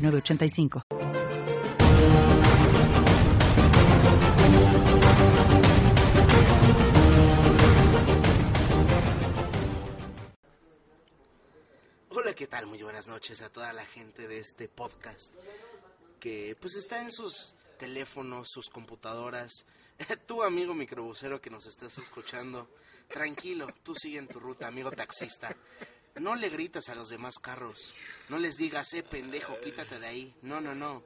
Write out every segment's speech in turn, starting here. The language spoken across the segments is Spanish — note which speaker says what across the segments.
Speaker 1: 985.
Speaker 2: Hola, ¿qué tal? Muy buenas noches a toda la gente de este podcast que pues está en sus teléfonos, sus computadoras. Tú, amigo microbusero que nos estás escuchando, tranquilo, tú sigue en tu ruta, amigo taxista. No le gritas a los demás carros. No les digas, eh, pendejo, quítate de ahí. No, no, no.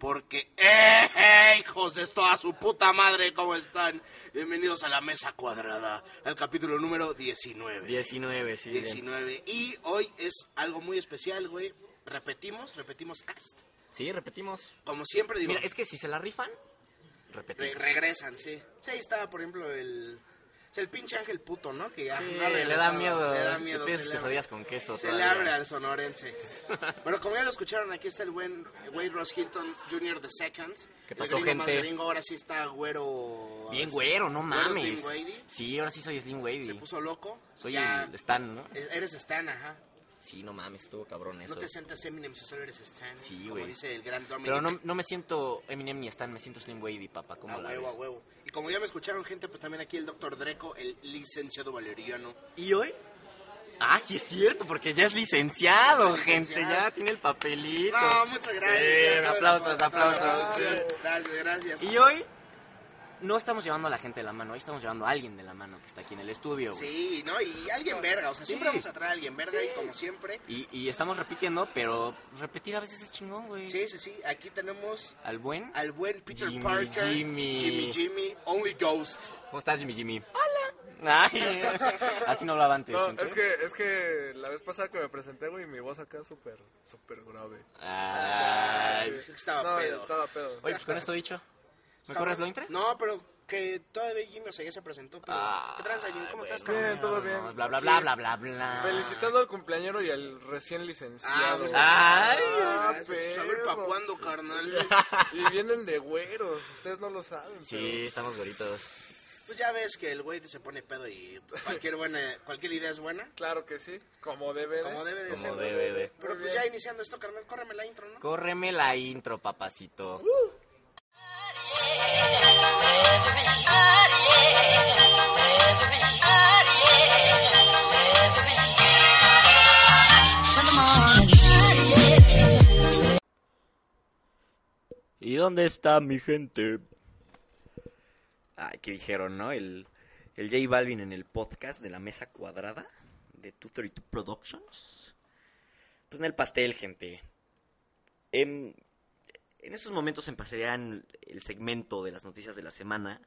Speaker 2: Porque, ¡eh, eh, hijos de esto a su puta madre! ¿Cómo están? Bienvenidos a la mesa cuadrada, al capítulo número 19.
Speaker 3: 19, sí. bien.
Speaker 2: 19. Y hoy es algo muy especial, güey. Repetimos, repetimos cast.
Speaker 3: Sí, repetimos.
Speaker 2: Como siempre digo,
Speaker 3: Mira, es que si se la rifan,
Speaker 2: re-
Speaker 3: repetimos.
Speaker 2: regresan, sí. Sí, ahí estaba, por ejemplo, el... o sea, El pinche ángel puto, ¿no? Que ya
Speaker 3: Sí,
Speaker 2: no ha
Speaker 3: le da
Speaker 2: regresado.
Speaker 3: miedo.
Speaker 2: Le da miedo.
Speaker 3: Te pides
Speaker 2: se le abre.
Speaker 3: quesadillas con queso.
Speaker 2: Se le
Speaker 3: todavía.
Speaker 2: abre al sonorense. Bueno, como ya lo escucharon, aquí está el buen Wade Ross Hilton Jr. II.
Speaker 3: ¿Qué
Speaker 2: El
Speaker 3: pasó,
Speaker 2: gringo
Speaker 3: gente?
Speaker 2: más gringo, ahora sí está güero.
Speaker 3: Bien
Speaker 2: este,
Speaker 3: güero, no
Speaker 2: ¿Tú eres
Speaker 3: mames.
Speaker 2: Slim Wady?
Speaker 3: Sí, ahora sí soy Slim
Speaker 2: Se
Speaker 3: Wady.
Speaker 2: puso loco.
Speaker 3: Soy
Speaker 2: Ya,
Speaker 3: el Stan, ¿no?
Speaker 2: e- Eres Stan, ajá.
Speaker 3: Sí, no mames, estuvo cabrón eso.
Speaker 2: No te sientas Eminem si solo eres Stan.
Speaker 3: Sí,
Speaker 2: como
Speaker 3: güey.
Speaker 2: dice el gran Dominic.
Speaker 3: Pero no, no me siento Eminem ni Stan, me siento Slim Wady, papá. ¿Cómo
Speaker 2: A
Speaker 3: la
Speaker 2: huevo, a
Speaker 3: ves?
Speaker 2: huevo. Y como ya me escucharon, gente, pues también aquí el doctor Dreco, el licenciado valeriano.
Speaker 3: ¿Y hoy? Ah, sí es cierto, porque ya es licenciado,
Speaker 2: Es
Speaker 3: gente.
Speaker 2: licenciado.
Speaker 3: Ya tiene el papelito.
Speaker 2: No, muchas gracias.
Speaker 3: Bien,
Speaker 2: Ya,
Speaker 3: aplausos,
Speaker 2: todo-
Speaker 3: aplausos,
Speaker 2: todo-
Speaker 3: sí.
Speaker 2: Gracias, gracias.
Speaker 3: Y hoy no estamos llevando a la gente de la mano, hoy estamos llevando a alguien de la mano que está aquí en el estudio. güey.
Speaker 2: Sí, ¿no? Y alguien verga, o sea,
Speaker 3: Sí.
Speaker 2: siempre vamos a traer a alguien verga y como siempre.
Speaker 3: Y, y estamos repitiendo, pero repetir a veces es chingón, güey.
Speaker 2: Sí, Ah. sí, sí, aquí tenemos
Speaker 3: Al buen.
Speaker 2: al buen Peter
Speaker 3: Jimmy,
Speaker 2: Parker.
Speaker 3: Jimmy.
Speaker 2: Jimmy, Jimmy, Only Ghost.
Speaker 3: ¿Cómo estás, Jimmy Jimmy? hola Ay, así no hablaba antes.
Speaker 4: No,
Speaker 3: gente.
Speaker 4: es que, es que la vez pasada que me presenté, güey, mi voz acá súper, súper grave.
Speaker 3: Ay.
Speaker 4: Sí.
Speaker 2: estaba
Speaker 4: no,
Speaker 2: Ah, pedo.
Speaker 4: estaba pedo.
Speaker 3: Oye, pues con esto dicho, ¿me
Speaker 2: Está
Speaker 3: corres
Speaker 2: bueno.
Speaker 3: lo intra?
Speaker 2: No, pero que todavía Jimmy, o sea, ya se presentó. Pero,
Speaker 3: Ah,
Speaker 2: ¿Qué tranza, Jimmy? ¿Cómo estás?
Speaker 3: bueno,
Speaker 4: Bien, todo
Speaker 3: no,
Speaker 4: bien.
Speaker 3: Bla, bla, bla, bla, bla, bla.
Speaker 4: Felicitando al cumpleañero y al recién
Speaker 2: Ah,
Speaker 4: licenciado.
Speaker 2: pues,
Speaker 3: Ay,
Speaker 2: ah,
Speaker 4: ah,
Speaker 2: pues, a ver,
Speaker 4: perro.
Speaker 2: ¿pa' cuándo, carnal?
Speaker 4: Y vienen de güeros, ustedes no lo saben.
Speaker 3: Sí, estamos bonitos.
Speaker 2: Pues ya ves que el güey se pone pedo y cualquier, buena, cualquier idea es buena.
Speaker 4: pero Claro que sí, como debe de.
Speaker 2: Como debe de
Speaker 3: Como
Speaker 2: ser. güey.
Speaker 3: debe de.
Speaker 2: Pero
Speaker 4: Muy
Speaker 2: pues
Speaker 4: bien.
Speaker 2: ya iniciando esto, carnal, córreme la intro, ¿no?
Speaker 3: Córreme la intro, papacito.
Speaker 5: ¿Y dónde está mi gente? Ah, que dijeron, ¿no? El, el J Balvin en el podcast de la mesa cuadrada de 232 Productions. Pues en el pastel, gente. Em, en esos momentos empezarían el segmento de las noticias de la semana.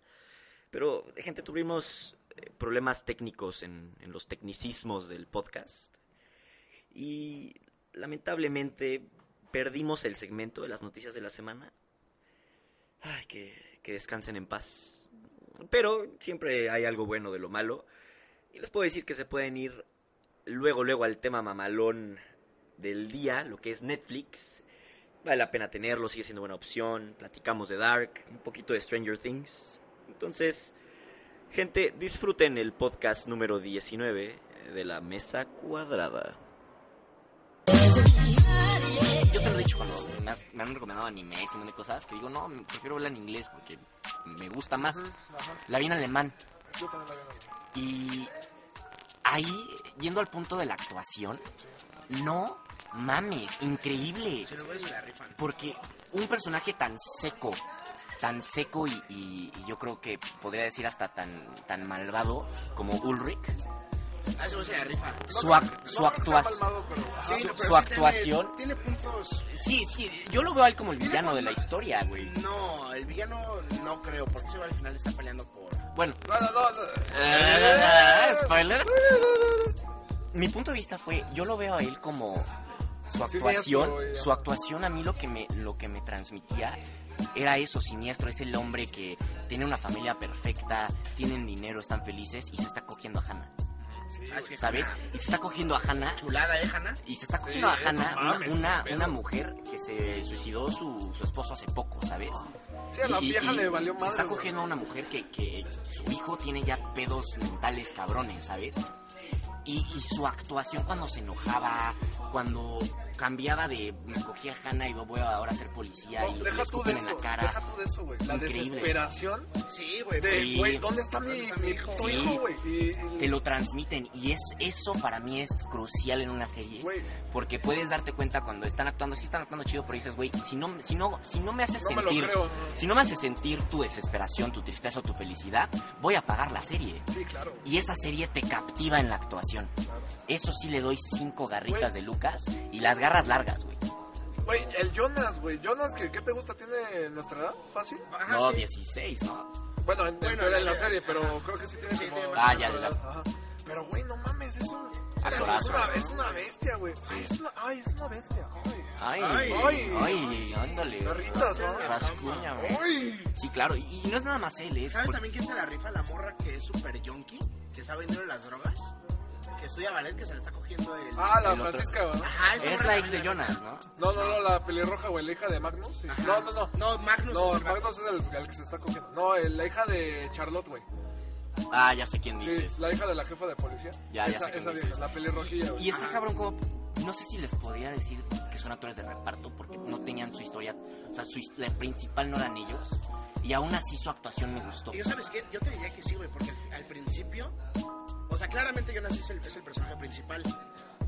Speaker 5: Pero, gente, tuvimos eh, problemas técnicos en, en los tecnicismos del podcast. Y lamentablemente perdimos el segmento de las noticias de la semana. Ay, que, que descansen en paz. Pero siempre hay algo bueno de lo malo. Y les puedo decir que se pueden ir luego, luego al tema mamalón del día, lo que es Netflix. Vale la pena tenerlo, sigue siendo buena opción. Platicamos de Dark, un poquito de Stranger Things. Entonces, gente, disfruten el podcast número 19 de la mesa cuadrada.
Speaker 3: Yo te lo he dicho cuando me, has- me han recomendado animes y un montón de cosas, que digo, no, me- prefiero hablar en inglés porque me gusta más. La vi en alemán.
Speaker 4: Yo también la veo.
Speaker 3: Y ahí, yendo al punto de la actuación, no mames, increíble.
Speaker 2: Si los güeyes se la rifan.
Speaker 3: Porque un personaje tan seco, tan seco y, y- y yo creo que podría decir hasta tan, tan malvado como Ulrich,
Speaker 2: Ah, ese güey se la rifa.
Speaker 3: su, ac- su
Speaker 4: No creo que sea
Speaker 3: actuación...
Speaker 4: malvado, pero-
Speaker 3: Su-
Speaker 2: pero
Speaker 3: su
Speaker 2: tiene-
Speaker 3: actuación.
Speaker 2: Tiene, puntos.
Speaker 3: Sí, sí, yo lo veo a él como el villano de la historia, güey.
Speaker 2: No, el villano no creo, porque ese güey al final está peleando por.
Speaker 3: Bueno,
Speaker 4: No, no, no, no.
Speaker 3: Eh, spoilers. Mi punto de vista fue, yo lo veo a él como su
Speaker 4: Siniestro,
Speaker 3: actuación,
Speaker 4: güey,
Speaker 3: su
Speaker 4: ajá.
Speaker 3: actuación a mí lo que me lo que me transmitía era eso siniestro, es el hombre que tiene una familia perfecta, tienen dinero, están felices y se está cogiendo a Hannah,
Speaker 4: Sí,
Speaker 2: Ah,
Speaker 4: güey.
Speaker 2: sí.
Speaker 3: ¿sabes? Y se está cogiendo a Hannah
Speaker 2: Chulada, ¿eh, Hanna?
Speaker 3: y se está cogiendo a
Speaker 6: eh,
Speaker 3: Hannah,
Speaker 6: no
Speaker 3: una-
Speaker 6: mames,
Speaker 3: una,
Speaker 6: pedos.
Speaker 3: una mujer que se suicidó su, su esposo hace poco, ¿sabes?
Speaker 4: Sí, a la
Speaker 3: Y- y-
Speaker 4: vieja
Speaker 3: y
Speaker 4: le valió
Speaker 3: Se
Speaker 4: madre.
Speaker 3: está
Speaker 4: güey.
Speaker 3: cogiendo a una mujer que, que su hijo tiene ya pedos mentales cabrones, ¿sabes? Y, y su actuación cuando se enojaba, cuando cambiaba de me cogí a Hannah y voy a ahora a ser policía y
Speaker 4: No,
Speaker 3: lo
Speaker 4: deja tú
Speaker 3: escupen
Speaker 4: de
Speaker 3: en
Speaker 4: eso,
Speaker 3: la cara.
Speaker 4: deja tú de eso, güey. La
Speaker 3: Increíble.
Speaker 4: desesperación
Speaker 2: Sí, güey.
Speaker 4: de,
Speaker 3: Sí.
Speaker 4: güey, ¿dónde está mi,
Speaker 2: está mi
Speaker 4: mi
Speaker 2: hijo?
Speaker 4: puto
Speaker 3: Sí.
Speaker 4: hijo, güey? Y, y-
Speaker 3: Te lo transmiten y es eso para mí es crucial en una serie
Speaker 4: güey,
Speaker 3: porque puedes darte cuenta cuando están actuando, sí están actuando chido, pero dices, güey, si no, si no, si no me haces
Speaker 4: no me lo
Speaker 3: sentir,
Speaker 4: creo.
Speaker 3: si no me hace sentir tu desesperación, tu tristeza o tu felicidad, voy a pagar la serie.
Speaker 4: Sí, claro. güey,
Speaker 3: Y esa serie te captiva en la actuación.
Speaker 4: claro.
Speaker 3: Eso sí le doy cinco garritas
Speaker 4: Güey.
Speaker 3: de Lucas y las garras largas, güey.
Speaker 4: Güey, el Jonas, güey. Jonas, que, ¿qué te gusta? ¿Tiene nuestra edad? ¿Fácil?
Speaker 2: Ajá,
Speaker 3: No,
Speaker 2: Ah, sí.
Speaker 3: 16, ¿no?
Speaker 4: Bueno, en,
Speaker 2: Bueno,
Speaker 4: en-
Speaker 2: la
Speaker 4: en la
Speaker 2: idea,
Speaker 4: serie,
Speaker 2: ajá.
Speaker 4: pero creo que sí tiene
Speaker 2: Sí,
Speaker 4: como...
Speaker 2: tiene
Speaker 3: más Ah, ya,
Speaker 4: nuestra
Speaker 3: ya.
Speaker 4: edad, ajá. Pero, güey, no mames, es un... Es
Speaker 3: Actorazo.
Speaker 4: una, es una bestia, güey. Ay,
Speaker 3: Sí.
Speaker 4: es una, ay, es una bestia. Ay,
Speaker 3: Ay,
Speaker 2: Ay,
Speaker 3: ay,
Speaker 4: ay, sí.
Speaker 3: ándale.
Speaker 4: Garritas, ¿no?
Speaker 3: Rascuña, güey.
Speaker 4: Ay.
Speaker 3: Sí, claro, y, y no es nada más él, es
Speaker 2: ¿Sabes
Speaker 3: por-
Speaker 2: también quién se la rifa? La morra que es super yonki, que está vendiendo las drogas, que estudia ballet, que se la está cogiendo el...
Speaker 4: Ah, la
Speaker 3: El otro.
Speaker 4: Francisca, ¿verdad?
Speaker 2: Ajá, esa
Speaker 3: es
Speaker 2: morra
Speaker 3: la
Speaker 2: también
Speaker 3: ex de
Speaker 2: la-
Speaker 3: Jonas, ¿no?
Speaker 4: No, no, no, la pelirroja, güey, la hija de Magnus. sí.
Speaker 2: Ajá.
Speaker 4: No, no, no.
Speaker 2: No, Magnus.
Speaker 4: No,
Speaker 2: es el-
Speaker 4: Magnus es el, el que se está cogiendo. No, el- la hija de Charlotte, güey.
Speaker 3: Ah, ya sé quién
Speaker 4: Sí,
Speaker 3: dices.
Speaker 4: la hija de la jefa de policía.
Speaker 3: Ya, ya
Speaker 4: esa
Speaker 3: sé quién
Speaker 4: esa
Speaker 3: dices.
Speaker 4: vieja, la pelirrojilla, güey.
Speaker 3: Y está
Speaker 2: Ajá.
Speaker 3: cabrón como... No sé si les podía decir que son actores de reparto porque no tenían su historia, o sea, su, his- la principal no eran ellos y aún así su actuación me gustó.
Speaker 2: Y yo, ¿sabes qué? Yo te diría que sí, güey, porque al, fi- al principio... O sea, claramente Jonas es el, es el personaje principal.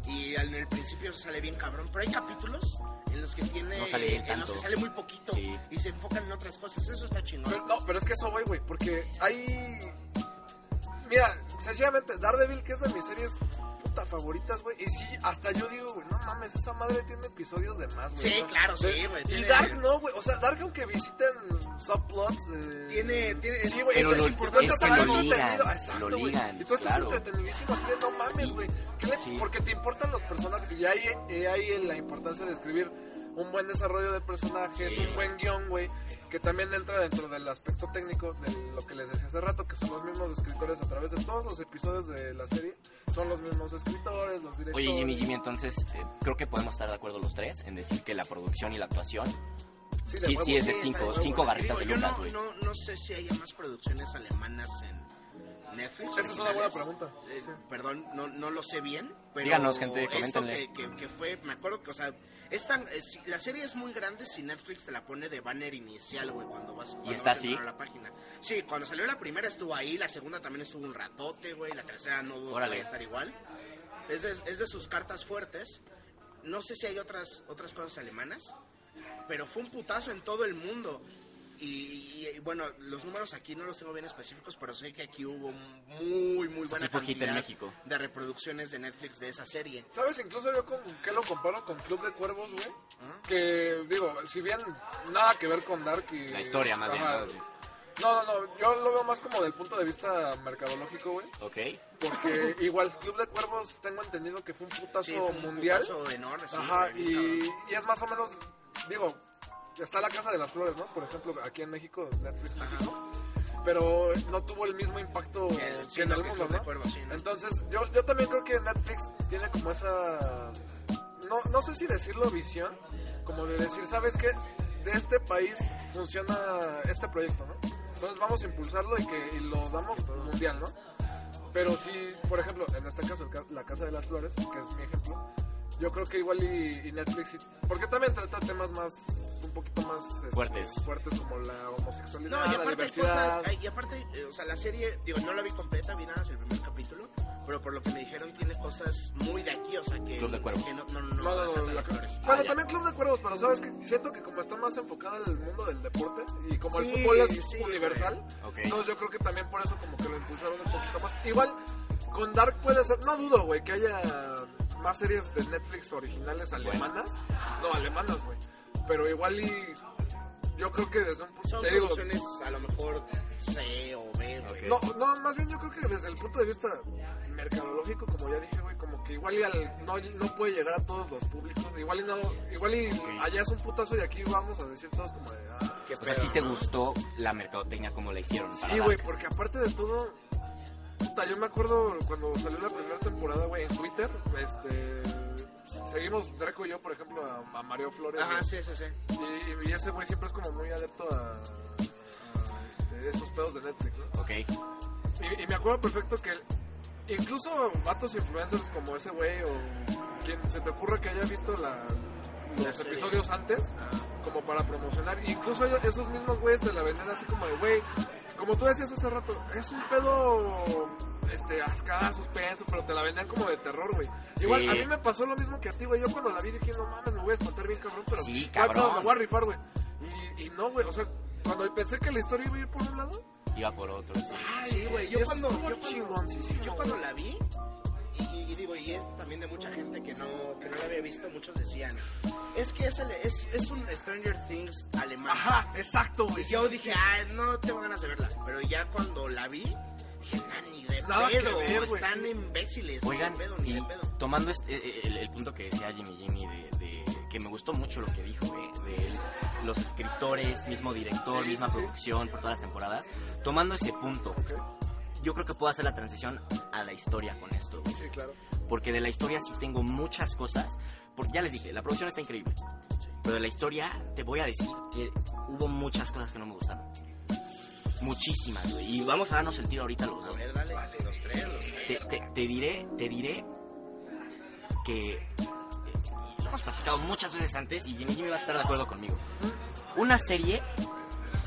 Speaker 2: Y al- en el principio se sale bien cabrón. Pero hay capítulos en los que tiene...
Speaker 3: No sale bien
Speaker 2: En los
Speaker 3: tanto.
Speaker 2: que sale muy poquito.
Speaker 3: Sí.
Speaker 2: Y se enfocan en otras cosas. Eso está chingón.
Speaker 4: Pero, no, pero es que eso, güey, güey, porque hay... Mira, sencillamente, Daredevil, que es de mis series puta favoritas, güey. Y sí, hasta yo digo, güey, no mames, esa madre tiene episodios de más, güey.
Speaker 2: Sí,
Speaker 4: ¿no?
Speaker 2: claro, sí,
Speaker 4: De-
Speaker 2: güey,
Speaker 4: Y
Speaker 2: tiene-
Speaker 4: Dark no, güey. O sea, Dark aunque visiten subplots... eh,
Speaker 2: Tiene- tiene-
Speaker 4: Sí, güey,
Speaker 3: Pero
Speaker 4: es,
Speaker 3: lo-
Speaker 4: es importante
Speaker 3: es que
Speaker 4: estar
Speaker 3: lo ligan,
Speaker 4: entretenido.
Speaker 3: lo
Speaker 4: Exacto, güey.
Speaker 3: ligan,
Speaker 4: Y tú estás
Speaker 3: claro.
Speaker 4: entretenidísimo así de, no mames, güey. ¿Qué le-
Speaker 3: Sí.
Speaker 4: Porque te importan los personajes. Y ahí, eh, ahí la importancia de escribir un buen desarrollo de personajes,
Speaker 3: Sí,
Speaker 4: un
Speaker 3: güey.
Speaker 4: buen guión, güey. Que también entra dentro del aspecto técnico de lo que les decía hace rato, que son los mismos escritores a través de todos los episodios de la serie. Son los mismos escritores, los directores.
Speaker 3: Oye, Jimmy, Jimmy, entonces eh, creo que podemos estar de acuerdo los tres en decir que la producción y la actuación
Speaker 4: Sí,
Speaker 3: sí, sí es de
Speaker 2: Sí,
Speaker 3: cinco,
Speaker 2: está de
Speaker 3: cinco
Speaker 2: huevo. Digo,
Speaker 3: garritas de
Speaker 2: yo
Speaker 3: Lucas,
Speaker 2: no-
Speaker 3: güey.
Speaker 2: No, no sé si haya más producciones alemanas en Netflix.
Speaker 4: Esa es una buena
Speaker 2: originales.
Speaker 4: pregunta.
Speaker 2: Eh,
Speaker 4: Sí.
Speaker 2: Perdón, no, no lo sé bien. Pero
Speaker 3: Díganos, gente,
Speaker 2: esto
Speaker 3: coméntenle.
Speaker 2: que, que, que fue, me acuerdo que, o sea, es tan- eh, si- la serie es muy grande si Netflix te la pone de banner inicial, güey, cuando vas, cuando
Speaker 3: está
Speaker 2: vas a
Speaker 3: así?
Speaker 2: entrar a la página. Sí, cuando salió la primera estuvo ahí, la segunda también estuvo un ratote, güey, la tercera no dudo que
Speaker 3: Órale.
Speaker 2: vaya a estar igual. Es de, es de sus cartas fuertes. No sé si hay otras, otras cosas alemanas, pero fue un putazo en todo el mundo. Y, y- y, bueno, los números aquí no los tengo bien específicos, pero sé que aquí hubo muy, muy
Speaker 3: O sea,
Speaker 2: buena
Speaker 3: sí fue hit en
Speaker 2: cantidad
Speaker 3: México.
Speaker 2: de reproducciones de Netflix de esa serie.
Speaker 4: ¿Sabes? Incluso yo con qué lo comparo con Club de Cuervos, güey.
Speaker 2: Ah.
Speaker 4: Que, digo, si bien nada que ver con Dark y...
Speaker 3: la historia más bien.
Speaker 4: Ajá.
Speaker 3: ¿no? Sí.
Speaker 4: No, no, no, yo lo veo más como del punto de vista mercadológico, güey.
Speaker 3: Ok.
Speaker 4: Porque igual Club de Cuervos tengo entendido que fue un putazo
Speaker 2: Sí, fue un
Speaker 4: mundial.
Speaker 2: putazo enorme, sí,
Speaker 4: Ajá,
Speaker 2: güey,
Speaker 4: y,
Speaker 2: cabrón.
Speaker 4: y es más o menos, digo, está la Casa de las Flores, ¿no? Por ejemplo, aquí en México, Netflix
Speaker 2: Ajá.
Speaker 4: México. Pero no tuvo el mismo impacto
Speaker 2: Eh, sí,
Speaker 4: que en
Speaker 2: no,
Speaker 4: el
Speaker 2: que
Speaker 4: mundo,
Speaker 2: Club de
Speaker 4: ¿no?
Speaker 2: Cuervos, sí, ¿no?
Speaker 4: Entonces, yo, yo también creo que Netflix tiene como esa. No, no sé si decirlo visión, como de decir, ¿sabes qué? De este país funciona este proyecto, ¿no? Entonces vamos a impulsarlo y que y lo damos mundial, ¿no? Pero sí, por ejemplo, en este caso, el ca- la Casa de las Flores, que es mi ejemplo, yo creo que igual y, y Netflix, sí- porque también trata temas más, un poquito más este,
Speaker 3: Fuertes.
Speaker 4: fuertes como la homosexualidad,
Speaker 2: No, y
Speaker 4: la
Speaker 2: aparte, hay
Speaker 4: diversidad.
Speaker 2: cosas- hay- y aparte, eh, o sea, la serie, digo, no la vi completa, vi nada más el primer capítulo, pero por lo que me dijeron tiene cosas muy de aquí, o sea, que...
Speaker 3: Club de Cuervos.
Speaker 2: que no, no, no, la
Speaker 4: No, no,
Speaker 2: Casa
Speaker 4: no,
Speaker 2: de
Speaker 4: la
Speaker 2: las
Speaker 4: ca-
Speaker 2: Flores.
Speaker 4: Bueno,
Speaker 3: ya.
Speaker 4: también Club de Cuervos, pero sabes que siento que como está más enfocada en el mundo del deporte y como el
Speaker 2: Sí,
Speaker 4: fútbol es
Speaker 2: sí,
Speaker 4: universal,
Speaker 3: Ok.
Speaker 4: entonces yo creo que también por eso como que lo impulsaron un poquito más. Igual con Dark puede ser, no dudo, güey, que haya más series de Netflix originales
Speaker 3: Bueno.
Speaker 4: alemanas. No, alemanas, güey. Pero igual y yo creo que desde un punto
Speaker 2: Son
Speaker 4: te digo,
Speaker 2: producciones a lo mejor
Speaker 3: C o B, güey.
Speaker 4: No, no, más bien yo creo que desde el punto de vista mercadológico, como ya dije, güey, como que igual y al- no, no puede llegar a todos los públicos, igual y no, igual y allá es un putazo y aquí vamos a decir todos como de, ah,
Speaker 3: O sea, sí te
Speaker 4: ¿no?
Speaker 3: gustó la mercadotecnia como la hicieron. para
Speaker 4: Sí,
Speaker 3: dar-
Speaker 4: güey, porque aparte de todo, puta, yo me acuerdo cuando salió la primera temporada, güey, en Twitter, este, seguimos Draco y yo, por ejemplo, a, a Mario Flores,
Speaker 2: Ajá,
Speaker 4: güey,
Speaker 2: sí, sí, sí.
Speaker 4: y, y ese güey siempre es como muy adepto a, a, este, esos pedos de Netflix, ¿no?
Speaker 3: Ok.
Speaker 4: Y, y me acuerdo perfecto que incluso vatos influencers como ese güey o quien se te ocurra que haya visto la-
Speaker 2: La
Speaker 4: los
Speaker 2: serie.
Speaker 4: episodios antes
Speaker 3: Ah.
Speaker 4: como para promocionar. Y incluso ellos- esos mismos güeyes te la venden así como de, güey, como tú decías hace rato, es un pedo este, acá, suspenso, pero te la vendían como de terror, güey. Igual,
Speaker 3: Sí.
Speaker 4: a mí me pasó lo mismo que a ti, güey. Yo cuando la vi dije, no mames, me voy a espantar bien cabrón, pero
Speaker 3: Sí,
Speaker 4: ah,
Speaker 3: cabrón.
Speaker 4: todo, me voy a rifar, güey. Y, y no, güey, o sea, cuando pensé que la historia iba a ir por un lado,
Speaker 3: Iba por otro, sí.
Speaker 4: Ah,
Speaker 2: Sí, güey, yo
Speaker 4: eso
Speaker 2: cuando-
Speaker 4: estuvo
Speaker 2: yo cuando-
Speaker 4: chingoncísimo,
Speaker 2: Yo
Speaker 4: güey.
Speaker 2: cuando la vi, y, y digo, y es también de mucha gente que no, que no la había visto, muchos decían, es que es, el- es, es un Stranger Things alemán.
Speaker 4: Ajá, exacto,
Speaker 2: Y
Speaker 4: güey.
Speaker 2: yo dije, ah, no tengo ganas de verla. Pero ya cuando la vi, dije, nah, ni de
Speaker 4: Nada que
Speaker 2: pedo,
Speaker 4: ver, güey,
Speaker 2: están
Speaker 4: sí.
Speaker 2: imbéciles.
Speaker 3: Oigan,
Speaker 2: ni de pedo, ni
Speaker 3: y
Speaker 2: de pedo.
Speaker 3: tomando este- eh, el, el punto que decía Jimmy Jimmy de, de- que me gustó mucho lo que dijo, eh, de el- los escritores, mismo director,
Speaker 4: Sí,
Speaker 3: misma
Speaker 4: sí, sí.
Speaker 3: producción por todas las temporadas, tomando ese punto, yo creo que puedo hacer la transición a la historia con esto, güey.
Speaker 4: Sí, claro.
Speaker 3: porque de la historia sí tengo muchas cosas, porque ya les dije, la producción está increíble, pero de la historia te voy a decir que hubo muchas cosas que no me gustaron. Muchísimas, güey. Y vamos a darnos el tiro ahorita los dos
Speaker 2: A ver, dale, los tres, los tres.
Speaker 3: te, te- te diré, te diré que eh, lo hemos platicado muchas veces antes y Jimmy Jimmy va a estar de acuerdo conmigo. Una serie,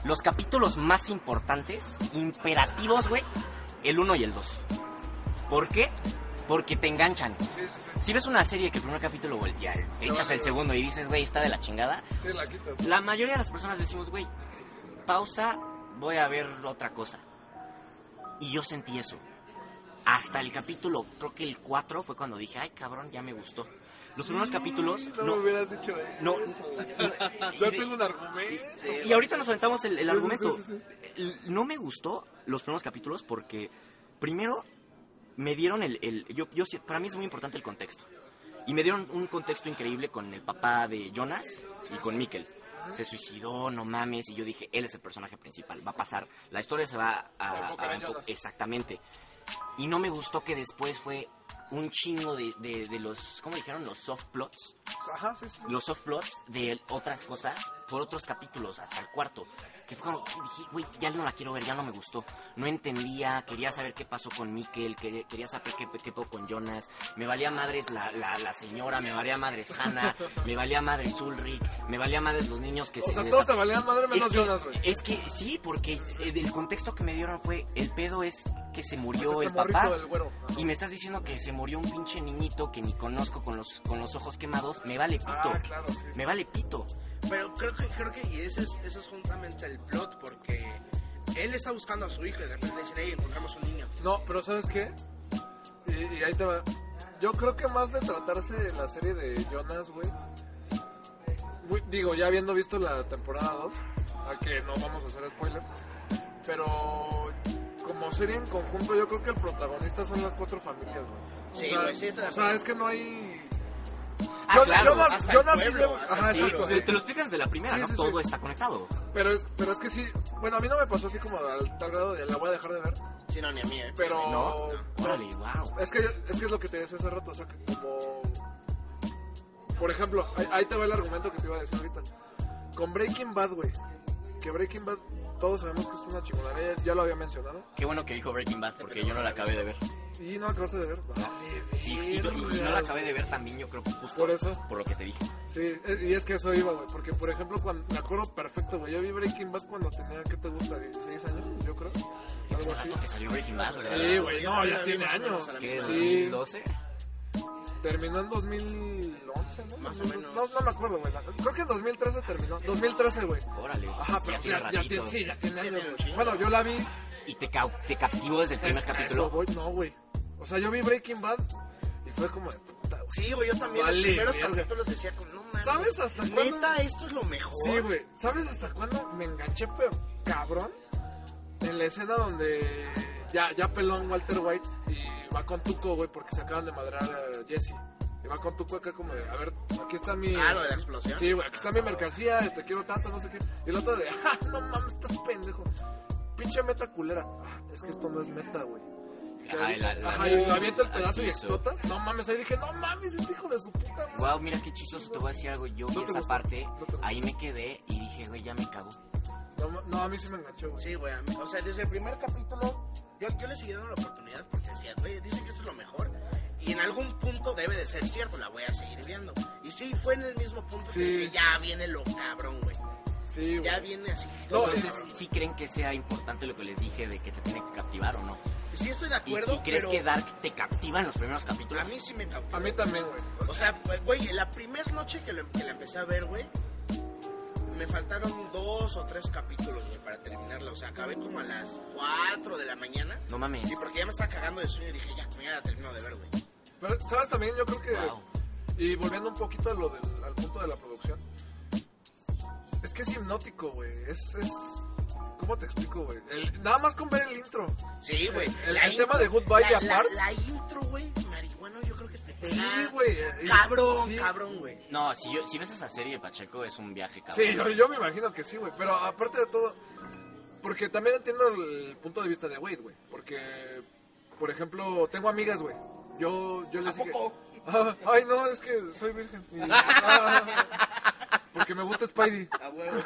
Speaker 3: los capítulos más importantes, imperativos, güey, el 1 y el 2. ¿Por qué? Porque te enganchan.
Speaker 4: Sí, sí, sí.
Speaker 3: Si ves una serie que el primer capítulo, güey, ya te echas el segundo y dices, güey, está de la chingada,
Speaker 4: Sí, la quitas.
Speaker 3: la mayoría de las personas decimos, güey, pausa, voy a ver otra cosa. Y yo sentí eso. Hasta el capítulo, creo que el 4 fue cuando dije, ay cabrón, ya me gustó. Los primenos capítulos,
Speaker 4: Mm, No, me
Speaker 3: no.
Speaker 4: hubieras dicho eso.
Speaker 3: no.
Speaker 4: Yo tengo un argumento.
Speaker 3: Y ahorita nos aventamos el, el
Speaker 4: Sí, sí,
Speaker 3: argumento.
Speaker 4: sí, sí,
Speaker 3: El- No me gustó los primeros capítulos porque, primero, me dieron el... el- yo, yo, sí- para mí es muy importante el contexto. Y me dieron un contexto increíble con el papá de Jonas y con Mikkel. Se suicidó, no mames, y yo dije, él es el personaje principal, va a pasar, la historia se va a...
Speaker 4: Va a enfocar
Speaker 3: a-
Speaker 4: en Jonas.
Speaker 3: exactamente. Y no me gustó que después fue un chingo de, de- de los, ¿cómo dijeron? Los soft plots
Speaker 4: Pues, Ajá, sí, sí. sí.
Speaker 3: los soft plots de otras cosas por otros capítulos, hasta el cuarto. Que fue como, que dije, güey, ya no la quiero ver, ya no me gustó. No entendía, quería saber qué pasó con Mikkel, que- quería saber qué, qué pasó con Jonas. Me valía madres la, la, la señora, me valía madres Hannah, me valía madres Ulrich, me valía madres los niños que
Speaker 4: O
Speaker 3: se
Speaker 4: sea,
Speaker 3: desa-
Speaker 4: todos te valían madre menos
Speaker 3: es que,
Speaker 4: Jonas, güey.
Speaker 3: es que sí, porque eh, del contexto que me dieron fue, el pedo es que se murió
Speaker 4: Pues
Speaker 3: el
Speaker 4: este
Speaker 3: papá.
Speaker 4: morrito del güero.
Speaker 3: Y me estás diciendo que se murió un pinche niñito que ni conozco con los, con los ojos quemados. Me vale pito.
Speaker 4: Ah, claro, sí.
Speaker 3: Me vale pito.
Speaker 2: Pero creo que, creo que y ese es, eso es justamente el plot, porque él está buscando a su hijo y de repente le dicen, hey, encontramos un niño.
Speaker 4: No, pero ¿sabes qué? Y, y ahí te va. Yo creo que más de tratarse de la serie de Jonas, güey. Muy- Digo, ya habiendo visto la temporada 2, a que no vamos a hacer spoilers. Pero como serie en conjunto, yo creo que el protagonista son las cuatro familias, güey.
Speaker 2: Sí,
Speaker 4: o sea,
Speaker 2: güey, sí, está de
Speaker 4: o sea,
Speaker 2: acuerdo.
Speaker 4: es que no hay.
Speaker 3: Ah,
Speaker 4: yo,
Speaker 3: claro,
Speaker 4: yo nas-
Speaker 2: hasta
Speaker 4: yo
Speaker 2: el
Speaker 4: nací
Speaker 2: pueblo,
Speaker 4: llevo-
Speaker 2: hasta
Speaker 4: Ajá,
Speaker 2: el
Speaker 4: exacto.
Speaker 2: pueblo,
Speaker 3: Te,
Speaker 4: güey.
Speaker 3: te lo explicas desde la primera,
Speaker 4: Sí,
Speaker 3: ¿no?
Speaker 4: sí, sí.
Speaker 3: Todo está conectado.
Speaker 4: Pero es, pero es que sí. Bueno, a mí no me pasó así como al tal grado de la voy a dejar de ver.
Speaker 2: Sí, no, ni a mí, ¿eh?
Speaker 4: Pero.
Speaker 3: ¿No? Órale, wow.
Speaker 4: Es que, es que es lo que te decía hace rato, o sea, que como... Por ejemplo, ahí, ahí te va el argumento que te iba a decir ahorita. Con Breaking Bad, güey. Que Breaking Bad, todos sabemos que es una chingonería, ya lo había mencionado.
Speaker 3: Qué bueno que dijo Breaking Bad, porque yo no la acabé de ver.
Speaker 4: Y no acabaste de ver.
Speaker 3: No. Y, y- y no la acabé de ver también, yo creo, justo
Speaker 4: Por eso.
Speaker 3: por lo que te dije.
Speaker 4: Sí, es- y es que eso iba, güey. Porque, por ejemplo, cuando, me acuerdo perfecto, güey. Yo vi Breaking Bad cuando tenía, ¿qué te gusta? 16 años, yo creo.
Speaker 3: Qué
Speaker 4: Algo así.
Speaker 3: rato que salió Breaking Bad, ¿verdad?
Speaker 4: Sí, güey. No, ya tiene
Speaker 2: Más o menos
Speaker 4: años.
Speaker 2: a la
Speaker 3: ¿Qué,
Speaker 2: misma
Speaker 4: Sí.
Speaker 3: 2012?
Speaker 4: Terminó en 2011, ¿no?
Speaker 2: Más o menos.
Speaker 4: No, no me acuerdo, güey. la- Creo que en 2013 terminó. 2013, güey.
Speaker 3: Órale.
Speaker 4: Ajá,
Speaker 3: sí,
Speaker 4: pero
Speaker 3: hace
Speaker 4: ya, ya
Speaker 3: ratito.
Speaker 4: tiene, sí, ya tiene años,
Speaker 2: tiene un
Speaker 4: güey.
Speaker 2: chingo.
Speaker 4: Bueno, yo la vi.
Speaker 3: Y te, cau- te captivó desde el primer
Speaker 4: es- Eso,
Speaker 3: capítulo.
Speaker 4: voy, no, güey. O sea, yo vi Breaking Bad y fue como de puta, güey.
Speaker 2: Sí, güey, yo también
Speaker 4: Vale,
Speaker 2: los primeros
Speaker 4: verga.
Speaker 2: capítulos decía como, no mames.
Speaker 4: ¿Sabes hasta cuándo?
Speaker 2: eh. Neta, esto es lo mejor.
Speaker 4: Sí, güey. ¿Sabes hasta cuándo me enganché, pero cabrón? en la escena donde ya, ya pelón Walter White y va con Tuco, güey, porque se acaban de madrar a Jesse. Y va con Tuco acá como de, a ver, aquí está mi...
Speaker 2: Ah, lo de la explosión.
Speaker 4: Sí, güey, aquí está mi mercancía, este, quiero tanto, no sé qué. Y el otro de, ah, no mames, estás pendejo. Pinche meta culera. Ah, es que esto no es meta, güey. Que
Speaker 3: Ay, la- la-
Speaker 4: ajá, y lo avienta el
Speaker 3: la-
Speaker 4: pedazo y
Speaker 3: eso.
Speaker 4: explota. No mames, ahí dije, no mames, este hijo de su puta madre.
Speaker 3: Wow, mira qué chistoso, te voy a decir algo. Yo
Speaker 4: No
Speaker 3: vi
Speaker 4: te
Speaker 3: esa
Speaker 4: gustó,
Speaker 3: parte,
Speaker 4: no te gustó.
Speaker 3: ahí me quedé y dije, güey, ya me cagó.
Speaker 4: No, ma- no, a mí sí me enganchó, güey.
Speaker 2: Sí, güey. a mí- O sea, desde el primer capítulo, yo, yo le seguí dando la oportunidad porque decía, güey, dicen que esto es lo mejor. Y en algún punto debe de ser cierto, la voy a seguir viendo. Y sí, fue en el mismo punto
Speaker 4: Sí.
Speaker 2: que dije, ya viene lo cabrón, güey.
Speaker 4: Sí, güey.
Speaker 2: Ya viene así.
Speaker 4: No, eh.
Speaker 2: todo
Speaker 3: Entonces,
Speaker 2: cabrón.
Speaker 3: ¿sí creen que sea importante lo que les dije de que te tiene que captivar o no?
Speaker 2: Sí, estoy de
Speaker 3: ¿Y,
Speaker 2: acuerdo,
Speaker 3: y crees
Speaker 2: pero
Speaker 3: que Dark te captiva en los primeros
Speaker 2: a
Speaker 3: capítulos?
Speaker 2: mí sí me cautivó.
Speaker 4: A mí también, güey.
Speaker 2: O sea, pues, güey, la primera noche que, lo- que la empecé a ver, güey, me faltaron dos o tres capítulos, güey, para terminarla. O sea, acabé como a las 4 de la mañana.
Speaker 3: No mames.
Speaker 2: Y porque ya me estaba cagando de sueño y dije, ya, ya la termino de ver, güey.
Speaker 4: Pero, ¿sabes también? Yo creo que...
Speaker 3: Wow.
Speaker 4: Y volviendo un poquito a lo del, al punto de la producción. Es que es hipnótico, güey. Es, es... ¿Cómo te explico, güey? El- Nada más con ver el intro.
Speaker 2: Sí, güey.
Speaker 4: El-
Speaker 2: La
Speaker 4: el tema de Goodbye
Speaker 2: la-
Speaker 4: y
Speaker 2: la-
Speaker 4: Apart.
Speaker 2: La, intro, güey, marihuana, yo creo que te pega.
Speaker 4: Sí, güey. eh, Y-
Speaker 2: Cabrón,
Speaker 4: sí.
Speaker 2: cabrón, güey.
Speaker 3: No, si, yo, si ves esa serie de Pacheco es un viaje cabrón.
Speaker 4: Sí, yo, yo me imagino que sí, güey. Pero aparte de todo, porque también entiendo el punto de vista de Wade, güey. Porque, por ejemplo, tengo amigas, güey. Yo, yo les dije. "Ah, ay, no, es que soy virgen. Y- ah, porque me gusta Spidey.
Speaker 2: A huevo.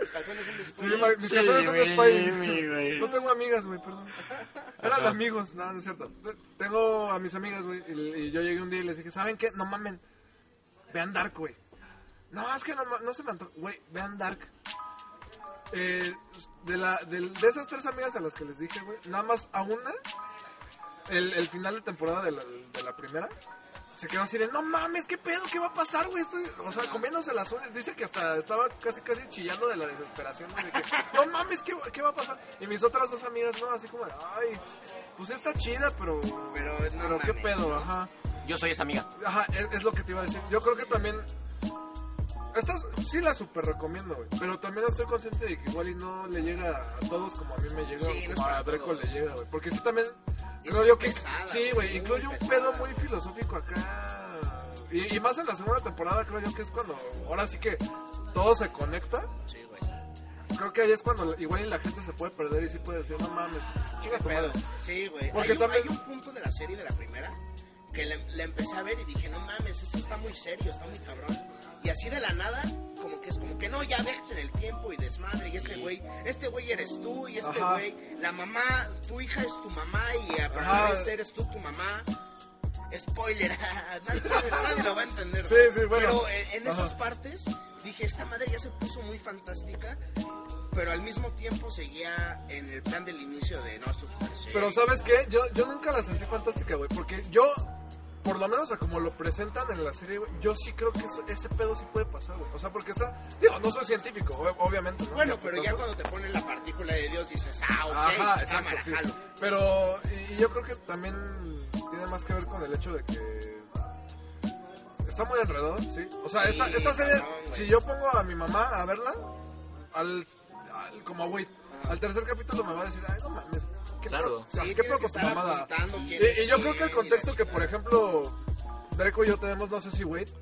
Speaker 2: Los calzones son de
Speaker 4: Sí,
Speaker 2: Spidey.
Speaker 4: ma- mis canciones son de Spidey. No tengo amigas, güey, perdón. Eran amigos, no, no es cierto. Tengo a mis amigas, güey, y, y yo llegué un día y les dije, ¿saben qué? No mamen, vean Dark, güey. No, es que no, ma- no se me antoja, güey, vean Dark. Eh, de, la, del- de esas tres amigas a las que les dije, güey, nada más a una, el, el final de temporada de la, de la primera, se quedó así de, no mames, ¿qué pedo? ¿Qué va a pasar, güey? Estoy- o sea, comiéndose las uñas. Dice que hasta estaba casi, casi chillando de la desesperación, güey, de que, no mames, ¿qué, va- qué va a pasar? Y mis otras dos amigas, no, así como, de, ay, pues está chida, pero...
Speaker 2: Pero, no
Speaker 4: pero ¿qué
Speaker 2: mames,
Speaker 4: pedo? Ajá.
Speaker 3: Yo soy esa amiga.
Speaker 4: Ajá, es, es lo que te iba a decir. Yo creo que también... Estas sí las super recomiendo, güey. Pero también estoy consciente de que igual y no le llega a todos como a mí me llega
Speaker 2: Sí,
Speaker 4: o
Speaker 2: no es
Speaker 4: como
Speaker 2: para
Speaker 4: a Dreco
Speaker 2: todos.
Speaker 4: le llega, güey. Porque sí también...
Speaker 2: Es
Speaker 4: Creo
Speaker 2: muy
Speaker 4: yo que...
Speaker 2: pesada,
Speaker 4: sí, güey.
Speaker 2: muy
Speaker 4: Incluye un
Speaker 2: pesada.
Speaker 4: pedo muy filosófico acá. Y, y más en la segunda temporada creo yo que es cuando... Ahora sí que todo se conecta.
Speaker 2: Sí, güey.
Speaker 4: Creo que ahí es cuando igual y la gente se puede perder y sí puede decir, no mames, chinga tu madre.
Speaker 2: Sí, güey.
Speaker 4: Porque
Speaker 2: Hay, un-
Speaker 4: también-
Speaker 2: hay un punto de la serie de la primera que la, la empecé a ver y dije, no mames, esto está muy serio, está muy cabrón. Y así de la nada, como que es como que no, ya en el tiempo y desmadre. Y este
Speaker 3: Sí.
Speaker 2: güey, este güey eres tú y este
Speaker 4: Ajá.
Speaker 2: güey, la mamá, tu hija es tu mamá y a
Speaker 4: Ajá.
Speaker 2: partir de eres tú tu mamá. Spoiler, nadie, nadie lo va a entender.
Speaker 4: Sí, sí, bueno.
Speaker 2: Pero eh, en
Speaker 4: Ajá.
Speaker 2: esas partes dije, esta madre ya se puso muy fantástica pero al mismo tiempo seguía en el plan del inicio de no, esto es super serio.
Speaker 4: Pero ¿sabes qué? Yo, yo nunca la sentí fantástica, güey. Porque yo, por lo menos a como lo presentan en la serie, güey, yo sí creo que eso- ese pedo sí puede pasar, güey. O sea, porque está... Digo, no soy científico, ob- obviamente. ¿no?
Speaker 2: Bueno,
Speaker 4: Mis
Speaker 2: pero ya
Speaker 4: putazos.
Speaker 2: cuando te ponen la partícula de Dios dices, ah, ok,
Speaker 4: Ajá, exacto,
Speaker 2: cámara,
Speaker 4: sí.
Speaker 2: jalo.
Speaker 4: Pero y- y yo creo que también tiene más que ver con el hecho de que está muy enredado, sí. O sea,
Speaker 2: Sí,
Speaker 4: esta, esta serie,
Speaker 2: cabrón, güey.
Speaker 4: si yo pongo a mi mamá a verla, al, al- como a Wade, al tercer capítulo me va a decir, ay, no mames, qué
Speaker 3: Claro.
Speaker 4: pedo, o sea,
Speaker 2: Sí,
Speaker 4: qué
Speaker 2: tienes
Speaker 4: pedo
Speaker 2: que
Speaker 4: con tu
Speaker 2: estar
Speaker 4: mamada.
Speaker 2: apuntando
Speaker 4: Y,
Speaker 2: quién
Speaker 4: y
Speaker 2: es
Speaker 4: yo creo que
Speaker 2: quién
Speaker 4: el
Speaker 2: y
Speaker 4: contexto
Speaker 2: la
Speaker 4: que, por
Speaker 2: chingada.
Speaker 4: ejemplo, Dreco y yo tenemos, no sé si Wade,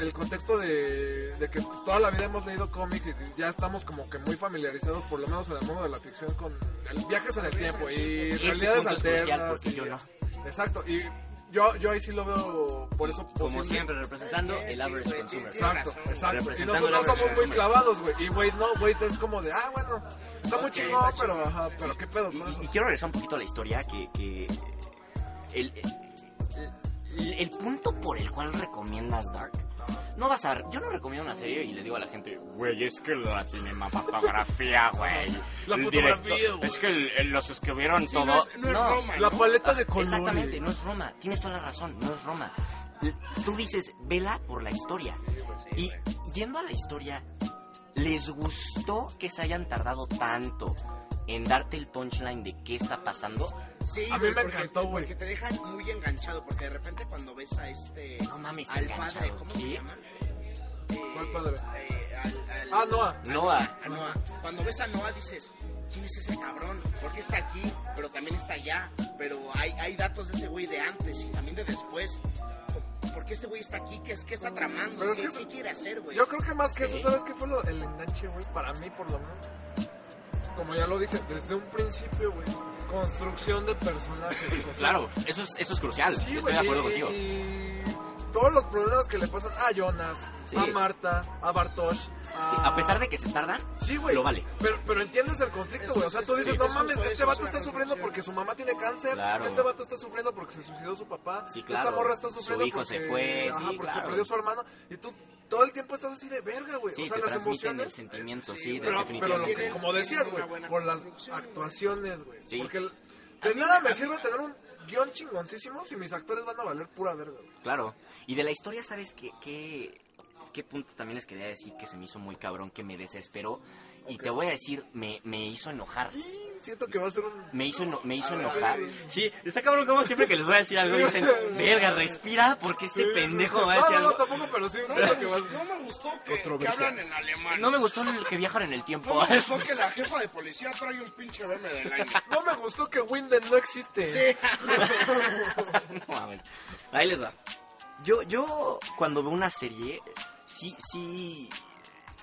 Speaker 4: el contexto de, de que pues, toda la vida hemos leído cómics y ya estamos como que muy familiarizados, por lo menos en el mundo de la ficción, con el- viajes en el tiempo y
Speaker 3: Ese
Speaker 4: realidades
Speaker 3: punto es crucial,
Speaker 4: alternas.
Speaker 3: porque
Speaker 4: y-
Speaker 3: yo no.
Speaker 4: Exacto, y yo, yo ahí sí lo veo por eso
Speaker 3: Como
Speaker 4: posible.
Speaker 3: siempre, representando
Speaker 2: Sí,
Speaker 3: el
Speaker 2: sí,
Speaker 3: average
Speaker 2: güey,
Speaker 3: consumer.
Speaker 2: sí, sí.
Speaker 4: Exacto,
Speaker 2: Tienes razón,
Speaker 4: exacto. Y
Speaker 3: representando
Speaker 4: nosotros
Speaker 3: la
Speaker 4: somos
Speaker 3: versión
Speaker 4: muy
Speaker 3: china.
Speaker 4: clavados, güey. Y Wade no, Wade es como de, ah, bueno, está muy
Speaker 2: Ok,
Speaker 4: chingón,
Speaker 2: está
Speaker 4: pero, ajá, pero qué pedo
Speaker 3: Y,
Speaker 4: con eso.
Speaker 3: y- y quiero regresar un poquito a la historia que... que el, el- el punto por el cual recomiendas Dark. No vas a... Yo no recomiendo una serie y le digo a la gente, güey, es que la cinematografía, güey.
Speaker 4: La
Speaker 3: el
Speaker 4: fotografía,
Speaker 3: director-
Speaker 4: güey.
Speaker 3: Es que el- el- los escribieron
Speaker 2: Sí,
Speaker 3: todo...
Speaker 2: no es, no es
Speaker 3: No.
Speaker 2: Roma,
Speaker 4: La
Speaker 2: ¿no? Ah,
Speaker 4: paleta de colores.
Speaker 3: Exactamente, no es Roma. Tienes toda la razón, no es Roma. Y Tú dices, vela por la historia. Y yendo a la historia, ¿les gustó que se hayan tardado tanto en darte el punchline de qué está pasando?
Speaker 2: Sí,
Speaker 4: A mí
Speaker 2: güey,
Speaker 4: me
Speaker 2: porque-
Speaker 4: encantó, güey.
Speaker 2: Porque te dejan muy enganchado, porque de repente cuando ves a este...
Speaker 3: No mames,
Speaker 2: al
Speaker 3: enganchado,
Speaker 2: padre, ¿cómo se
Speaker 3: ¿qué?
Speaker 2: llama? Eh,
Speaker 4: ¿Cuál padre?
Speaker 2: eh, al- al-
Speaker 4: Ah, Noah.
Speaker 3: Noah.
Speaker 2: a Noah. Cuando ves a Noah dices, ¿quién es ese cabrón? ¿Por qué está aquí? Pero también está allá. Pero hay, hay datos de ese güey de antes y también de después. ¿Por qué este güey está aquí? ¿Qué, es, qué está tramando?
Speaker 4: Pero es
Speaker 2: ¿Qué,
Speaker 4: que eso-
Speaker 2: qué quiere hacer,
Speaker 3: Pues,
Speaker 2: güey?
Speaker 4: Yo creo que más que
Speaker 2: Sí.
Speaker 4: eso, ¿sabes qué fue lo, el enganche, güey? Para mí, por lo menos. Como ya lo dije, desde un principio, güey. Construcción de personajes. o sea,
Speaker 3: Claro, eso es, eso es crucial.
Speaker 4: Sí,
Speaker 3: Estoy
Speaker 4: güey,
Speaker 3: de acuerdo
Speaker 4: y-
Speaker 3: contigo.
Speaker 4: y todos los problemas que le pasan a Jonas,
Speaker 3: Sí.
Speaker 4: a Marta, a Bartosz. A,
Speaker 3: Sí, a pesar de que se tardan,
Speaker 4: Sí, güey.
Speaker 3: lo vale.
Speaker 4: Pero, pero entiendes el conflicto,
Speaker 2: Eso
Speaker 4: güey. O
Speaker 2: es-
Speaker 4: sea, tú
Speaker 2: sí,
Speaker 4: dices,
Speaker 2: eso
Speaker 4: no
Speaker 2: es
Speaker 4: mames,
Speaker 2: justo,
Speaker 4: este
Speaker 2: eso
Speaker 4: vato
Speaker 2: es
Speaker 4: está
Speaker 2: una
Speaker 4: sufriendo
Speaker 2: revolución.
Speaker 4: porque su mamá tiene cáncer.
Speaker 3: Claro.
Speaker 4: Este vato está sufriendo porque se suicidó su papá.
Speaker 3: Sí, claro.
Speaker 4: Esta morra está
Speaker 3: Su
Speaker 4: sufriendo
Speaker 3: hijo
Speaker 4: porque,
Speaker 3: se fue,
Speaker 4: ajá,
Speaker 3: sí,
Speaker 4: porque se
Speaker 3: claro.
Speaker 4: perdió su hermano. Y tú todo el tiempo estás así de verga, güey.
Speaker 3: Sí,
Speaker 4: o sea,
Speaker 3: te
Speaker 4: las
Speaker 3: transmiten el
Speaker 4: emociones.
Speaker 3: sentimiento, sí,
Speaker 2: sí,
Speaker 3: de-
Speaker 2: güey.
Speaker 4: Pero, pero lo que,
Speaker 3: definitivamente.
Speaker 4: como decías, güey,
Speaker 2: Una buena
Speaker 4: por las
Speaker 2: construcción, güey.
Speaker 4: actuaciones, güey.
Speaker 3: Sí.
Speaker 4: Porque el- de nada me sirve tener un guión chingoncísimo si mis actores van a valer pura verga, güey.
Speaker 3: Claro. Y de la historia, ¿sabes qué, qué, qué punto también les quería decir que se me hizo muy cabrón, que me desesperó? Y te voy a decir, me, me hizo enojar.
Speaker 4: Y siento que va a ser un.
Speaker 3: Me hizo, eno- me hizo
Speaker 4: A ver,
Speaker 3: enojar.
Speaker 4: güey.
Speaker 3: Sí, está cabrón como siempre que les voy a decir algo dicen, verga, respira porque este pendejo va a decir
Speaker 4: No, no, no,
Speaker 3: algo.
Speaker 4: tampoco, pero sí, siento que va a ser.
Speaker 2: No me gustó que, que
Speaker 4: Controversial.
Speaker 2: hablan en alemán.
Speaker 3: No me gustó el que viajan en el tiempo.
Speaker 2: No me gustó que la jefa de policía trae un pinche BM del año.
Speaker 4: No me gustó que Winden no existe.
Speaker 3: No mames. Ahí les va. Yo, yo cuando veo una serie, sí, sí.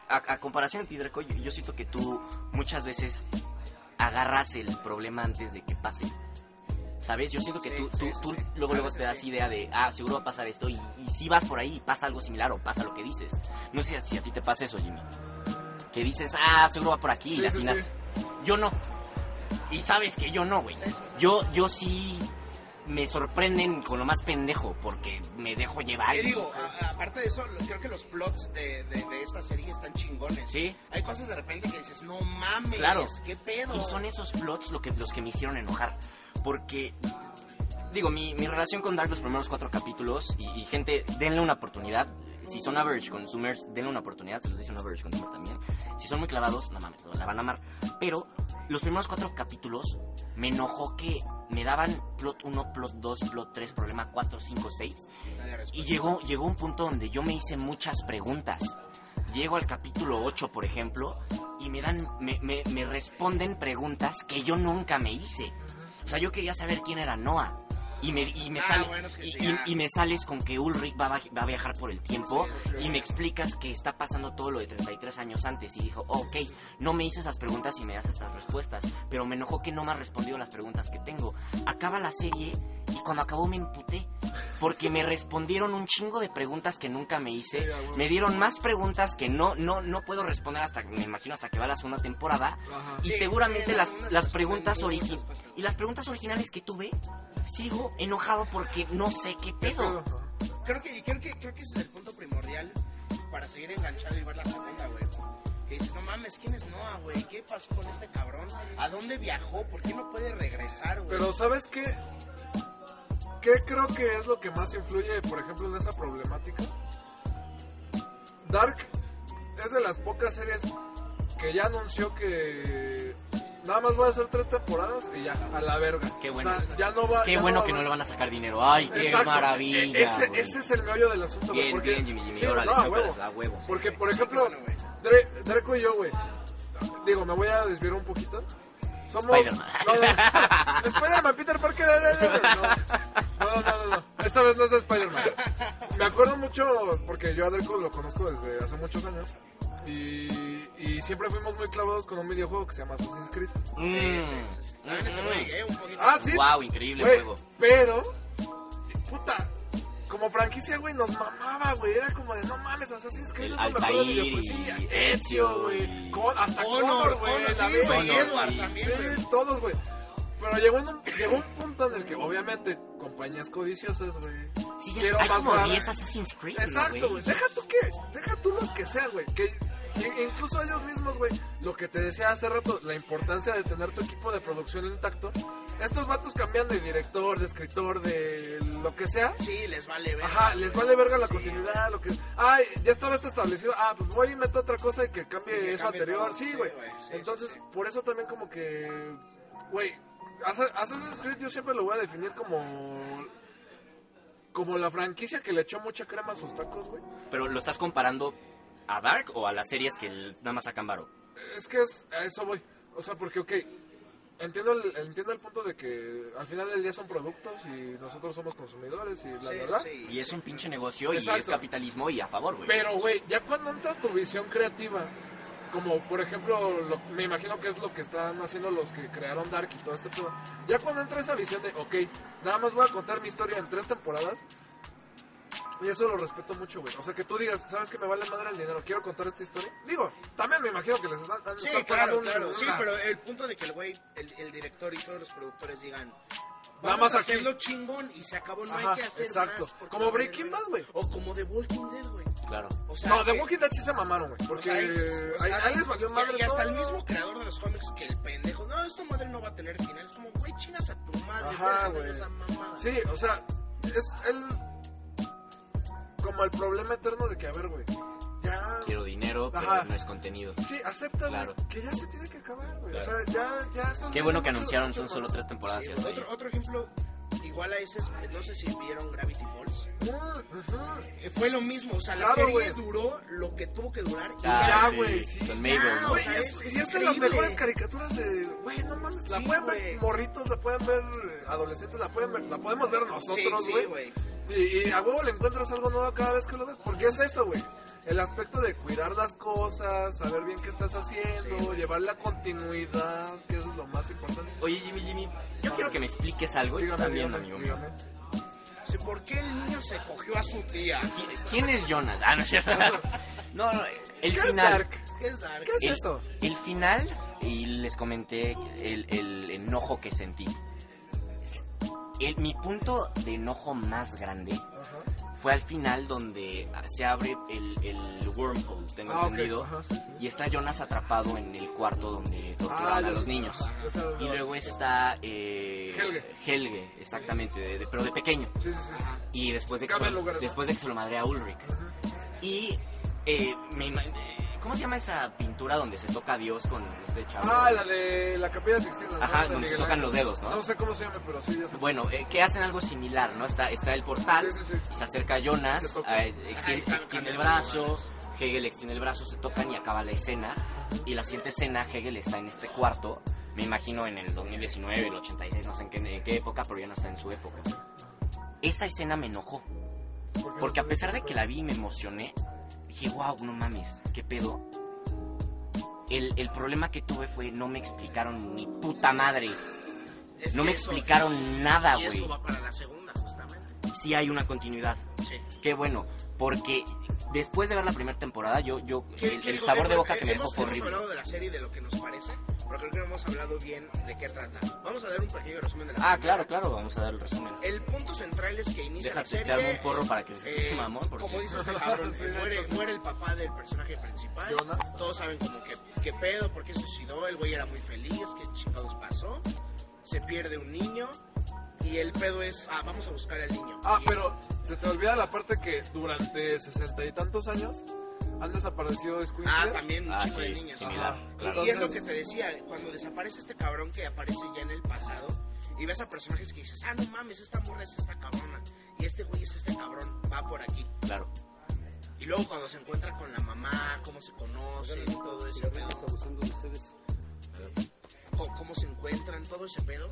Speaker 3: A, a comparación de ti, Draco, yo, yo siento que tú muchas veces agarras el problema antes de que pase. ¿Sabes? Yo siento que
Speaker 2: Sí,
Speaker 3: tú,
Speaker 2: sí,
Speaker 3: tú,
Speaker 2: sí,
Speaker 3: tú
Speaker 2: sí.
Speaker 3: luego,
Speaker 2: A
Speaker 3: luego
Speaker 2: veces
Speaker 3: te das
Speaker 2: sí.
Speaker 3: idea de, ah, seguro va a pasar esto, y, y si vas por ahí y pasa algo similar o pasa lo que dices. No sé si a ti te pasa eso, Jimmy. Que dices, ah, seguro va por aquí y
Speaker 4: Sí,
Speaker 3: le
Speaker 4: sí,
Speaker 3: atinas.
Speaker 4: sí.
Speaker 3: Yo no. Y sabes que yo no, güey. Yo, yo sí me sorprenden con lo más pendejo porque me dejo llevar.
Speaker 2: Te digo, a- a- aparte de eso, lo- creo que los plots de, de- de esta serie están chingones.
Speaker 3: Sí.
Speaker 2: Hay cosas de repente que dices, no mames,
Speaker 3: Claro.
Speaker 2: qué pedo.
Speaker 3: Y son esos plots lo que, los que me hicieron enojar. Porque, digo, mi, mi relación con Dark, los primeros cuatro capítulos, y, y gente, denle una oportunidad. Si son average consumers, denle una oportunidad. Se los dice un average consumer también. Si son muy clavados, no mames, la van a amar. Pero los primeros cuatro capítulos me enojó que me daban plot 1, plot 2, plot 3, problema 4, 5, 6.
Speaker 2: Nadie
Speaker 3: Y
Speaker 2: responde.
Speaker 3: llegó, llegó un punto donde yo me hice muchas preguntas. Llego al capítulo 8, por ejemplo, y me dan, me, me- me responden preguntas que yo nunca me hice. O sea, yo quería saber quién era Noah. Y me, y me
Speaker 2: Ah,
Speaker 3: sale-
Speaker 2: bueno, es que
Speaker 3: y-
Speaker 2: sí,
Speaker 3: y-
Speaker 2: ya.
Speaker 3: y me sales con que Ulrich va a, va a viajar por el tiempo
Speaker 2: Sí, sí, sí.
Speaker 3: y me explicas que está pasando todo lo de 33 años antes. Y dijo, "Oh, ok, no me hice esas preguntas y me das estas respuestas. Pero me enojó que no me has respondido las preguntas que tengo. Acaba la serie y cuando acabó me emputé. Porque me respondieron un chingo de preguntas que nunca me hice.
Speaker 4: Sí, a huevo.
Speaker 3: me dieron más preguntas que no, no, no puedo responder hasta, me imagino, hasta que va la segunda temporada.
Speaker 4: Ajá.
Speaker 3: Y
Speaker 2: Sí, sí,
Speaker 3: seguramente las,
Speaker 2: algunas
Speaker 3: las
Speaker 2: responden bien,
Speaker 3: preguntas
Speaker 2: otras
Speaker 3: originales
Speaker 2: responden.
Speaker 3: y las preguntas originales que tuve sigo enojado porque no sé qué pedo.
Speaker 2: Creo que, y creo que, creo que ese es el punto primordial para seguir enganchado y ver la segunda, güey. Que dices, no mames, ¿quién es Noah, güey? ¿Qué pasó con este cabrón? ¿A dónde viajó? ¿Por qué no puede regresar, güey?
Speaker 4: Pero ¿sabes qué? ¿Qué creo que es lo que más influye, por ejemplo, en esa problemática? Dark es de las pocas series que ya anunció que nada más va a hacer tres temporadas y ya, a la verga.
Speaker 3: Qué
Speaker 4: O
Speaker 3: bueno.
Speaker 4: sea, ya no va,
Speaker 3: Qué
Speaker 4: ya
Speaker 3: bueno
Speaker 4: va-
Speaker 3: que no le van a sacar dinero. Ay, qué
Speaker 4: Exacto. E-,
Speaker 3: maravilla.
Speaker 4: Ese,
Speaker 3: güey.
Speaker 4: ese es el meollo del asunto. güey,
Speaker 3: Bien,
Speaker 4: porque-
Speaker 3: bien, Jimmy, Jimmy.
Speaker 4: Sí,
Speaker 3: órale,
Speaker 4: no, a
Speaker 3: chúpalas,
Speaker 4: huevo.
Speaker 3: a huevo.
Speaker 4: Porque, por ejemplo,
Speaker 2: Bueno, güey.
Speaker 4: Dre- Dreco y yo, güey. Digo, me voy a desviar un poquito. Somos.
Speaker 3: Spider-Man.
Speaker 4: No, no, no. Spider-Man, Peter Parker. eh, No, no, no, no, no. Esta vez no es de Spider-Man. Me acuerdo mucho, porque yo a Dreco lo conozco desde hace muchos años. Y, y siempre fuimos muy clavados con un videojuego que se llama Assassin's Creed.
Speaker 3: Mm,
Speaker 2: También este güey,
Speaker 3: mm,
Speaker 2: ¿eh? Un poquito.
Speaker 4: Ah, sí.
Speaker 3: Wow, increíble
Speaker 4: Güey,
Speaker 3: juego.
Speaker 4: Pero, puta, como franquicia, güey, nos mamaba, güey. Era como de, no mames, Assassin's
Speaker 3: El
Speaker 4: Creed es lo mejor del
Speaker 3: Altair
Speaker 4: videojuego. Sí, eh,
Speaker 3: y
Speaker 4: Ezio,
Speaker 3: Ezio,
Speaker 4: güey.
Speaker 3: y-
Speaker 4: Con- Hasta
Speaker 2: Honor,
Speaker 4: Connor, güey.
Speaker 2: Honor,
Speaker 4: la
Speaker 2: sí,
Speaker 4: verga.
Speaker 2: güey,
Speaker 3: Honor,
Speaker 2: Edward
Speaker 3: sí.
Speaker 2: también,
Speaker 4: Sí,
Speaker 2: güey.
Speaker 4: todos, güey. Pero llegó un, llegó un punto en el que, obviamente, compañías codiciosas, güey.
Speaker 3: Sí, ya
Speaker 4: Quiero
Speaker 3: hay
Speaker 4: más
Speaker 3: como
Speaker 4: barras.
Speaker 3: 10 Assassin's Creed. ¿no,
Speaker 4: Exacto, güey. Deja tú que, deja tú los que sean, güey. Que i- incluso ellos mismos, güey, lo que te decía hace rato, la importancia de tener tu equipo de producción intacto. Estos vatos cambian de director, de escritor, de lo que sea.
Speaker 2: Sí, les vale ver.
Speaker 4: Ajá, les vale verga la continuidad, lo que... Ay, ya estaba esto establecido. Ah, pues voy y meto otra cosa y que cambie
Speaker 2: Y que
Speaker 4: eso
Speaker 2: cambie
Speaker 4: anterior.
Speaker 2: todo.
Speaker 4: Sí,
Speaker 2: Sí,
Speaker 4: güey.
Speaker 2: güey, sí,
Speaker 4: Entonces,
Speaker 2: sí, sí.
Speaker 4: por eso también como que... Güey, Assa- Assassin's Creed yo siempre lo voy a definir como... Como la franquicia que le echó mucha crema a sus tacos, güey.
Speaker 3: Pero lo estás comparando ¿A Dark o a las series que el- nada más sacan varo?
Speaker 4: Es que es, a eso voy. O sea, porque, ok, entiendo el, entiendo el punto de que al final del día son productos y nosotros somos consumidores y la
Speaker 2: Sí,
Speaker 4: verdad.
Speaker 2: sí.
Speaker 3: Y es un pinche negocio y es
Speaker 4: Exacto.
Speaker 3: capitalismo y a favor, güey.
Speaker 4: Pero, güey, ya cuando entra tu visión creativa, como por ejemplo, lo- me imagino que es lo que están haciendo los que crearon Dark y todo este pedo. Ya cuando entra esa visión de, ok, nada más voy a contar mi historia en tres temporadas. Y eso lo respeto mucho, güey. O sea, que tú digas, ¿sabes que me vale madre el dinero? Quiero contar esta historia. Digo, también me imagino que les están, han de
Speaker 2: Sí,
Speaker 4: estar
Speaker 2: claro,
Speaker 4: pagando un-
Speaker 2: claro.
Speaker 4: una-
Speaker 2: Sí, pero el punto de que el güey, el, el director y todos los productores digan. Vamos
Speaker 4: Nada más
Speaker 2: a
Speaker 4: aquí".
Speaker 2: hacerlo chingón y se acabó, no
Speaker 4: Ajá,
Speaker 2: hay que hacer
Speaker 4: exacto.
Speaker 2: más, porque
Speaker 4: Como
Speaker 2: no vale
Speaker 4: Breaking
Speaker 2: verga.
Speaker 4: Bad, güey.
Speaker 2: O como The Walking Dead, güey.
Speaker 3: Claro.
Speaker 2: O sea, eh,
Speaker 4: No, The
Speaker 2: que-
Speaker 4: Walking Dead sí se mamaron, güey. Porque
Speaker 2: o sea, o
Speaker 4: ahí,
Speaker 2: sea,
Speaker 4: ahí les valió
Speaker 2: y-
Speaker 4: madre
Speaker 2: Y hasta el
Speaker 4: todo.
Speaker 2: mismo creador de los cómics que el pendejo. No, esta madre no va a tener final. Es como, güey, chingas a tu madre.
Speaker 4: Ajá,
Speaker 2: déjate de
Speaker 4: güey.
Speaker 2: esa mamada.
Speaker 4: Sí, o sea, es el. Como el problema eterno de que, a ver, güey. Ya.
Speaker 3: Quiero dinero, pero
Speaker 4: Ajá.
Speaker 3: no es contenido.
Speaker 4: Sí, acepta, güey,
Speaker 3: Claro.
Speaker 4: Que ya se tiene que acabar, güey.
Speaker 3: Claro.
Speaker 4: O sea, ya, ya estás
Speaker 3: Qué bueno
Speaker 4: haciendo
Speaker 3: que
Speaker 4: mucho-
Speaker 3: anunciaron,
Speaker 4: mucho
Speaker 3: son solo
Speaker 4: favor.
Speaker 3: tres temporadas
Speaker 2: Sí,
Speaker 3: y hasta ahí.
Speaker 2: otro, otro ejemplo, igual a ese, es- no sé si vieron Gravity Falls.
Speaker 4: Mm, ujú.
Speaker 2: Eh, Fue lo mismo, o sea, la
Speaker 4: Claro,
Speaker 2: serie
Speaker 4: güey.
Speaker 2: duró lo que tuvo que durar. y
Speaker 3: Ah,
Speaker 4: Ya,
Speaker 3: sí,
Speaker 4: güey, sí.
Speaker 3: Con Mabel, ¿no?
Speaker 2: o
Speaker 4: Güey,
Speaker 2: sea,
Speaker 4: y
Speaker 2: es-
Speaker 4: es,
Speaker 2: es
Speaker 4: y es de las
Speaker 2: increíble.
Speaker 4: mejores caricaturas de. Güey, no mames. La
Speaker 2: Sí,
Speaker 4: pueden
Speaker 2: güey.
Speaker 4: ver morritos, la pueden ver eh, adolescentes, la pueden ver. La podemos ver nosotros,
Speaker 2: Sí,
Speaker 4: güey.
Speaker 2: sí, güey.
Speaker 4: Y, y a huevo le encuentras algo nuevo cada vez que lo ves. Porque es eso, güey. El aspecto de cuidar las cosas, saber bien qué estás haciendo,
Speaker 2: Sí, güey.
Speaker 4: llevar la continuidad, que eso es lo más importante.
Speaker 3: Oye, Jimmy, Jimmy, yo quiero que me expliques algo y tú también, amigo mío.
Speaker 4: dígame.
Speaker 2: Sí, ¿Por qué el niño se cogió a su tía?
Speaker 3: ¿Qui- ¿Quién es Jonas? Ah, no es cierto. No, no, el
Speaker 4: ¿Qué es
Speaker 3: final.
Speaker 4: Dark?
Speaker 2: ¿Qué es Dark?
Speaker 4: ¿Qué es
Speaker 3: El-
Speaker 4: eso?
Speaker 3: El final, y les comenté el, el enojo que sentí. El- mi punto de enojo más grande
Speaker 4: Ajá.
Speaker 3: fue al final donde se abre el, el wormhole, tengo
Speaker 4: Ah, ok.
Speaker 3: entendido.
Speaker 4: Ajá, sí, sí.
Speaker 3: Y está Jonas atrapado en el cuarto donde torturaban a
Speaker 4: Ah, ya
Speaker 3: los
Speaker 4: sé.
Speaker 3: niños.
Speaker 4: Ajá, esa es
Speaker 3: Y
Speaker 4: la-
Speaker 3: luego está eh,
Speaker 4: Helge.
Speaker 3: Helge, exactamente, de- de- pero de pequeño.
Speaker 4: Sí, sí, sí.
Speaker 3: Y después de, que,
Speaker 4: Cambia
Speaker 3: se-
Speaker 4: el lugar.
Speaker 3: después de que se lo madre a Ulrich. Y eh, me ima- eh, ¿Cómo se llama esa pintura donde se toca a Dios con este chavo?
Speaker 4: Ah, la de la capilla sextina. ¿no?
Speaker 3: Ajá,
Speaker 4: La de
Speaker 3: donde se
Speaker 4: Miguel
Speaker 3: tocan
Speaker 4: Ángel.
Speaker 3: los dedos, ¿no?
Speaker 4: No sé cómo se llama, pero sí, ya sé.
Speaker 3: Bueno, eh, que hacen algo similar, ¿no? Está, está el portal,
Speaker 4: Sí, sí, sí.
Speaker 3: y se acerca Jonas,
Speaker 4: Se toca.
Speaker 3: eh, extiende,
Speaker 2: Ay,
Speaker 3: extiende el
Speaker 2: cambiaron
Speaker 3: brazo, Hegel extiende el brazo, se tocan y acaba la escena. Y la siguiente escena, Hegel está en este cuarto, me imagino en el 2019, el 86, no sé en qué, en qué época, pero ya no está en su época. Esa escena me enojó, porque a pesar de que la vi y me emocioné, dije, wow, no mames, qué pedo. El, el problema que tuve fue no me explicaron ni puta madre.
Speaker 2: Es
Speaker 3: No
Speaker 2: que
Speaker 3: me
Speaker 2: eso-
Speaker 3: explicaron nada,
Speaker 2: Y eso
Speaker 3: güey.
Speaker 2: va para la segunda, justamente.
Speaker 3: Si hay una continuidad.
Speaker 2: Sí.
Speaker 3: Qué bueno, porque después de ver la primera temporada, yo, yo
Speaker 2: ¿Qué-
Speaker 3: el,
Speaker 2: qué
Speaker 3: el
Speaker 2: digo?
Speaker 3: sabor de
Speaker 2: Hemos-
Speaker 3: boca que me dejó
Speaker 2: eh, hemos-
Speaker 3: fue
Speaker 2: Hemos
Speaker 3: horrible.
Speaker 2: hablado de la serie y de lo que nos parece, pero creo que no hemos hablado bien de qué trata. Vamos a dar un pequeño resumen de Eh, la
Speaker 3: Ah,
Speaker 2: primera.
Speaker 3: claro, claro, vamos a dar el resumen.
Speaker 2: El punto central es que inicia la
Speaker 3: Déjate,
Speaker 2: serie.
Speaker 3: te hago un porro para que
Speaker 2: eh,
Speaker 3: se mamón. porque-
Speaker 2: Como dice este cabrón,
Speaker 4: Sí,
Speaker 2: eh,
Speaker 4: de
Speaker 2: muere,
Speaker 4: hecho, sí.
Speaker 2: muere el papá del personaje principal.
Speaker 4: Jonas.
Speaker 2: Todos saben como que qué pedo, por qué se suicidó, el güey era muy feliz, qué chingados pasó. Se pierde un niño y el pedo es, ah, vamos a buscar al niño.
Speaker 4: Ah,
Speaker 2: Y-
Speaker 4: pero se te olvida la parte que durante sesenta y tantos años han desaparecido
Speaker 2: Ah,
Speaker 4: Squinkles.
Speaker 2: también un
Speaker 3: Ah,
Speaker 2: chico de
Speaker 3: sí,
Speaker 2: niñas.
Speaker 3: sí, similar,
Speaker 4: Ajá.
Speaker 3: claro.
Speaker 2: Y es lo que
Speaker 4: Entonces-
Speaker 2: te decía, cuando desaparece este cabrón que aparece ya en el pasado, y ves a personajes que dices, ah, no mames, esta morra es esta cabrona, y este güey es este cabrón, va por aquí.
Speaker 3: Claro.
Speaker 2: Y luego cuando se encuentra con la mamá, cómo se conocen, todo ese pedo,
Speaker 7: abusando de ustedes.
Speaker 2: co- cómo se encuentran, todo ese pedo,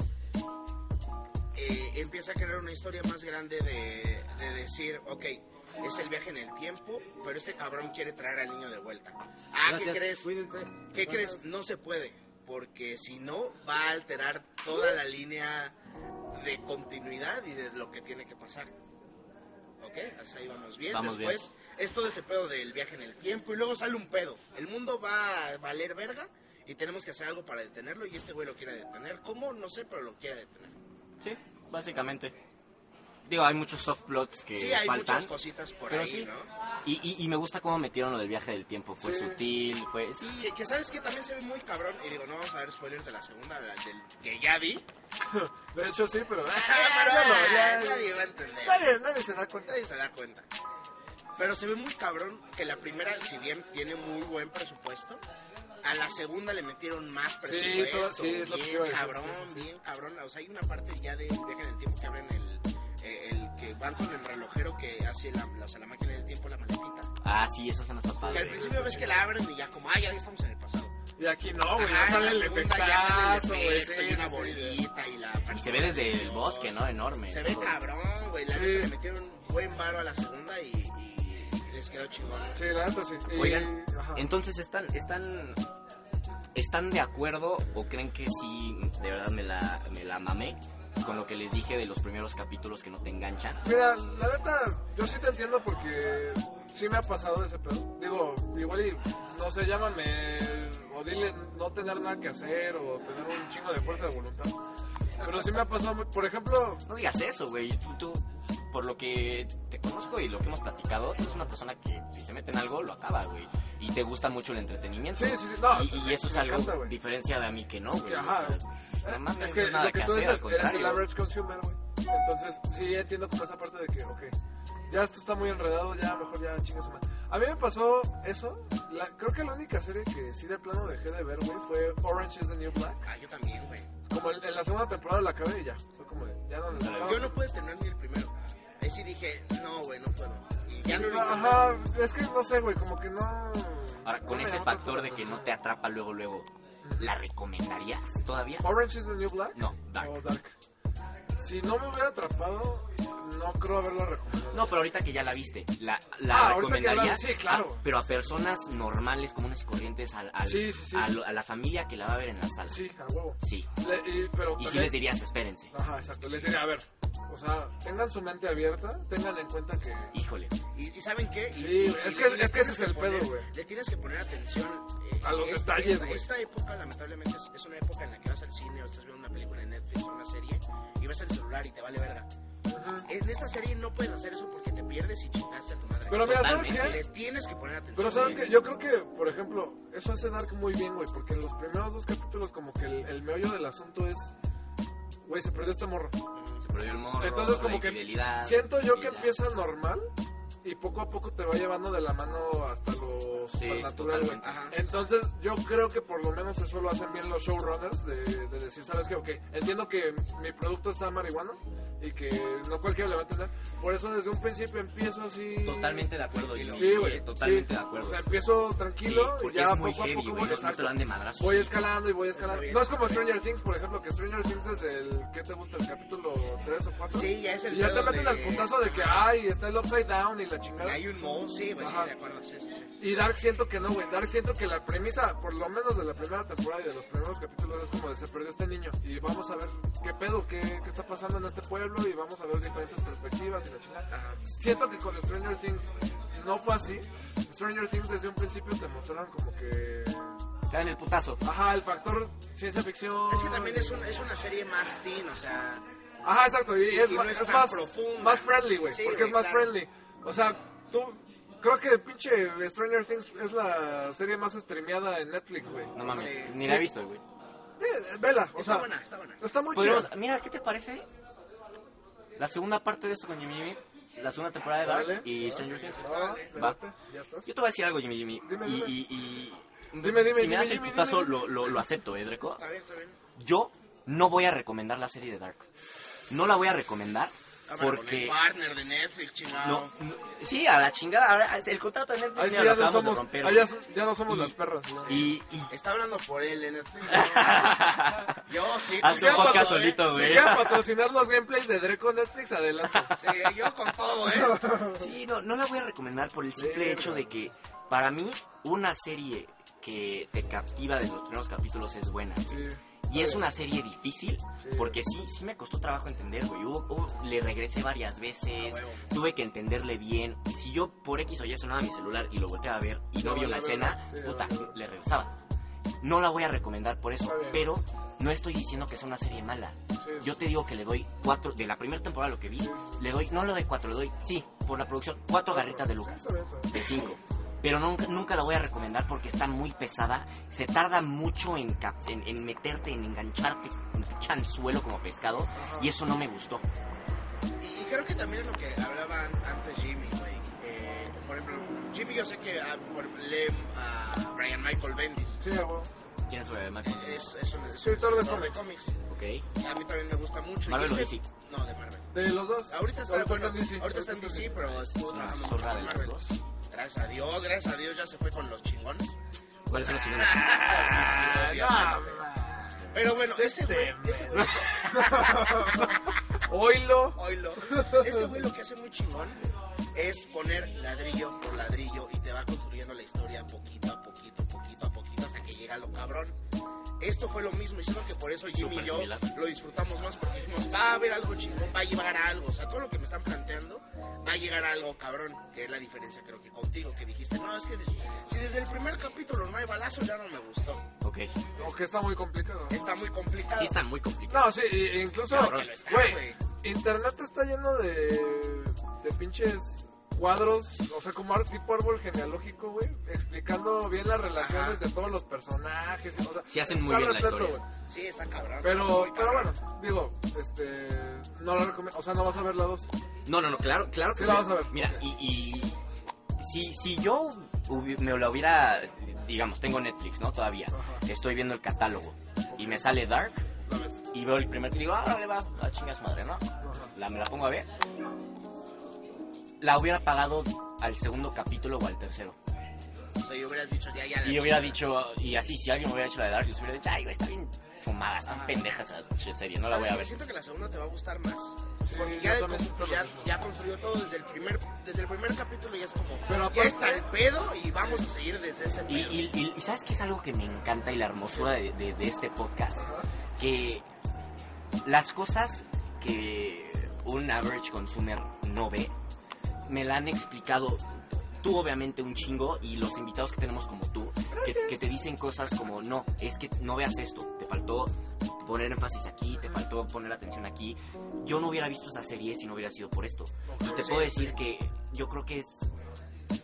Speaker 2: eh, empieza a crear una historia más grande de, de decir, ok, es el viaje en el tiempo, pero este cabrón quiere traer al niño de vuelta. Ah, ¿qué crees?
Speaker 7: Cuídense.
Speaker 2: ¿Qué crees? No se puede, porque si no va a alterar toda la línea de continuidad y de lo que tiene que pasar. ¿Ok? Hasta ahí vamos bien.
Speaker 3: Vamos bien.
Speaker 2: Después es todo ese pedo del viaje en el tiempo y luego sale un pedo. El mundo va a valer verga y tenemos que hacer algo para detenerlo y este güey lo quiere detener. ¿Cómo? No sé, pero lo quiere detener.
Speaker 3: Sí, básicamente. Digo, hay muchos soft plots que
Speaker 2: Sí, hay
Speaker 3: Eh, faltan.
Speaker 2: muchas cositas por
Speaker 3: pero
Speaker 2: ahí,
Speaker 3: sí.
Speaker 2: ¿no?
Speaker 3: Y, y, y me gusta cómo metieron lo del viaje del tiempo. Fue sutil, fue. Sí,
Speaker 2: Sí, que sabes que también se ve muy cabrón y digo, no vamos a ver spoilers de la segunda, la- del que ya vi.
Speaker 4: De hecho, sí, pero.
Speaker 3: Ah,
Speaker 2: Pero,
Speaker 4: no, no, ya-
Speaker 2: ah, nadie va a entender.
Speaker 4: Nadie, nadie se da cuenta.
Speaker 2: Nadie se da cuenta. Pero se ve muy cabrón que la primera, si bien tiene muy buen presupuesto, a la segunda le metieron más
Speaker 4: Sí,
Speaker 2: presupuesto.
Speaker 4: todo- sí, es lo que
Speaker 2: bien
Speaker 4: te iba a decir,
Speaker 2: cabrón,
Speaker 4: sí, sí, sí.
Speaker 2: bien cabrón. O sea, hay una parte ya de viaje en el tiempo que abren el, eh, el que van con el relojero que hace la, la, o sea, la máquina del tiempo, la maletita.
Speaker 3: Ah, sí, esas han estado
Speaker 2: Que al
Speaker 3: padres.
Speaker 2: principio ves que la abren y ya como, ah, ya estamos en el pasado.
Speaker 4: Y aquí no, güey,
Speaker 2: Ah,
Speaker 4: ya sale
Speaker 2: en
Speaker 4: el
Speaker 2: la segunda ya sale el
Speaker 4: efectazo, güey.
Speaker 2: efecto
Speaker 4: sí,
Speaker 2: y una
Speaker 4: sí, sí.
Speaker 2: bolita y la...
Speaker 3: Y se ve desde el bosque, ¿no? Enorme.
Speaker 2: Se ve
Speaker 3: todo.
Speaker 2: cabrón, güey. La
Speaker 4: Sí.
Speaker 2: neta le metieron un buen varo a la segunda y, y les quedó chingón.
Speaker 4: Sí, la neta sí. Y-
Speaker 3: Oigan,
Speaker 4: ajá.
Speaker 3: Entonces, ¿están, están, ¿están de acuerdo o creen que sí, de verdad me la, me la mamé con lo que les dije de los primeros capítulos que no te enganchan?
Speaker 4: Mira, la neta, yo sí te entiendo porque sí me ha pasado ese pedo. Digo, igual y, no sé, llámame o dile no tener nada que hacer o tener un chingo de fuerza de voluntad. Pero sí me ha pasado, muy- por ejemplo,
Speaker 3: No digas eso, güey. Tú, tú, por lo que te conozco y lo que hemos platicado, tú eres una persona que si se mete en algo, lo acaba, güey. Y te gusta mucho el entretenimiento.
Speaker 4: sí, sí, sí, no.
Speaker 3: y, y eso es
Speaker 4: me
Speaker 3: algo
Speaker 4: encanta, güey.
Speaker 3: diferencia de a mí que no, güey.
Speaker 4: Ajá.
Speaker 3: No mames,
Speaker 4: es que
Speaker 3: no hay nada
Speaker 4: lo que,
Speaker 3: que
Speaker 4: tú
Speaker 3: hacer, al
Speaker 4: dices, eres el
Speaker 3: contrario.
Speaker 4: average consumer, güey. Entonces, sí, entiendo como esa parte de que, ok, ya esto está muy enredado, ya mejor ya chingas una. A mí me pasó eso. la- creo que la única serie que sí de plano dejé de ver, güey, fue Orange is the New Black.
Speaker 2: Ah, yo también, güey.
Speaker 4: Como en, en la segunda temporada la acabé y ya. Fue como de, ya no necesitaba.
Speaker 2: Yo no pude tener ni el primero. Ahí sí dije, no, güey, no puedo. Y ya no lo intenté.
Speaker 4: Ajá, es que no sé, güey, como que no.
Speaker 3: Ahora, con ese factor de que no te atrapa luego, luego, ¿la recomendarías todavía?
Speaker 4: Orange is the New Black.
Speaker 3: No, Dark.
Speaker 4: O Dark. Si no me hubiera atrapado, no creo haberla recomendado.
Speaker 3: No, pero ahorita que ya la viste, ¿la, la
Speaker 4: Ah, ahorita que ya la
Speaker 3: recomendarías?
Speaker 4: vi, sí, claro.
Speaker 3: Ah, pero a personas normales, comunes y corrientes, al, al-
Speaker 4: Sí, sí, sí.
Speaker 3: A, lo- a la familia que la va a ver en la sala.
Speaker 4: Sí, a huevo.
Speaker 3: Sí.
Speaker 4: Le- y, pero
Speaker 3: Y sí
Speaker 4: también-
Speaker 3: les dirías, espérense.
Speaker 4: Ajá, exacto. Les diría, a ver, o sea, tengan su mente abierta, tengan en cuenta que.
Speaker 3: Híjole.
Speaker 2: Y, y ¿saben qué? Y-
Speaker 4: Sí,
Speaker 2: y-
Speaker 4: güey,
Speaker 2: y
Speaker 4: es que-
Speaker 2: le
Speaker 4: es que
Speaker 2: tienes
Speaker 4: ese es el
Speaker 2: poner-
Speaker 4: pedo, güey.
Speaker 2: Le tienes que poner atención eh,
Speaker 4: A los
Speaker 2: es-
Speaker 4: detalles,
Speaker 2: esta,
Speaker 4: güey.
Speaker 2: esta época, lamentablemente, es, es una época en la que vas al cine o estás viendo una película en Netflix o una serie y vas al celular y te vale verga.
Speaker 4: Ujú.
Speaker 2: En esta serie no puedes hacer eso porque te pierdes y chingaste a tu madre.
Speaker 4: Pero mira, ¿sabes
Speaker 2: Totalmente.
Speaker 4: qué?
Speaker 2: Le tienes que poner atención.
Speaker 4: Pero sabes que yo creo que, por ejemplo, eso hace Dark muy bien, güey, porque en los primeros dos capítulos, como que el, el meollo del asunto es. Güey, se perdió este morro.
Speaker 3: Se perdió el morro,
Speaker 4: Entonces, como
Speaker 3: la
Speaker 4: que
Speaker 3: infidelidad,
Speaker 4: Siento yo que
Speaker 3: la-
Speaker 4: empieza normal y poco a poco te va llevando de la mano hasta lo
Speaker 3: Sí,
Speaker 4: supernatural, güey.
Speaker 3: totalmente.
Speaker 2: Ajá.
Speaker 4: Entonces, yo creo que por lo menos eso lo hacen bien los showrunners de, de decir, ¿sabes qué? Ok, entiendo que mi producto está marihuana y que no cualquiera le va a entender. Por eso desde un principio empiezo así.
Speaker 3: Totalmente de acuerdo, yo.
Speaker 4: Sí, güey.
Speaker 3: Totalmente
Speaker 4: sí.
Speaker 3: de acuerdo.
Speaker 4: O sea, empiezo
Speaker 3: Sí,
Speaker 4: tranquilo y
Speaker 3: porque
Speaker 4: ya
Speaker 3: es muy
Speaker 4: poco a
Speaker 3: heavy,
Speaker 4: poco
Speaker 3: güey.
Speaker 4: voy,
Speaker 3: No, no te
Speaker 4: exacto.
Speaker 3: lo dan de madrazos.
Speaker 4: Voy escalando y voy escalando.
Speaker 2: Está bien.
Speaker 4: No es como Stranger Things, por ejemplo, que Stranger Things desde el que te gusta el capítulo 3 o 4.
Speaker 2: Sí, ya es el
Speaker 4: Y ya te
Speaker 2: pedo
Speaker 4: meten
Speaker 2: de-
Speaker 4: al putazo de que, ay, está el upside down y la
Speaker 2: Y
Speaker 4: chingada.
Speaker 2: hay un mo, sí, güey, sí,
Speaker 4: Ajá.
Speaker 2: de acuerdo, sí, sí, sí.
Speaker 4: Y Dark siento que no, güey. Dark siento que la premisa, por lo menos de la primera temporada y de los primeros capítulos, es como de se perdió este niño. Y vamos a ver qué pedo, qué, qué está pasando en este pueblo y vamos a ver diferentes perspectivas y la chingada.
Speaker 2: Ajá.
Speaker 4: Siento que con Stranger Things no fue así. Stranger Things desde un principio te mostraron como que...
Speaker 3: Te dan el putazo.
Speaker 4: Ajá, el factor ciencia ficción.
Speaker 2: Es que también es, un- es una serie más teen, o sea,
Speaker 4: Ajá, exacto. Y,
Speaker 2: Y
Speaker 4: es,
Speaker 2: no
Speaker 4: ma-
Speaker 2: es
Speaker 4: es
Speaker 2: tan
Speaker 4: más,
Speaker 2: profunda.
Speaker 4: más friendly, güey.
Speaker 2: Sí,
Speaker 4: porque
Speaker 2: güey,
Speaker 4: es más
Speaker 2: claro.
Speaker 4: friendly. O sea, tú. Creo que pinche Stranger Things es la serie más streameada en Netflix, güey.
Speaker 3: No mames.
Speaker 2: Sí.
Speaker 3: Ni la he visto, güey.
Speaker 4: Eh, vela, o
Speaker 2: está
Speaker 4: sea.
Speaker 2: buena, está buena.
Speaker 4: Está muy
Speaker 3: Podríamos-
Speaker 4: chida.
Speaker 3: Pues, mira, ¿qué te parece? La segunda parte de eso con Jimmy Jimmy. La segunda temporada de Dark
Speaker 4: Vale.
Speaker 3: y Stranger Things.
Speaker 4: Ah, espérate, Ya estás.
Speaker 3: Yo te voy a decir algo, Jimmy Jimmy.
Speaker 4: Dime,
Speaker 3: y,
Speaker 4: dime.
Speaker 3: y- y-
Speaker 4: Dime, dime,
Speaker 3: si
Speaker 4: dime,
Speaker 3: me das el
Speaker 4: dime,
Speaker 3: putazo,
Speaker 4: dime.
Speaker 3: Lo, lo- lo acepto, ¿eh, Dreco?
Speaker 2: Está bien, está bien.
Speaker 3: Yo no voy a recomendar la serie de Dark. No la voy a recomendar
Speaker 4: Ah,
Speaker 2: Ahora con el
Speaker 3: porque...
Speaker 2: partner de Netflix, chingado.
Speaker 3: No, no- sí, a la chingada. Ahora, el contrato de Netflix
Speaker 4: Ahí sí,
Speaker 3: mira, lo
Speaker 4: ya no
Speaker 3: acabamos de
Speaker 4: somos.
Speaker 3: romper,
Speaker 4: ahí
Speaker 3: güey.
Speaker 4: ya, so- ya no somos
Speaker 3: Y-
Speaker 4: las perras. ¿no?
Speaker 3: Y... y-
Speaker 2: Está hablando por él en Netflix. yo sí.
Speaker 3: Haz
Speaker 2: con
Speaker 3: un
Speaker 2: todo,
Speaker 3: podcast
Speaker 2: ¿eh?
Speaker 3: solito,
Speaker 4: Si
Speaker 3: güey.
Speaker 4: quieren patrocinar los gameplays de Dreco Netflix, adelante.
Speaker 2: Sí, yo con todo, ¿eh?
Speaker 3: Sí, no, no la voy a recomendar por el simple
Speaker 4: Verga.
Speaker 3: hecho de que, para mí, una serie que te captiva desde los primeros capítulos es buena.
Speaker 4: Sí.
Speaker 3: Y es una serie difícil,
Speaker 4: Sí.
Speaker 3: porque sí, sí me costó trabajo entender, güey. Hubo- hubo- le regresé varias veces,
Speaker 4: Ah,
Speaker 2: A huevo.
Speaker 3: tuve que entenderle bien. Y si yo por X o Y sonaba mi celular y lo volteaba a ver y
Speaker 4: Sí,
Speaker 3: no vi
Speaker 4: vale,
Speaker 3: una
Speaker 4: vale,
Speaker 3: escena,
Speaker 4: sí,
Speaker 3: puta,
Speaker 4: vale.
Speaker 3: le regresaba. No la voy a recomendar por eso,
Speaker 4: Está bien.
Speaker 3: pero no estoy diciendo que sea una serie mala.
Speaker 4: Sí.
Speaker 3: Yo te digo que le doy cuatro, de la primera temporada lo que vi,
Speaker 4: Sí, sí, sí.
Speaker 3: le doy, no le doy cuatro, le doy, sí, por la producción, cuatro garritas de Lucas,
Speaker 4: Sí, está bien, está bien.
Speaker 3: de cinco. Pero nunca, nunca la voy a recomendar porque está muy pesada, se tarda mucho en, cap- en, en meterte, en engancharte, en chanzuelo como pescado,
Speaker 4: Ajá.
Speaker 3: y eso no me gustó.
Speaker 2: Y, y creo que también es lo que hablaba an- antes Jimmy, güey. Eh, por ejemplo, Jimmy yo sé que ah, por, lee a Brian Michael Bendis.
Speaker 4: Sí, a huevo.
Speaker 3: ¿Quién es
Speaker 2: Es, es un
Speaker 4: Escritor de
Speaker 2: escritor
Speaker 4: cómics.
Speaker 3: Ok.
Speaker 2: A mí también me gusta mucho.
Speaker 3: Marvel
Speaker 2: Y
Speaker 3: o
Speaker 2: ese-
Speaker 3: DC.
Speaker 2: No, de Marvel.
Speaker 4: De los dos.
Speaker 2: Ahorita está, bueno,
Speaker 4: en DC.
Speaker 2: ahorita está en DC, pero estuvo
Speaker 3: Es una
Speaker 2: trabajando
Speaker 3: zorra
Speaker 2: con
Speaker 3: de los
Speaker 2: Marvel.
Speaker 3: dos.
Speaker 2: Gracias a Dios, gracias a Dios ya se fue con los chingones.
Speaker 3: ¿Cuáles son los señores?
Speaker 2: Ah, Dios
Speaker 4: Ah,
Speaker 2: mío, güey.
Speaker 4: no,
Speaker 2: Pero bueno, ese güey, ese güey,
Speaker 4: Oilo.
Speaker 2: oílo, ese güey lo que hace muy chingón es poner ladrillo por ladrillo y te va construyendo la historia poquito a poquito, poquito a poquito hasta que llega lo cabrón. Esto fue lo mismo, y solo que por eso Jimmy
Speaker 3: Súper
Speaker 2: y yo
Speaker 3: similar.
Speaker 2: lo disfrutamos más porque dijimos, va a haber algo chingón, va a llevar a algo. O sea, todo lo que me están planteando va a llegar a algo cabrón, que es la diferencia creo que contigo, que dijiste, no, es que des- si desde el primer capítulo no hay balazos ya no me gustó.
Speaker 3: Ok.
Speaker 4: No, que está muy complicado.
Speaker 2: Está muy complicado.
Speaker 3: Sí están muy complicados.
Speaker 4: No, sí, y- e incluso.
Speaker 2: Cabrón, está,
Speaker 4: Güey,
Speaker 2: güey.
Speaker 4: internet está lleno de. de pinches cuadros, o sea, como ar- tipo árbol genealógico, güey, explicando bien las relaciones
Speaker 2: Ajá.
Speaker 4: de todos los personajes. O sea,
Speaker 3: Sí hacen muy
Speaker 4: está
Speaker 3: bien la
Speaker 4: repleto,
Speaker 3: historia.
Speaker 4: güey.
Speaker 2: Sí, está cabrón. está
Speaker 4: Pero,
Speaker 2: muy
Speaker 4: pero
Speaker 2: cabrón.
Speaker 4: bueno, digo, este, no la recomiendo, o sea, no vas a ver la dos.
Speaker 3: No, no, no, claro, claro que
Speaker 4: Sí la
Speaker 3: no.
Speaker 4: vas a ver.
Speaker 3: Mira, y, y si, si yo hubi- me la hubiera, digamos, tengo Netflix, ¿no? Todavía.
Speaker 4: Ajá.
Speaker 3: Estoy viendo el catálogo y me sale Dark
Speaker 4: La ves.
Speaker 3: y veo el primer que digo, ah, órale, va, a chingas madre, ¿no?
Speaker 4: Ajá.
Speaker 3: La, me la pongo a ver. La hubiera pagado al segundo capítulo o al tercero.
Speaker 2: O sea, yo hubieras dicho ya, ya. la
Speaker 3: Y hubiera
Speaker 2: chingada.
Speaker 3: dicho, y así, si alguien me hubiera hecho la de Dark, yo hubiera dicho, ay, güey, está bien fumada, está bien pendeja esa pinche serie, no la voy a
Speaker 2: Pero
Speaker 3: ver.
Speaker 2: Siento que la segunda te va a gustar más.
Speaker 4: Sí,
Speaker 2: Porque
Speaker 4: yo
Speaker 2: ya, de
Speaker 4: también
Speaker 2: como-
Speaker 4: siento lo
Speaker 2: ya,
Speaker 4: mismo.
Speaker 2: ya construyó todo desde el primer desde el primer capítulo ya es como
Speaker 4: Pero
Speaker 2: ya
Speaker 4: aparte-
Speaker 2: está el pedo y vamos a seguir desde ese
Speaker 3: Y,
Speaker 2: pedo.
Speaker 3: y- y- y sabes que es algo que me encanta y la hermosura de, de- de este podcast, que las cosas que un average consumer no ve, me la han explicado tú obviamente un chingo y los invitados que tenemos como tú, que, que te dicen cosas como, no, es que no veas esto, te faltó poner énfasis aquí, te faltó poner atención aquí. Yo no hubiera visto esa serie si no hubiera sido por esto. Y te puedo decir que yo creo que es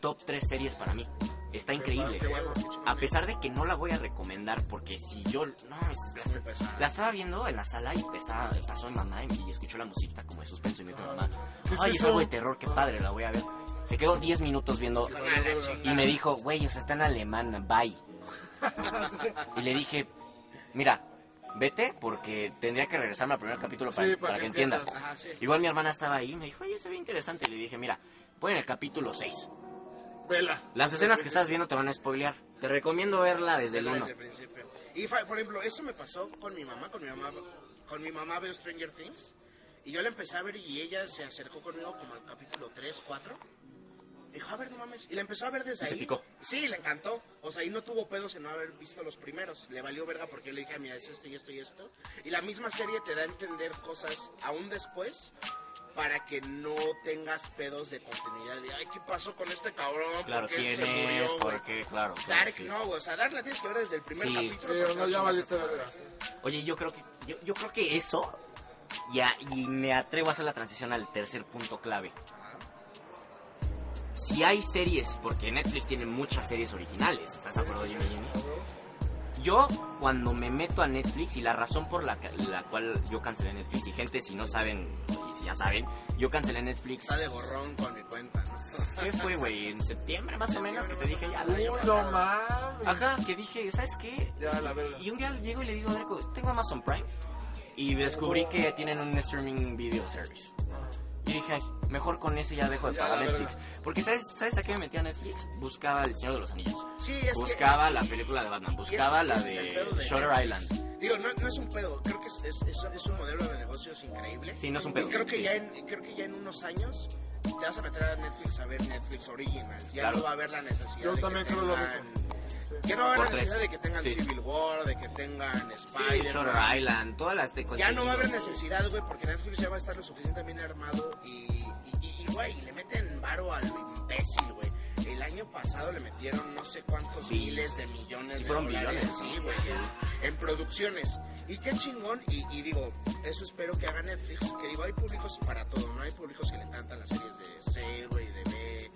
Speaker 3: top 3 series para mí. Está increíble.
Speaker 4: Ah, Qué bueno.
Speaker 3: A pesar de que no la voy a recomendar porque si yo... No, es-
Speaker 2: Es muy pesado.
Speaker 3: la estaba viendo en la sala y estaba, pasó mi mamá y escuchó la musiquita como de suspenso y me dijo mi mamá,
Speaker 4: ¿Qué es
Speaker 3: ay, es
Speaker 4: eso?
Speaker 3: algo de terror, qué padre, la voy a ver. Se quedó 10 minutos viendo
Speaker 2: Ah, la chingada.
Speaker 3: y me dijo, güey, o sea, está en alemán, bye. Y le dije, mira, vete porque tendría que regresarme al primer capítulo para,
Speaker 4: Sí, para
Speaker 3: para
Speaker 4: que
Speaker 3: que entiendas.
Speaker 4: entiendas.
Speaker 2: Ajá, sí.
Speaker 3: Igual mi hermana estaba ahí y me dijo, oye, se ve interesante. Y le dije, mira, voy en el capítulo 6.
Speaker 4: Vela.
Speaker 3: Las escenas que estás viendo te van a spoilear. Te recomiendo verla desde el 1.
Speaker 2: Desde el principio. Y fa- por ejemplo, eso me pasó con mi mamá, con mi mamá, con mi mamá veo Stranger Things y yo la empecé a ver y ella se acercó conmigo como al capítulo 3, 4. Dijo, a ver, no mames. Y la empezó a ver desde
Speaker 3: Y se
Speaker 2: ahí.
Speaker 3: picó.
Speaker 2: Sí, le encantó. O sea, y no tuvo pedos en no haber visto los primeros. Le valió verga porque yo le dije, mira, es esto y esto y esto. Y la misma serie te da a entender cosas aún después para que no tengas pedos de continuidad. De, ay, ¿qué pasó con este cabrón?
Speaker 3: Claro,
Speaker 2: ¿Por qué se
Speaker 3: tienes,
Speaker 2: murió, güey?"
Speaker 3: porque, claro. claro,
Speaker 2: Dark
Speaker 3: sí.
Speaker 2: no, güey, o sea, Dark la tienes que ver desde el primer
Speaker 3: Sí.
Speaker 2: capítulo.
Speaker 4: Sí,
Speaker 2: porque
Speaker 4: no,
Speaker 2: no
Speaker 4: ya
Speaker 2: chingas
Speaker 4: valiste
Speaker 2: tu madre.
Speaker 4: verga.
Speaker 3: Oye, yo creo que, yo, yo creo que eso, y, a- y me atrevo a hacer la transición al tercer punto clave. Si hay series, porque Netflix tiene muchas series originales, ¿estás de acuerdo, Jimmy, Jimmy? Yo, cuando me meto a Netflix, y la razón por la, ca- la cual yo cancelé Netflix, y gente, si no saben, y si ya saben, yo cancelé Netflix.
Speaker 2: Está de borrón con mi cuenta, ¿no?
Speaker 3: ¿Qué fue, güey? En septiembre, más o menos, que te dije ya. la
Speaker 4: Uy,
Speaker 3: año
Speaker 4: no
Speaker 3: pasado.
Speaker 4: mames.
Speaker 3: Ajá, que dije, ¿sabes qué?
Speaker 4: Ya, la verga.
Speaker 3: Y un día llego y le digo a Draco, tengo Amazon Prime. Y descubrí que tienen un streaming video service. Y dije, ay, mejor con ese ya dejo de
Speaker 4: Ya,
Speaker 3: pagar
Speaker 4: la
Speaker 3: Netflix. Porque ¿sabes, ¿sabes a qué me metía Netflix? Buscaba El Señor de los Anillos.
Speaker 2: Sí, es que-
Speaker 3: Buscaba la película de Batman. Buscaba la
Speaker 2: ese es el pedo
Speaker 3: de
Speaker 2: de
Speaker 3: Shutter
Speaker 2: Netflix.
Speaker 3: Island.
Speaker 2: Digo, no, no es un pedo, creo que es, es- es- es un modelo de negocios increíble.
Speaker 3: Sí, no es un pedo.
Speaker 2: Y creo que,
Speaker 3: sí.
Speaker 2: ya en, creo que ya en unos años te vas a meter a Netflix a ver Netflix Originals. Ya
Speaker 3: Claro.
Speaker 2: no va a haber la necesidad
Speaker 4: Yo
Speaker 2: de
Speaker 4: también
Speaker 2: que
Speaker 4: creo lo
Speaker 2: tengan-
Speaker 4: mismo.
Speaker 2: Ya no va a haber
Speaker 3: Por
Speaker 2: la necesidad
Speaker 3: tres.
Speaker 2: de que tengan
Speaker 3: Sí.
Speaker 2: Civil War, de que tengan
Speaker 3: Sí,
Speaker 2: Spider.
Speaker 3: Shutter Island, todas las de
Speaker 2: Ya no va a haber
Speaker 3: contenido.
Speaker 2: necesidad, güey, porque Netflix ya va a estar lo suficientemente armado y, y, y- y, güey, le meten varo al imbécil, güey. El año pasado le metieron no sé cuántos
Speaker 3: Sí.
Speaker 2: miles de millones
Speaker 3: Sí,
Speaker 2: de
Speaker 3: fueron
Speaker 2: dólares,
Speaker 3: billones,
Speaker 2: sí,
Speaker 3: ¿no?
Speaker 2: güey,
Speaker 3: Sí.
Speaker 2: en- en producciones. Y qué chingón, y, y digo, eso espero que haga Netflix, que digo, hay públicos para todo, ¿no? Hay públicos que le encantan las series de C, güey, de B,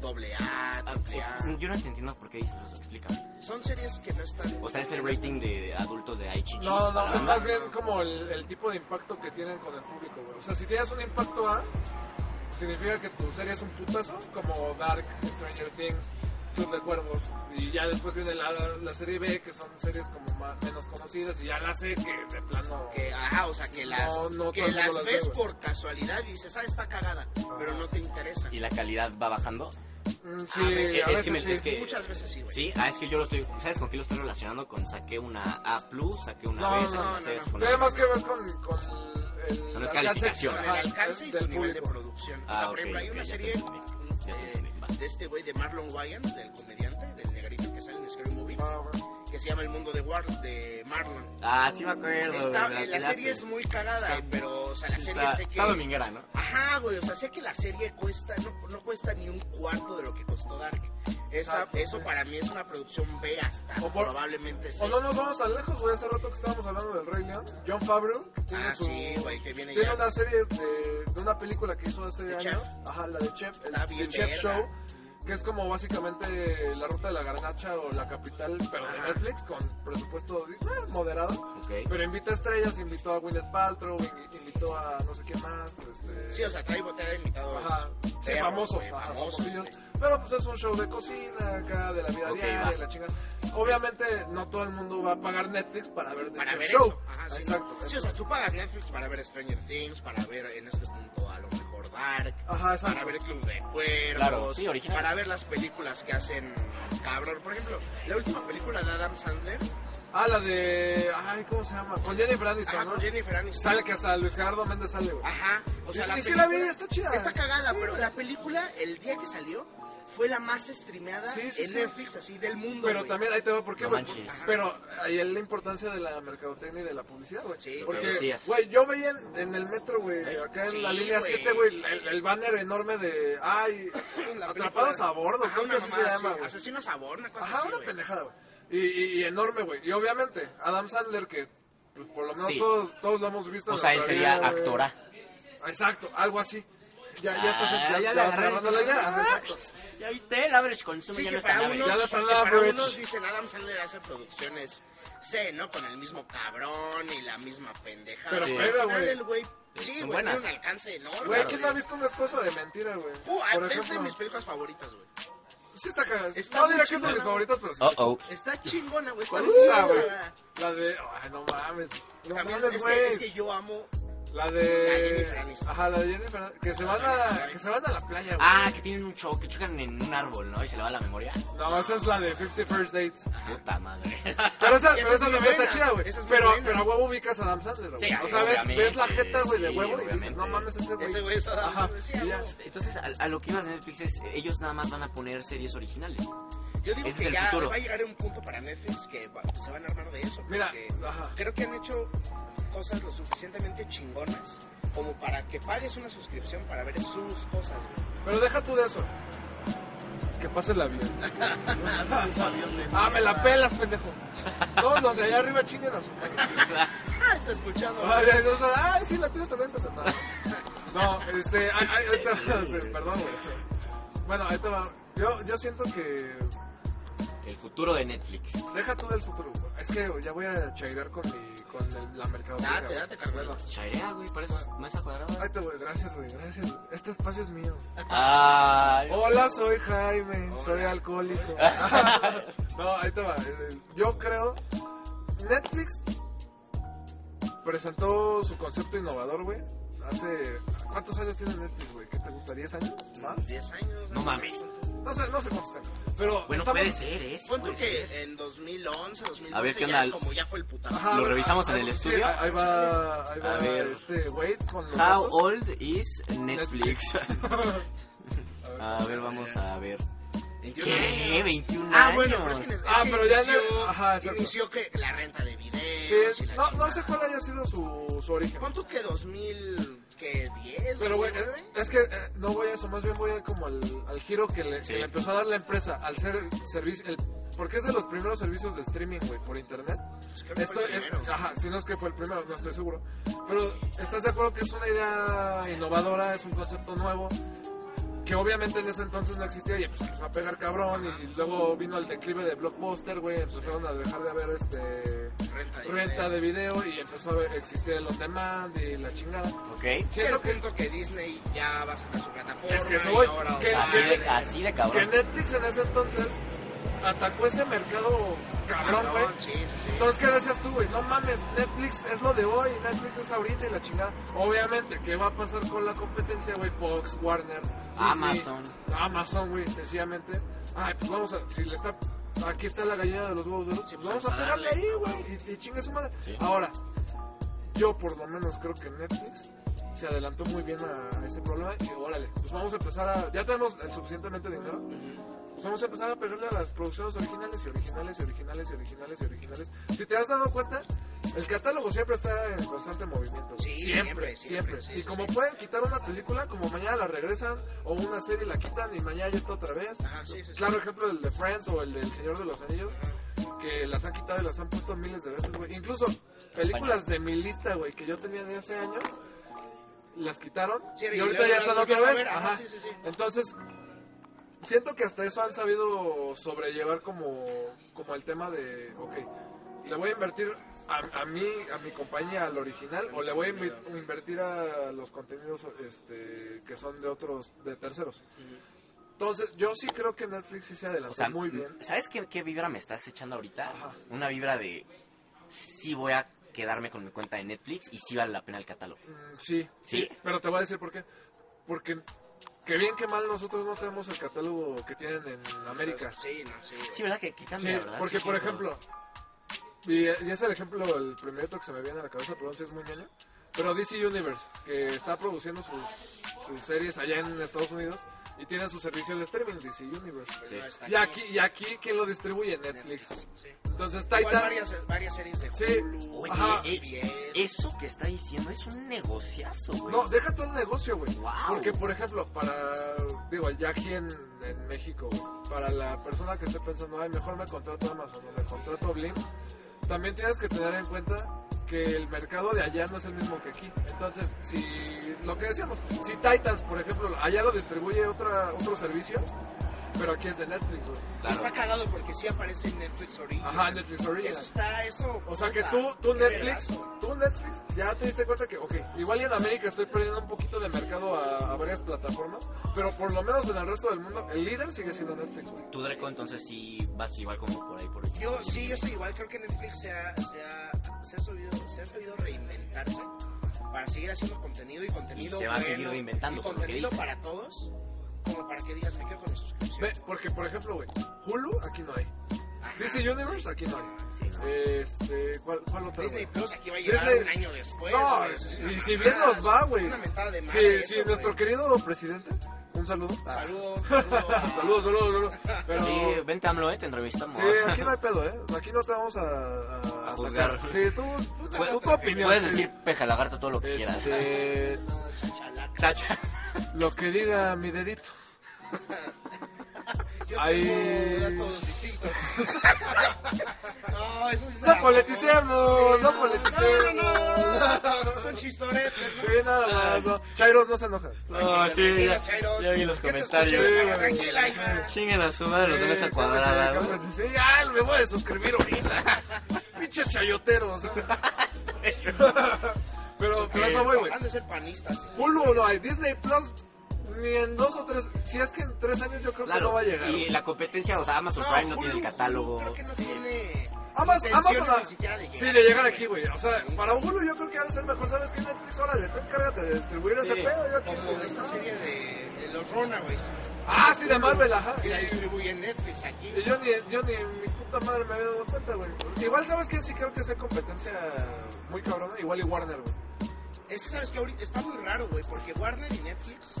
Speaker 2: doble A,
Speaker 3: Ah,
Speaker 2: triple A.
Speaker 3: Yo no te entiendo por qué dices eso, explícame.
Speaker 2: Son series que no están...
Speaker 3: O sea, es el rating de adultos de Aichi.
Speaker 4: No, no, es más bien como el, el tipo de impacto que tienen con el público, güey. O sea, si tienes un impacto A, significa que tu serie es un putazo, como Dark, Stranger Things, Club de Cuervos. Y ya después viene la, la serie B, que son series como más, menos conocidas, y ya la C, que de plano...
Speaker 2: que ajá, o sea que las
Speaker 4: No, no
Speaker 2: que
Speaker 4: todo el mundo
Speaker 2: las
Speaker 4: las ve,
Speaker 2: ves
Speaker 4: güey.
Speaker 2: por casualidad y dices ah está cagada pero no te interesa
Speaker 3: Y la calidad va bajando.
Speaker 4: Mm, Mm, Sí,
Speaker 3: Ah, pero es que- es
Speaker 4: a
Speaker 3: que
Speaker 4: veces
Speaker 3: me-
Speaker 4: sí.
Speaker 3: es que-
Speaker 2: Muchas veces sí, güey.
Speaker 3: Sí, ah, es que yo lo estoy. ¿Sabes con qué lo estoy relacionando? Con saqué una A, saqué una
Speaker 4: No,
Speaker 3: B, saqué una
Speaker 4: no, no,
Speaker 3: C.
Speaker 2: no.
Speaker 3: saqué una-
Speaker 4: Tiene más que ver con, con el
Speaker 3: Son las
Speaker 4: alcance-
Speaker 3: calificaciones.
Speaker 4: ajá,
Speaker 2: Con el alcance y
Speaker 4: del
Speaker 2: con nivel de
Speaker 4: público.
Speaker 2: producción. o sea,
Speaker 3: Ah,
Speaker 2: por
Speaker 3: ok,
Speaker 2: ejemplo, hay
Speaker 3: ok,
Speaker 2: una
Speaker 3: ya te
Speaker 2: serie
Speaker 3: entendí. Ya te
Speaker 2: eh,
Speaker 3: entendí, va.
Speaker 2: de este güey de Marlon Wayans, del comediante, del negrito que sale en Scary Movie,
Speaker 4: Ah, bueno.
Speaker 2: que se llama El Mundo de, War, de Marlon.
Speaker 3: Ah, sí me acuerdo.
Speaker 2: Está-
Speaker 3: güey,
Speaker 2: eh,
Speaker 3: me
Speaker 2: la serie
Speaker 3: alquilaste.
Speaker 2: es muy cagada,
Speaker 3: Está-
Speaker 2: eh, pero o sea, la
Speaker 3: Sí,
Speaker 2: serie
Speaker 3: está,
Speaker 2: sé que...
Speaker 3: está dominguera, ¿no?
Speaker 2: Ajá, güey, o sea, sé que la serie cuesta, no, no cuesta ni un cuarto de lo que costó Dark. Esa-
Speaker 4: Exacto,
Speaker 2: eso
Speaker 4: sí.
Speaker 2: para mí es una producción B hasta
Speaker 4: O por-
Speaker 2: probablemente C.
Speaker 4: O no nos vamos tan lejos, güey. Hace rato que estábamos hablando del Rey León. John Favreau que tiene
Speaker 2: ah,
Speaker 4: su.
Speaker 2: sí, güey, que viene
Speaker 4: Tiene
Speaker 2: ya.
Speaker 4: una serie de, de una película que hizo hace
Speaker 2: ¿De
Speaker 4: años.
Speaker 2: Chef?
Speaker 4: Ajá, la de Chef, el
Speaker 2: Está bien
Speaker 4: The Chef
Speaker 2: verga.
Speaker 4: Show. Que es como básicamente la ruta de la garnacha o la capital, pero de
Speaker 2: Ajá.
Speaker 4: Netflix, con presupuesto eh, moderado.
Speaker 3: Ok.
Speaker 4: Pero invita a estrellas, invitó a Gwyneth Paltrow, in- invitó a no sé quién más. Este,
Speaker 2: Sí, o sea, trae botella de invitados.
Speaker 4: Ajá. Sí,
Speaker 2: Perro,
Speaker 4: famosos,
Speaker 2: güey,
Speaker 4: ajá,
Speaker 2: famosos,
Speaker 4: famosillos.
Speaker 2: güey.
Speaker 4: Pero pues es un show de cocina acá, de la vida
Speaker 3: Ok,
Speaker 4: diaria,
Speaker 3: va.
Speaker 4: la chingada. Obviamente no todo el mundo va a pagar Netflix para ver The
Speaker 2: para
Speaker 4: Chef
Speaker 2: ver
Speaker 4: Show.
Speaker 2: eso. Ajá, sí,
Speaker 4: Exacto.
Speaker 2: Sí, o sea, tú pagas Netflix para ver Stranger Things, para ver en este punto a lo mejor Dark,
Speaker 4: Ajá, exacto.
Speaker 2: para ver Club de Cuervos,
Speaker 3: Claro, sí, original.
Speaker 2: para ver las películas que hacen cabrón. Por ejemplo, la última película de Adam Sandler,
Speaker 4: Ah, la de. Ay, ¿cómo se llama? Con Jennifer Aniston,
Speaker 2: ajá,
Speaker 4: ¿no?
Speaker 2: con Jennifer Aniston. Ah,
Speaker 4: Sale que hasta Luis Gerardo Méndez sale, güey.
Speaker 2: Ajá, o sea,
Speaker 4: Y-
Speaker 2: la
Speaker 4: y sí la vi,
Speaker 2: película-
Speaker 4: está chida.
Speaker 2: Está cagada,
Speaker 4: Sí,
Speaker 2: pero
Speaker 4: güey.
Speaker 2: la película, el día que salió, fue la más streameada
Speaker 4: Sí, sí,
Speaker 2: en
Speaker 4: sí.
Speaker 2: Netflix, así, del mundo,
Speaker 4: Pero
Speaker 2: güey.
Speaker 4: también ahí te va por qué,
Speaker 3: No
Speaker 4: güey.
Speaker 3: manches.
Speaker 4: Ajá. pero ahí es la importancia de la mercadotecnia y de la publicidad, güey.
Speaker 2: Sí,
Speaker 3: lo que
Speaker 4: Porque,
Speaker 3: decías.
Speaker 4: güey, yo veía en, en el metro, güey, acá en
Speaker 2: sí,
Speaker 4: la línea
Speaker 2: güey.
Speaker 4: 7, güey, el, el banner enorme de. Ay,
Speaker 2: La
Speaker 4: atrapados
Speaker 2: película-
Speaker 4: a bordo,
Speaker 2: Ajá,
Speaker 4: creo que
Speaker 2: una
Speaker 4: así se
Speaker 2: mamada
Speaker 4: llama, güey.
Speaker 2: Asesinos a bordo, una cosa
Speaker 4: Ajá,
Speaker 2: así,
Speaker 4: una
Speaker 2: güey.
Speaker 4: pendejada, güey. Y, y- y enorme, güey. Y obviamente, Adam Sandler, que pues, por lo menos
Speaker 3: Sí.
Speaker 4: todos, todos lo hemos visto.
Speaker 3: O
Speaker 4: en
Speaker 3: sea, él
Speaker 4: nuestra
Speaker 3: sería
Speaker 4: vida, güey.
Speaker 3: actora.
Speaker 4: Exacto, algo así. Ya, ya estás
Speaker 3: Ah,
Speaker 4: ya,
Speaker 3: ya
Speaker 4: ya
Speaker 3: le
Speaker 4: vas
Speaker 3: agarré.
Speaker 4: agarrando la idea. ajá, exacto.
Speaker 3: ¿Ya viste? El average consume
Speaker 2: Sí,
Speaker 3: ya
Speaker 2: que
Speaker 3: no está
Speaker 2: para,
Speaker 3: nada.
Speaker 2: unos,
Speaker 4: Ya no
Speaker 2: que
Speaker 4: está
Speaker 2: para
Speaker 4: nada, bro.
Speaker 2: unos dicen Adam Sandler hace producciones, sé, ¿no? Con el mismo cabrón y la misma pendejada.
Speaker 4: Pero
Speaker 2: Pero
Speaker 4: pega,
Speaker 2: al final
Speaker 4: güey.
Speaker 2: el güey,
Speaker 3: Sí,
Speaker 2: sí,
Speaker 3: son
Speaker 2: güey, tiene
Speaker 3: buenas.
Speaker 2: un alcance enorme.
Speaker 4: Güey,
Speaker 2: güey.
Speaker 4: ¿quién no ha visto una esposa de mentira, güey?
Speaker 2: Uh, ah,
Speaker 4: Por
Speaker 2: es de
Speaker 4: ejemplo.
Speaker 2: mis películas favoritas, güey.
Speaker 4: Sí está cagada.
Speaker 2: Está
Speaker 4: No
Speaker 2: muy
Speaker 4: diré que es de
Speaker 2: chingona.
Speaker 4: mis favoritas, pero sí.
Speaker 3: Oh, oh.
Speaker 2: Está chingona, güey. está
Speaker 4: ¿Cuál es
Speaker 2: muy
Speaker 4: esa, güey?
Speaker 2: chingona.
Speaker 4: La de... Ay, no mames. No
Speaker 2: También
Speaker 4: mames,
Speaker 2: es,
Speaker 4: güey.
Speaker 2: que, es que yo amo.
Speaker 4: La
Speaker 2: La Jennifer
Speaker 4: de...
Speaker 2: Aniston.
Speaker 4: Ajá, la de Jennifer Aniston. Que se van a... Que se van a la playa, güey.
Speaker 3: Ah, que tienen un show, que chocan en un árbol, ¿no? Y se le va la memoria.
Speaker 4: No, esa es la de 50 First Dates.
Speaker 3: Puta madre.
Speaker 4: Pero esa,
Speaker 2: Ah, Esa
Speaker 4: pero
Speaker 2: es
Speaker 4: esa
Speaker 2: muy
Speaker 4: no está
Speaker 2: buena.
Speaker 4: chida, güey.
Speaker 2: Esa es muy
Speaker 4: Pero,
Speaker 2: buena.
Speaker 4: pero a huevo ubicas a Adam Sandler, güey.
Speaker 3: Sí,
Speaker 4: o sea, ves,
Speaker 3: obviamente,
Speaker 4: ves la jeta, güey, de
Speaker 3: sí,
Speaker 4: huevo y dices,
Speaker 3: obviamente.
Speaker 4: no mames, ese güey.
Speaker 2: Ese güey es Adam
Speaker 4: Ajá,
Speaker 2: Sandler, sí,
Speaker 4: y
Speaker 2: a
Speaker 4: ya.
Speaker 2: huevo.
Speaker 3: Entonces, a, a lo que ibas de Netflix es, ellos nada más van a poner series originales.
Speaker 2: Yo digo
Speaker 3: Ese es
Speaker 2: que
Speaker 3: el
Speaker 2: ya
Speaker 3: futuro.
Speaker 2: va a llegar un punto para Netflix que va- se van a armar de eso.
Speaker 4: Mira,
Speaker 2: porque
Speaker 4: ajá.
Speaker 2: creo que han hecho cosas lo suficientemente chingonas como para que pagues una suscripción para ver sus cosas, güey.
Speaker 4: Pero deja tú de eso. Que pase el avión.
Speaker 2: Su avión de
Speaker 4: Ah, me la
Speaker 2: mierda.
Speaker 4: pelas, pendejo. Todos los de allá arriba chinguen a su madre.
Speaker 2: Ah, está escuchando.
Speaker 4: Ay, ay, o sea, ay, sí, la tuya también, pendejo. No, este, ay, ay, ahí te va, sí, perdón, güey. Bueno, ahí te va. Yo, yo siento que
Speaker 3: El futuro de Netflix.
Speaker 4: deja todo el futuro. güey. Es que ya voy a chairar con, mi, con el- la mercadotecnia.
Speaker 2: Date,
Speaker 4: güey.
Speaker 2: date, Carmelo.
Speaker 3: Chairea, güey, para eso. Mesa
Speaker 4: Ahí
Speaker 3: cuadrada.
Speaker 4: te voy, gracias, güey, gracias. Este espacio es mío.
Speaker 3: Ay.
Speaker 2: oh.
Speaker 4: Hola, soy Jaime, soy alcohólico. no, ahí te va. Eh, Yo creo. Netflix presentó su concepto innovador, güey. Hace. ¿Cuántos años tiene Netflix, güey? ¿Qué te gusta? ¿10 años? ¿Más?
Speaker 2: 10 años.
Speaker 3: No mames.
Speaker 4: No sé, no sé cuántos tengo. Pero.
Speaker 3: Bueno,
Speaker 4: estamos-
Speaker 3: puede ser, ¿eh? Sí,
Speaker 2: Pon tú
Speaker 3: puede ser.
Speaker 2: que en 2011, 2012
Speaker 3: A ver, ¿qué
Speaker 2: ya
Speaker 3: onda?
Speaker 2: es como ya fue el putazo.
Speaker 4: Ajá,
Speaker 3: ¿Lo
Speaker 4: a ver,
Speaker 3: revisamos
Speaker 4: ahí-
Speaker 3: en el
Speaker 4: sí,
Speaker 3: estudio?
Speaker 4: ahí va. Ahí va
Speaker 3: A ver.
Speaker 4: Este, Wade con los.
Speaker 3: How
Speaker 4: datos.
Speaker 3: old is Netflix?
Speaker 4: A ver.
Speaker 3: A ver, vamos a ver.
Speaker 2: 21
Speaker 3: ¿Qué?
Speaker 2: años.
Speaker 3: 21
Speaker 2: Ah,
Speaker 3: años.
Speaker 2: bueno, pero es que, es
Speaker 4: Ah,
Speaker 2: que
Speaker 4: pero ya en el-
Speaker 2: inició,
Speaker 4: ajá, exacto.
Speaker 2: inició que la renta de videos.
Speaker 4: Sí,
Speaker 2: y la
Speaker 4: no, no sé
Speaker 2: chingada.
Speaker 4: cuál haya sido su, su origen.
Speaker 2: Pon tú que 2000, que 10,
Speaker 4: Pero, güey,
Speaker 2: 2009.
Speaker 4: es que eh, no voy a eso, más bien voy a como al, al giro que le,
Speaker 3: Sí.
Speaker 4: que le empezó a dar la empresa al ser servicio. El, porque es de los primeros servicios de streaming, güey, por internet.
Speaker 2: Pues creo que
Speaker 4: Esto,
Speaker 2: fue el
Speaker 4: eh,
Speaker 2: primero.
Speaker 4: ajá, si no es que fue el primero, no estoy seguro. Pero, ¿estás de acuerdo que es una idea innovadora? Es un concepto nuevo. Que obviamente en ese entonces no existía y pues empezó a pegar cabrón. Y luego vino el declive de Blockbuster, güey. Empezaron a dejar de haber este.
Speaker 2: Renta de video.
Speaker 4: Renta de video y empezó a existir el on demand y la chingada.
Speaker 3: Ok.
Speaker 2: Sí, el
Speaker 4: Siento que
Speaker 2: punto que Disney ya va a sacar su plataforma.
Speaker 4: Es que eso
Speaker 2: y
Speaker 4: voy.
Speaker 2: ahora
Speaker 4: Que-
Speaker 2: va a
Speaker 3: Así
Speaker 2: ser-
Speaker 3: de, así de
Speaker 4: Que
Speaker 3: cabrón.
Speaker 4: Netflix en ese entonces atacó ese mercado cabrón, güey.
Speaker 2: Sí, sí, sí.
Speaker 4: Entonces, ¿qué decías tú, güey? No mames, Netflix es lo de hoy, Netflix es ahorita y la chingada. Obviamente, ¿qué va a pasar con la competencia, güey? Fox, Warner, Disney,
Speaker 3: Amazon.
Speaker 4: Amazon, güey, sencillamente. Ay, pues vamos a, si le está, aquí está la gallina de los huevos de luz, pues vamos a
Speaker 3: pues, a
Speaker 4: pegarle
Speaker 3: darle.
Speaker 4: ahí, güey, y, y chinga su madre.
Speaker 3: Sí.
Speaker 4: Ahora, yo por lo menos creo que Netflix se adelantó muy bien a ese problema y órale, pues vamos a empezar a, ya tenemos el suficientemente dinero, pues vamos a empezar a pegarle a las producciones originales y originales y originales y originales y originales. Si te has dado cuenta, el catálogo siempre está en constante movimiento.
Speaker 2: Sí, siempre, siempre, sí,
Speaker 4: y
Speaker 2: sí,
Speaker 4: como
Speaker 2: sí.
Speaker 4: pueden quitar una película, como mañana la regresan, o una serie la quitan y mañana ya está otra vez.
Speaker 2: Ajá, sí, sí, sí.
Speaker 4: Claro ejemplo el de Friends o el del Señor de los Anillos, que las han quitado y las han puesto miles de veces, güey. Incluso películas de mi lista, güey, que yo tenía de hace años, las quitaron
Speaker 2: Sí,
Speaker 4: y ahorita
Speaker 2: luego
Speaker 4: ya están
Speaker 2: lo
Speaker 4: otra
Speaker 2: empiezas a
Speaker 4: vez.
Speaker 2: ver, ajá,
Speaker 4: Ajá.
Speaker 2: sí, sí, sí.
Speaker 4: Entonces, siento que hasta eso han sabido sobrellevar como, como el tema de, ok, le voy a invertir a, a mí, a mi compañía, al original, o le voy a invi- invertir a los contenidos este, que son de otros, de terceros. Entonces, yo sí creo que Netflix sí se adelantó
Speaker 3: O sea, mm,
Speaker 4: muy bien.
Speaker 3: ¿sabes qué, qué vibra me estás echando ahorita?
Speaker 4: Ajá.
Speaker 3: Una vibra de sí voy a quedarme con mi cuenta de Netflix y sí vale la pena el catálogo.
Speaker 4: Mm, sí,
Speaker 3: Sí.
Speaker 4: pero te voy a decir por qué. Porque, que bien que mal, nosotros no tenemos el catálogo que tienen en América.
Speaker 2: Sí, no, sí. güey.
Speaker 3: Sí, ¿verdad? Que, que
Speaker 4: Sí,
Speaker 3: cambia, ¿verdad?
Speaker 4: porque
Speaker 3: Sí,
Speaker 4: por
Speaker 3: cierto.
Speaker 4: ejemplo, y, y es el ejemplo, el primerito que se me viene a la cabeza, perdón si es muy ñoño, pero DC Universe, que está produciendo sus, sus series allá en Estados Unidos y tiene su servicio de streaming, DC Universe.
Speaker 3: Sí.
Speaker 2: No, está
Speaker 4: Y aquí, y aquí, ¿quién lo distribuye? Netflix.
Speaker 2: Sí.
Speaker 4: Entonces,
Speaker 2: Igual
Speaker 4: Titans...
Speaker 2: varias, varias series de
Speaker 4: Sí.
Speaker 2: Hulu.
Speaker 3: Oye,
Speaker 4: Ajá.
Speaker 3: eh, eso que está diciendo es un negociazo, güey.
Speaker 4: No, deja todo el negocio, güey.
Speaker 3: Wow.
Speaker 4: Porque, por ejemplo, para... Digo, ya aquí en, en México, güey, para la persona que esté pensando, ay, mejor me contrato Amazon o me contrato Blim, también tienes que tener en cuenta que el mercado de allá no es el mismo que aquí. Entonces, si lo que decíamos, si Titans, por ejemplo, allá lo distribuye otra, otro servicio, pero aquí es de Netflix, güey.
Speaker 2: Está cagado porque sí aparece en Netflix ahorita.
Speaker 4: Ajá, Netflix Original.
Speaker 2: Eso está, eso.
Speaker 4: O sea que
Speaker 2: puta,
Speaker 4: tú, tú
Speaker 2: qué
Speaker 4: Netflix,
Speaker 2: vergazo.
Speaker 4: tú Netflix, ya te diste cuenta que, ok, igual y en América estoy perdiendo un poquito de mercado a, a varias plataformas, pero por lo menos en el resto del mundo, el líder sigue siendo Netflix, güey.
Speaker 3: Tú, Dreco, entonces sí vas igual como por ahí, por ahí.
Speaker 2: Yo sí, yo estoy igual, creo que Netflix se ha, se ha, se ha, sabido, se ha sabido reinventarse para seguir haciendo contenido y contenido
Speaker 3: se va a
Speaker 2: bueno,
Speaker 3: seguir reinventando,
Speaker 2: y
Speaker 3: por lo que
Speaker 2: contenido
Speaker 3: dicen.
Speaker 2: para todos, como para que digas, me quedo con mi suscripción.
Speaker 4: Ve, porque por ejemplo, güey, Hulu aquí no hay.
Speaker 2: Ajá,
Speaker 4: DC Universe aquí no hay.
Speaker 2: sí, no.
Speaker 4: Este, ¿cuál, cuál otra?
Speaker 2: Disney
Speaker 4: güey?
Speaker 2: Plus aquí va a llegar
Speaker 4: Disney-
Speaker 2: un año después.
Speaker 4: No,
Speaker 2: güey, es
Speaker 4: si-
Speaker 2: una
Speaker 4: si
Speaker 2: mamada,
Speaker 4: bien nos va, güey.
Speaker 2: es Una mentada de
Speaker 4: Sí,
Speaker 2: madre
Speaker 4: sí,
Speaker 2: eso,
Speaker 4: nuestro
Speaker 2: güey.
Speaker 4: querido presidente, un saludo. Ah,
Speaker 2: Saludo, saludo a-
Speaker 4: saludos, saludos, saludos. Pero,
Speaker 3: Sí, vente, AMLO, eh, te entrevistamos.
Speaker 4: Sí, aquí no hay pedo, ¿eh? Aquí no te vamos a... A,
Speaker 3: A juzgar.
Speaker 4: atacar. Sí, tú, tú,
Speaker 3: Puedes-
Speaker 4: tu opinión.
Speaker 3: Puedes
Speaker 4: sí.
Speaker 3: decir peja lagarto todo lo que quieras.
Speaker 4: Este,
Speaker 2: No, chachalaca.
Speaker 3: Chacha.
Speaker 4: lo que diga mi dedito.
Speaker 2: Yo tengo
Speaker 4: Ahí-
Speaker 2: datos distintos. no, eso sí se
Speaker 4: No
Speaker 2: la
Speaker 4: politicemos, no
Speaker 2: No, no,
Speaker 4: politicemos.
Speaker 2: no. Son chistoretes. ¿no?
Speaker 4: Sí, nada más. no. Chairos no se enojan.
Speaker 3: No, sí,
Speaker 2: Tranquila,
Speaker 3: ya,
Speaker 2: Chairo.
Speaker 3: ya vi los
Speaker 2: ¿Qué te
Speaker 3: comentarios.
Speaker 2: escuchas?
Speaker 4: Sí,
Speaker 2: Tranquila, hija.
Speaker 3: Chinguen a su madre los de mesa
Speaker 4: Sí,
Speaker 3: cuadrada.
Speaker 4: cálmense,
Speaker 3: güey.
Speaker 4: cálmense. Sí, ya me voy a suscribir ahorita. Pinches chayoteros. pero, pero eso voy, güey.
Speaker 2: Han de ser panistas.
Speaker 4: Hulu no hay, Disney Plus ni en dos o tres, si es que en tres años yo creo que no va a llegar.
Speaker 3: y la competencia, o sea, Amazon
Speaker 2: No,
Speaker 3: Prime no
Speaker 2: Hulu,
Speaker 3: tiene el catálogo.
Speaker 2: Creo que no
Speaker 3: Sí.
Speaker 2: tiene.
Speaker 4: Amazon,
Speaker 2: intenciones
Speaker 4: Amazon,
Speaker 2: ni siquiera de
Speaker 4: sí,
Speaker 2: llegar.
Speaker 4: de llegar aquí, güey. O sea, para Hulu yo creo que ha de ser mejor, ¿sabes qué? Netflix, órale, tú encárgate de distribuir ese
Speaker 3: Sí,
Speaker 4: pedo. Yo aquí
Speaker 2: Como de esta serie de, de los Runaways.
Speaker 4: Ah, sí, de Marvel, ajá.
Speaker 2: Que la distribuye Netflix aquí.
Speaker 4: Y yo ni, yo ni mi puta madre me había dado cuenta, güey. Igual, ¿sabes quién sí creo que sea competencia muy cabrona? Igual y Warner, güey.
Speaker 2: Es que sabes que ahorita está muy raro, güey, porque Warner y Netflix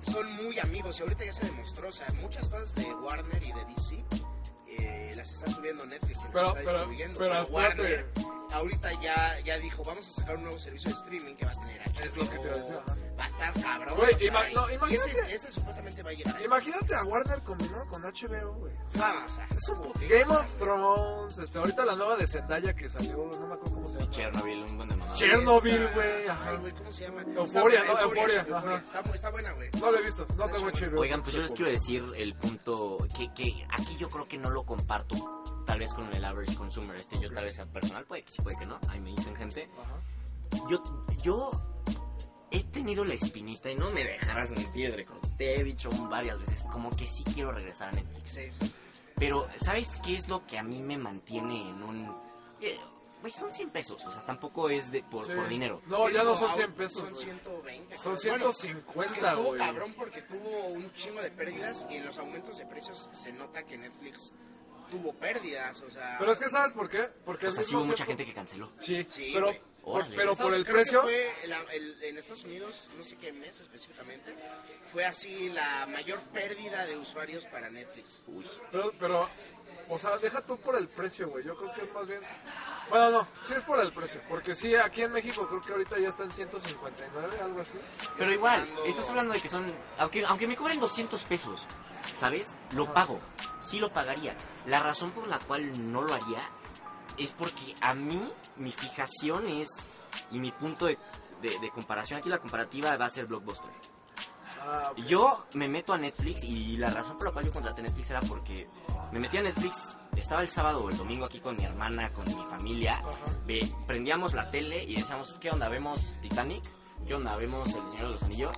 Speaker 2: son muy amigos y ahorita ya se demostró, o sea, muchas cosas de Warner y de DC eh, las está subiendo Netflix y las
Speaker 4: Pero-
Speaker 2: está
Speaker 4: pero-
Speaker 2: distribuyendo.
Speaker 4: pero espérate.
Speaker 2: Warner ahorita ya, ya dijo, vamos a sacar un nuevo servicio de streaming que va a tener aquí.
Speaker 4: Es lo que te iba a decir, ajá.
Speaker 2: Va a estar cabrón.
Speaker 4: Güey,
Speaker 2: o sea,
Speaker 4: ima-
Speaker 2: y-
Speaker 4: no,
Speaker 2: y
Speaker 4: imagínate.
Speaker 2: Ese, ese supuestamente va a llegar.
Speaker 4: Imagínate a Warner combinado con HBO, güey. O sea,
Speaker 2: No, o sea,
Speaker 4: es un puto
Speaker 2: sí,
Speaker 4: Game
Speaker 2: o sea,
Speaker 4: of Thrones. Este, ahorita la nueva de Zendaya que salió, no me acuerdo cómo se llama.
Speaker 3: Chernobyl, un buen de mamada.
Speaker 4: Cher- Chernobyl,
Speaker 2: Esta-
Speaker 4: güey, ajá.
Speaker 2: Ay, güey, ¿cómo se llama?
Speaker 4: Euforia, ¿no?
Speaker 2: Está-
Speaker 4: Euforia,
Speaker 2: Euforia.
Speaker 4: ajá.
Speaker 2: Está, está buena, güey.
Speaker 4: No lo he visto, no tengo
Speaker 2: Oigan,
Speaker 4: HBO.
Speaker 3: Oigan, pues yo les quiero decir el punto que, que aquí yo creo que no lo comparto. Tal vez con el average consumer. Este yo tal vez sea personal, puede que sí, puede que no. Ahí me dicen gente.
Speaker 4: Ajá.
Speaker 3: Yo, yo he tenido la espinita y no me dejarás mentir, Greco. Te he dicho varias veces como que sí quiero regresar a Netflix.
Speaker 2: Sí, sí.
Speaker 3: Pero, ¿sabes qué es lo que a mí me mantiene en un... eh, Güey, son 100 pesos, o sea, tampoco es de, por,
Speaker 4: Sí.
Speaker 3: por dinero.
Speaker 4: No, ya no son
Speaker 2: ahora
Speaker 4: 100 pesos,
Speaker 2: Son
Speaker 4: güey.
Speaker 2: 120.
Speaker 4: Son
Speaker 2: creo. Bueno,
Speaker 4: 150,
Speaker 2: estuvo
Speaker 4: güey.
Speaker 2: cabrón porque tuvo un chingo de pérdidas y en los aumentos de precios se nota que Netflix tuvo pérdidas, o sea...
Speaker 4: Pero es que, ¿sabes por qué? Porque
Speaker 3: O
Speaker 4: al
Speaker 3: sea, sí
Speaker 4: mismo
Speaker 3: hubo mucha
Speaker 4: tiempo-
Speaker 3: gente que canceló.
Speaker 4: Sí,
Speaker 2: Sí,
Speaker 4: pero,
Speaker 2: güey.
Speaker 4: por-
Speaker 3: Órale.
Speaker 4: pero por
Speaker 2: Estados- creo
Speaker 4: el
Speaker 2: que
Speaker 4: precio...
Speaker 2: fue la- el- en Estados Unidos, no sé qué mes específicamente, fue así la mayor pérdida de usuarios para Netflix.
Speaker 3: Uy,
Speaker 4: Pero, pero, o sea, deja tú por el precio, güey. Yo creo que es más bien. Bueno, no, sí es por el precio. Porque sí, aquí en México creo que ahorita ya está en 159, algo así.
Speaker 3: Pero igual, estás hablando de que son... Aunque, aunque me cobren 200 pesos, ¿sabes? Lo pago, sí lo pagaría. La razón por la cual no lo haría es porque a mí mi fijación es... Y mi punto de, de- de comparación, aquí la comparativa va a ser Blockbuster.
Speaker 4: Ah,
Speaker 3: Yo me meto a Netflix y la razón por la cual yo contraté Netflix era porque me metí a Netflix, estaba el sábado o el domingo aquí con mi hermana, con mi familia,
Speaker 4: Ajá.
Speaker 3: Ve- prendíamos la tele y decíamos, ¿qué onda? ¿Vemos Titanic? ¿Qué onda? ¿Vemos El Señor de los Anillos?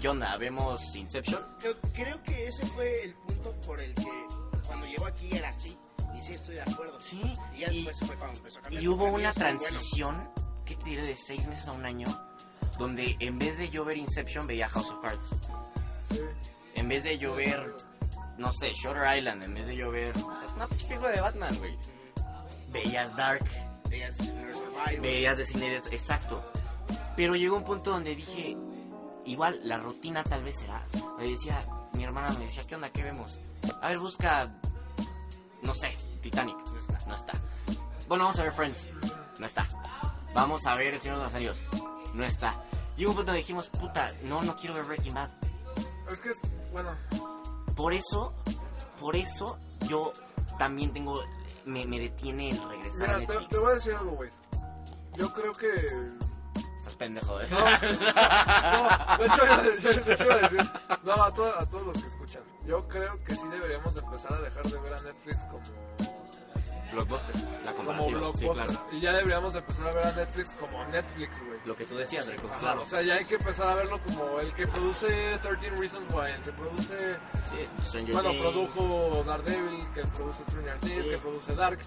Speaker 3: ¿Qué onda? ¿Vemos Inception?
Speaker 2: Yo creo que ese fue el punto por el que cuando llegó aquí era así. Y sí estoy de acuerdo.
Speaker 3: Sí.
Speaker 2: Y ya
Speaker 3: Y,
Speaker 2: después fue cuando empezó a cambiar.
Speaker 3: y hubo
Speaker 2: Para mí
Speaker 3: una
Speaker 2: es muy bueno.
Speaker 3: transición, que te diré, de seis meses a un año, donde en vez de yo ver Inception veía House of Cards.
Speaker 4: sí.
Speaker 3: En vez de yo ver, no sé, Shutter Island, en vez de yo ver una pinche película de Batman, güey. Veías Dark,
Speaker 2: Veías Nurse Survivor.
Speaker 3: veías de cine de eso, exacto. Pero llegó un punto donde dije, igual la rutina tal vez será. Me decía, mi hermana me decía, ¿qué onda? ¿Qué vemos? A ver, busca, no sé, Titanic. No está. No está. Bueno, vamos a ver Friends. No está. Vamos a ver El Señor de los Anillos. No está. Llegó un punto donde dijimos, puta, no, no quiero ver Breaking Bad.
Speaker 4: Es que es. Bueno,
Speaker 3: Por eso, por eso yo también tengo, me, me detiene el regresar
Speaker 4: mira,
Speaker 3: a
Speaker 4: te,
Speaker 3: Netflix.
Speaker 4: te voy a decir algo, güey. Yo creo que.
Speaker 3: Estás pendejo, ¿eh?
Speaker 4: No, no, de hecho, iba a decir- de hecho iba a decir. No, a, to- a todos los que escuchan. Yo creo que sí deberíamos empezar a dejar de ver a Netflix como.
Speaker 3: Blockbuster, la
Speaker 4: Como
Speaker 3: comparativa. sí,
Speaker 4: blockbuster.
Speaker 3: claro.
Speaker 4: Y ya deberíamos empezar a ver a Netflix como Netflix, güey.
Speaker 3: Lo que tú decías, el
Speaker 4: Ajá,
Speaker 3: claro.
Speaker 4: O sea, ya hay que empezar a verlo como el que produce 13 Reasons Why, el que produce,
Speaker 3: sí, pues, Stranger
Speaker 4: bueno,
Speaker 3: Things.
Speaker 4: produjo Daredevil, que produce Stranger Things,
Speaker 3: Sí.
Speaker 4: que produce Dark,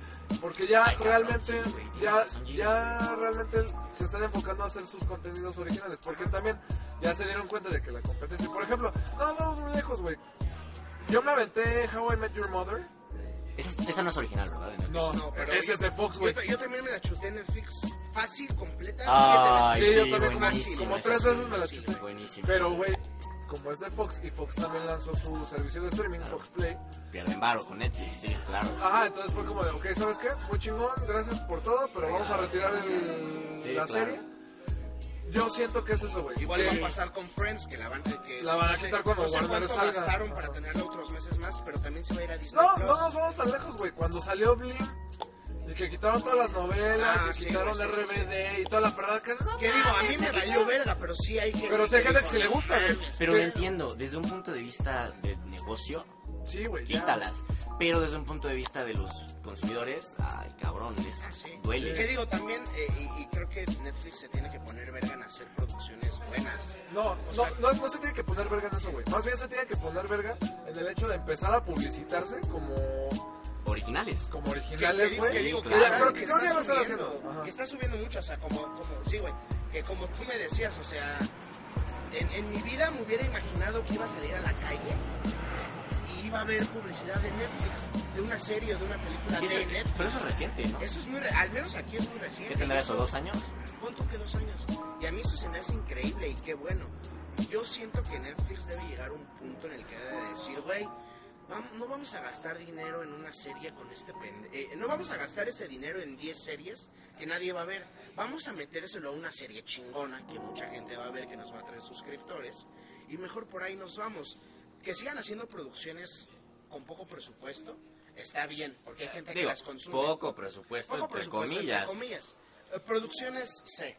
Speaker 4: porque ya
Speaker 3: Ay, cabrón,
Speaker 4: realmente,
Speaker 3: sí, güey, tienes
Speaker 4: ya,
Speaker 3: razón, Gio.
Speaker 4: ya realmente se están enfocando a hacer sus contenidos originales, porque también ya se dieron cuenta de que la competencia, por ejemplo, no, no, muy lejos, güey. Yo me aventé How I Met Your Mother.
Speaker 3: Esa, esa no es original, ¿verdad? De Netflix.
Speaker 4: No,
Speaker 2: No, pero
Speaker 4: ese
Speaker 2: yo-
Speaker 4: es de Fox,
Speaker 2: Yo,
Speaker 4: güey.
Speaker 2: ta- yo también me la chuté en Netflix fácil, completa.
Speaker 3: Ay,
Speaker 4: Sí,
Speaker 2: siete veces.
Speaker 4: yo
Speaker 3: sí,
Speaker 4: también como-
Speaker 3: buenísimo,
Speaker 4: como
Speaker 3: esa
Speaker 4: tres
Speaker 3: sí,
Speaker 4: veces me la
Speaker 3: sí,
Speaker 4: chuté.
Speaker 3: Buenísimo.
Speaker 4: Pero, güey, como es de Fox y Fox también lanzó su servicio de streaming, Fox Play,
Speaker 3: Pierden varo con Netflix, sí, claro.
Speaker 4: Ajá, entonces fue como de, ok, ¿sabes qué? Muy chingón, gracias por todo, pero vamos a retirar el-
Speaker 3: Sí,
Speaker 4: la
Speaker 3: claro.
Speaker 4: serie. Yo siento que es eso, güey.
Speaker 2: Igual
Speaker 4: Que-
Speaker 2: va a pasar con Friends, que la van, que,
Speaker 4: La van a
Speaker 2: no sé-
Speaker 4: quitar cuando
Speaker 2: no sé
Speaker 4: Warner
Speaker 2: cuánto
Speaker 4: salga.
Speaker 2: gastaron para
Speaker 4: Ajá.
Speaker 2: tenerla otros meses más, pero también se va a ir a Disney
Speaker 4: No,
Speaker 2: Plus.
Speaker 4: no nos vamos tan lejos, güey. Cuando salió Blim, y que quitaron todas las novelas,
Speaker 2: Ah,
Speaker 4: y
Speaker 2: sí,
Speaker 4: quitaron
Speaker 2: güey, sí,
Speaker 4: RBD y toda la perrada que no.
Speaker 2: Que digo, a mí me valió verga, pero sí hay gente
Speaker 4: Pero sí hay gente que sí le
Speaker 2: dijo,
Speaker 4: gusta, güey.
Speaker 2: "Mames,
Speaker 3: Pero
Speaker 4: Sí.
Speaker 3: lo entiendo, desde un punto de vista de negocio,
Speaker 4: Sí, güey. ya.
Speaker 3: quítalas. Pero desde un punto de vista de los consumidores, ay cabrón, les
Speaker 2: Ah, sí.
Speaker 3: duele.
Speaker 2: Que digo también, eh, y, y creo que Netflix se tiene que poner verga en hacer producciones buenas.
Speaker 4: No, no, no, no se tiene que poner verga en eso, güey. Más bien se tiene que poner verga en el hecho de empezar a publicitarse como,
Speaker 3: Originales.
Speaker 4: como
Speaker 2: Que
Speaker 4: originales,
Speaker 2: digo- que
Speaker 4: güey.
Speaker 2: digo,
Speaker 3: claro.
Speaker 2: la
Speaker 4: Pero
Speaker 2: verdad
Speaker 4: que
Speaker 2: es
Speaker 4: creo que ya lo
Speaker 2: está
Speaker 4: están
Speaker 2: subiendo,
Speaker 4: haciendo. Ajá.
Speaker 2: que Está subiendo mucho, o sea, como, como sí, güey, que como tú me decías, o sea, en, en mi vida me hubiera imaginado que iba a salir a la calle y iba a haber publicidad de Netflix, de una serie o de una película
Speaker 3: Y eso-
Speaker 2: de Netflix.
Speaker 3: pero eso es reciente, ¿no?
Speaker 2: Eso es muy, re- al menos aquí es muy reciente.
Speaker 3: ¿Qué tendrá
Speaker 2: Y
Speaker 3: eso? ¿Dos años?
Speaker 2: Pon tú que dos años. Y a mí eso se me hace increíble y qué bueno. Yo siento que Netflix debe llegar a un punto en el que debe decir, güey, vam- no vamos a gastar dinero en una serie con este pendejo. no vamos a gastar ese dinero en 10 series que nadie va a ver. Vamos a metérselo a una serie chingona que mucha gente va a ver, que nos va a traer suscriptores. Y mejor por ahí nos vamos. Que sigan haciendo producciones con poco presupuesto. Está bien, porque hay gente que
Speaker 3: Digo,
Speaker 2: las consume.
Speaker 3: poco presupuesto,
Speaker 2: Poco
Speaker 3: entre
Speaker 2: presupuesto,
Speaker 3: comillas.
Speaker 2: entre comillas. Eh, producciones C.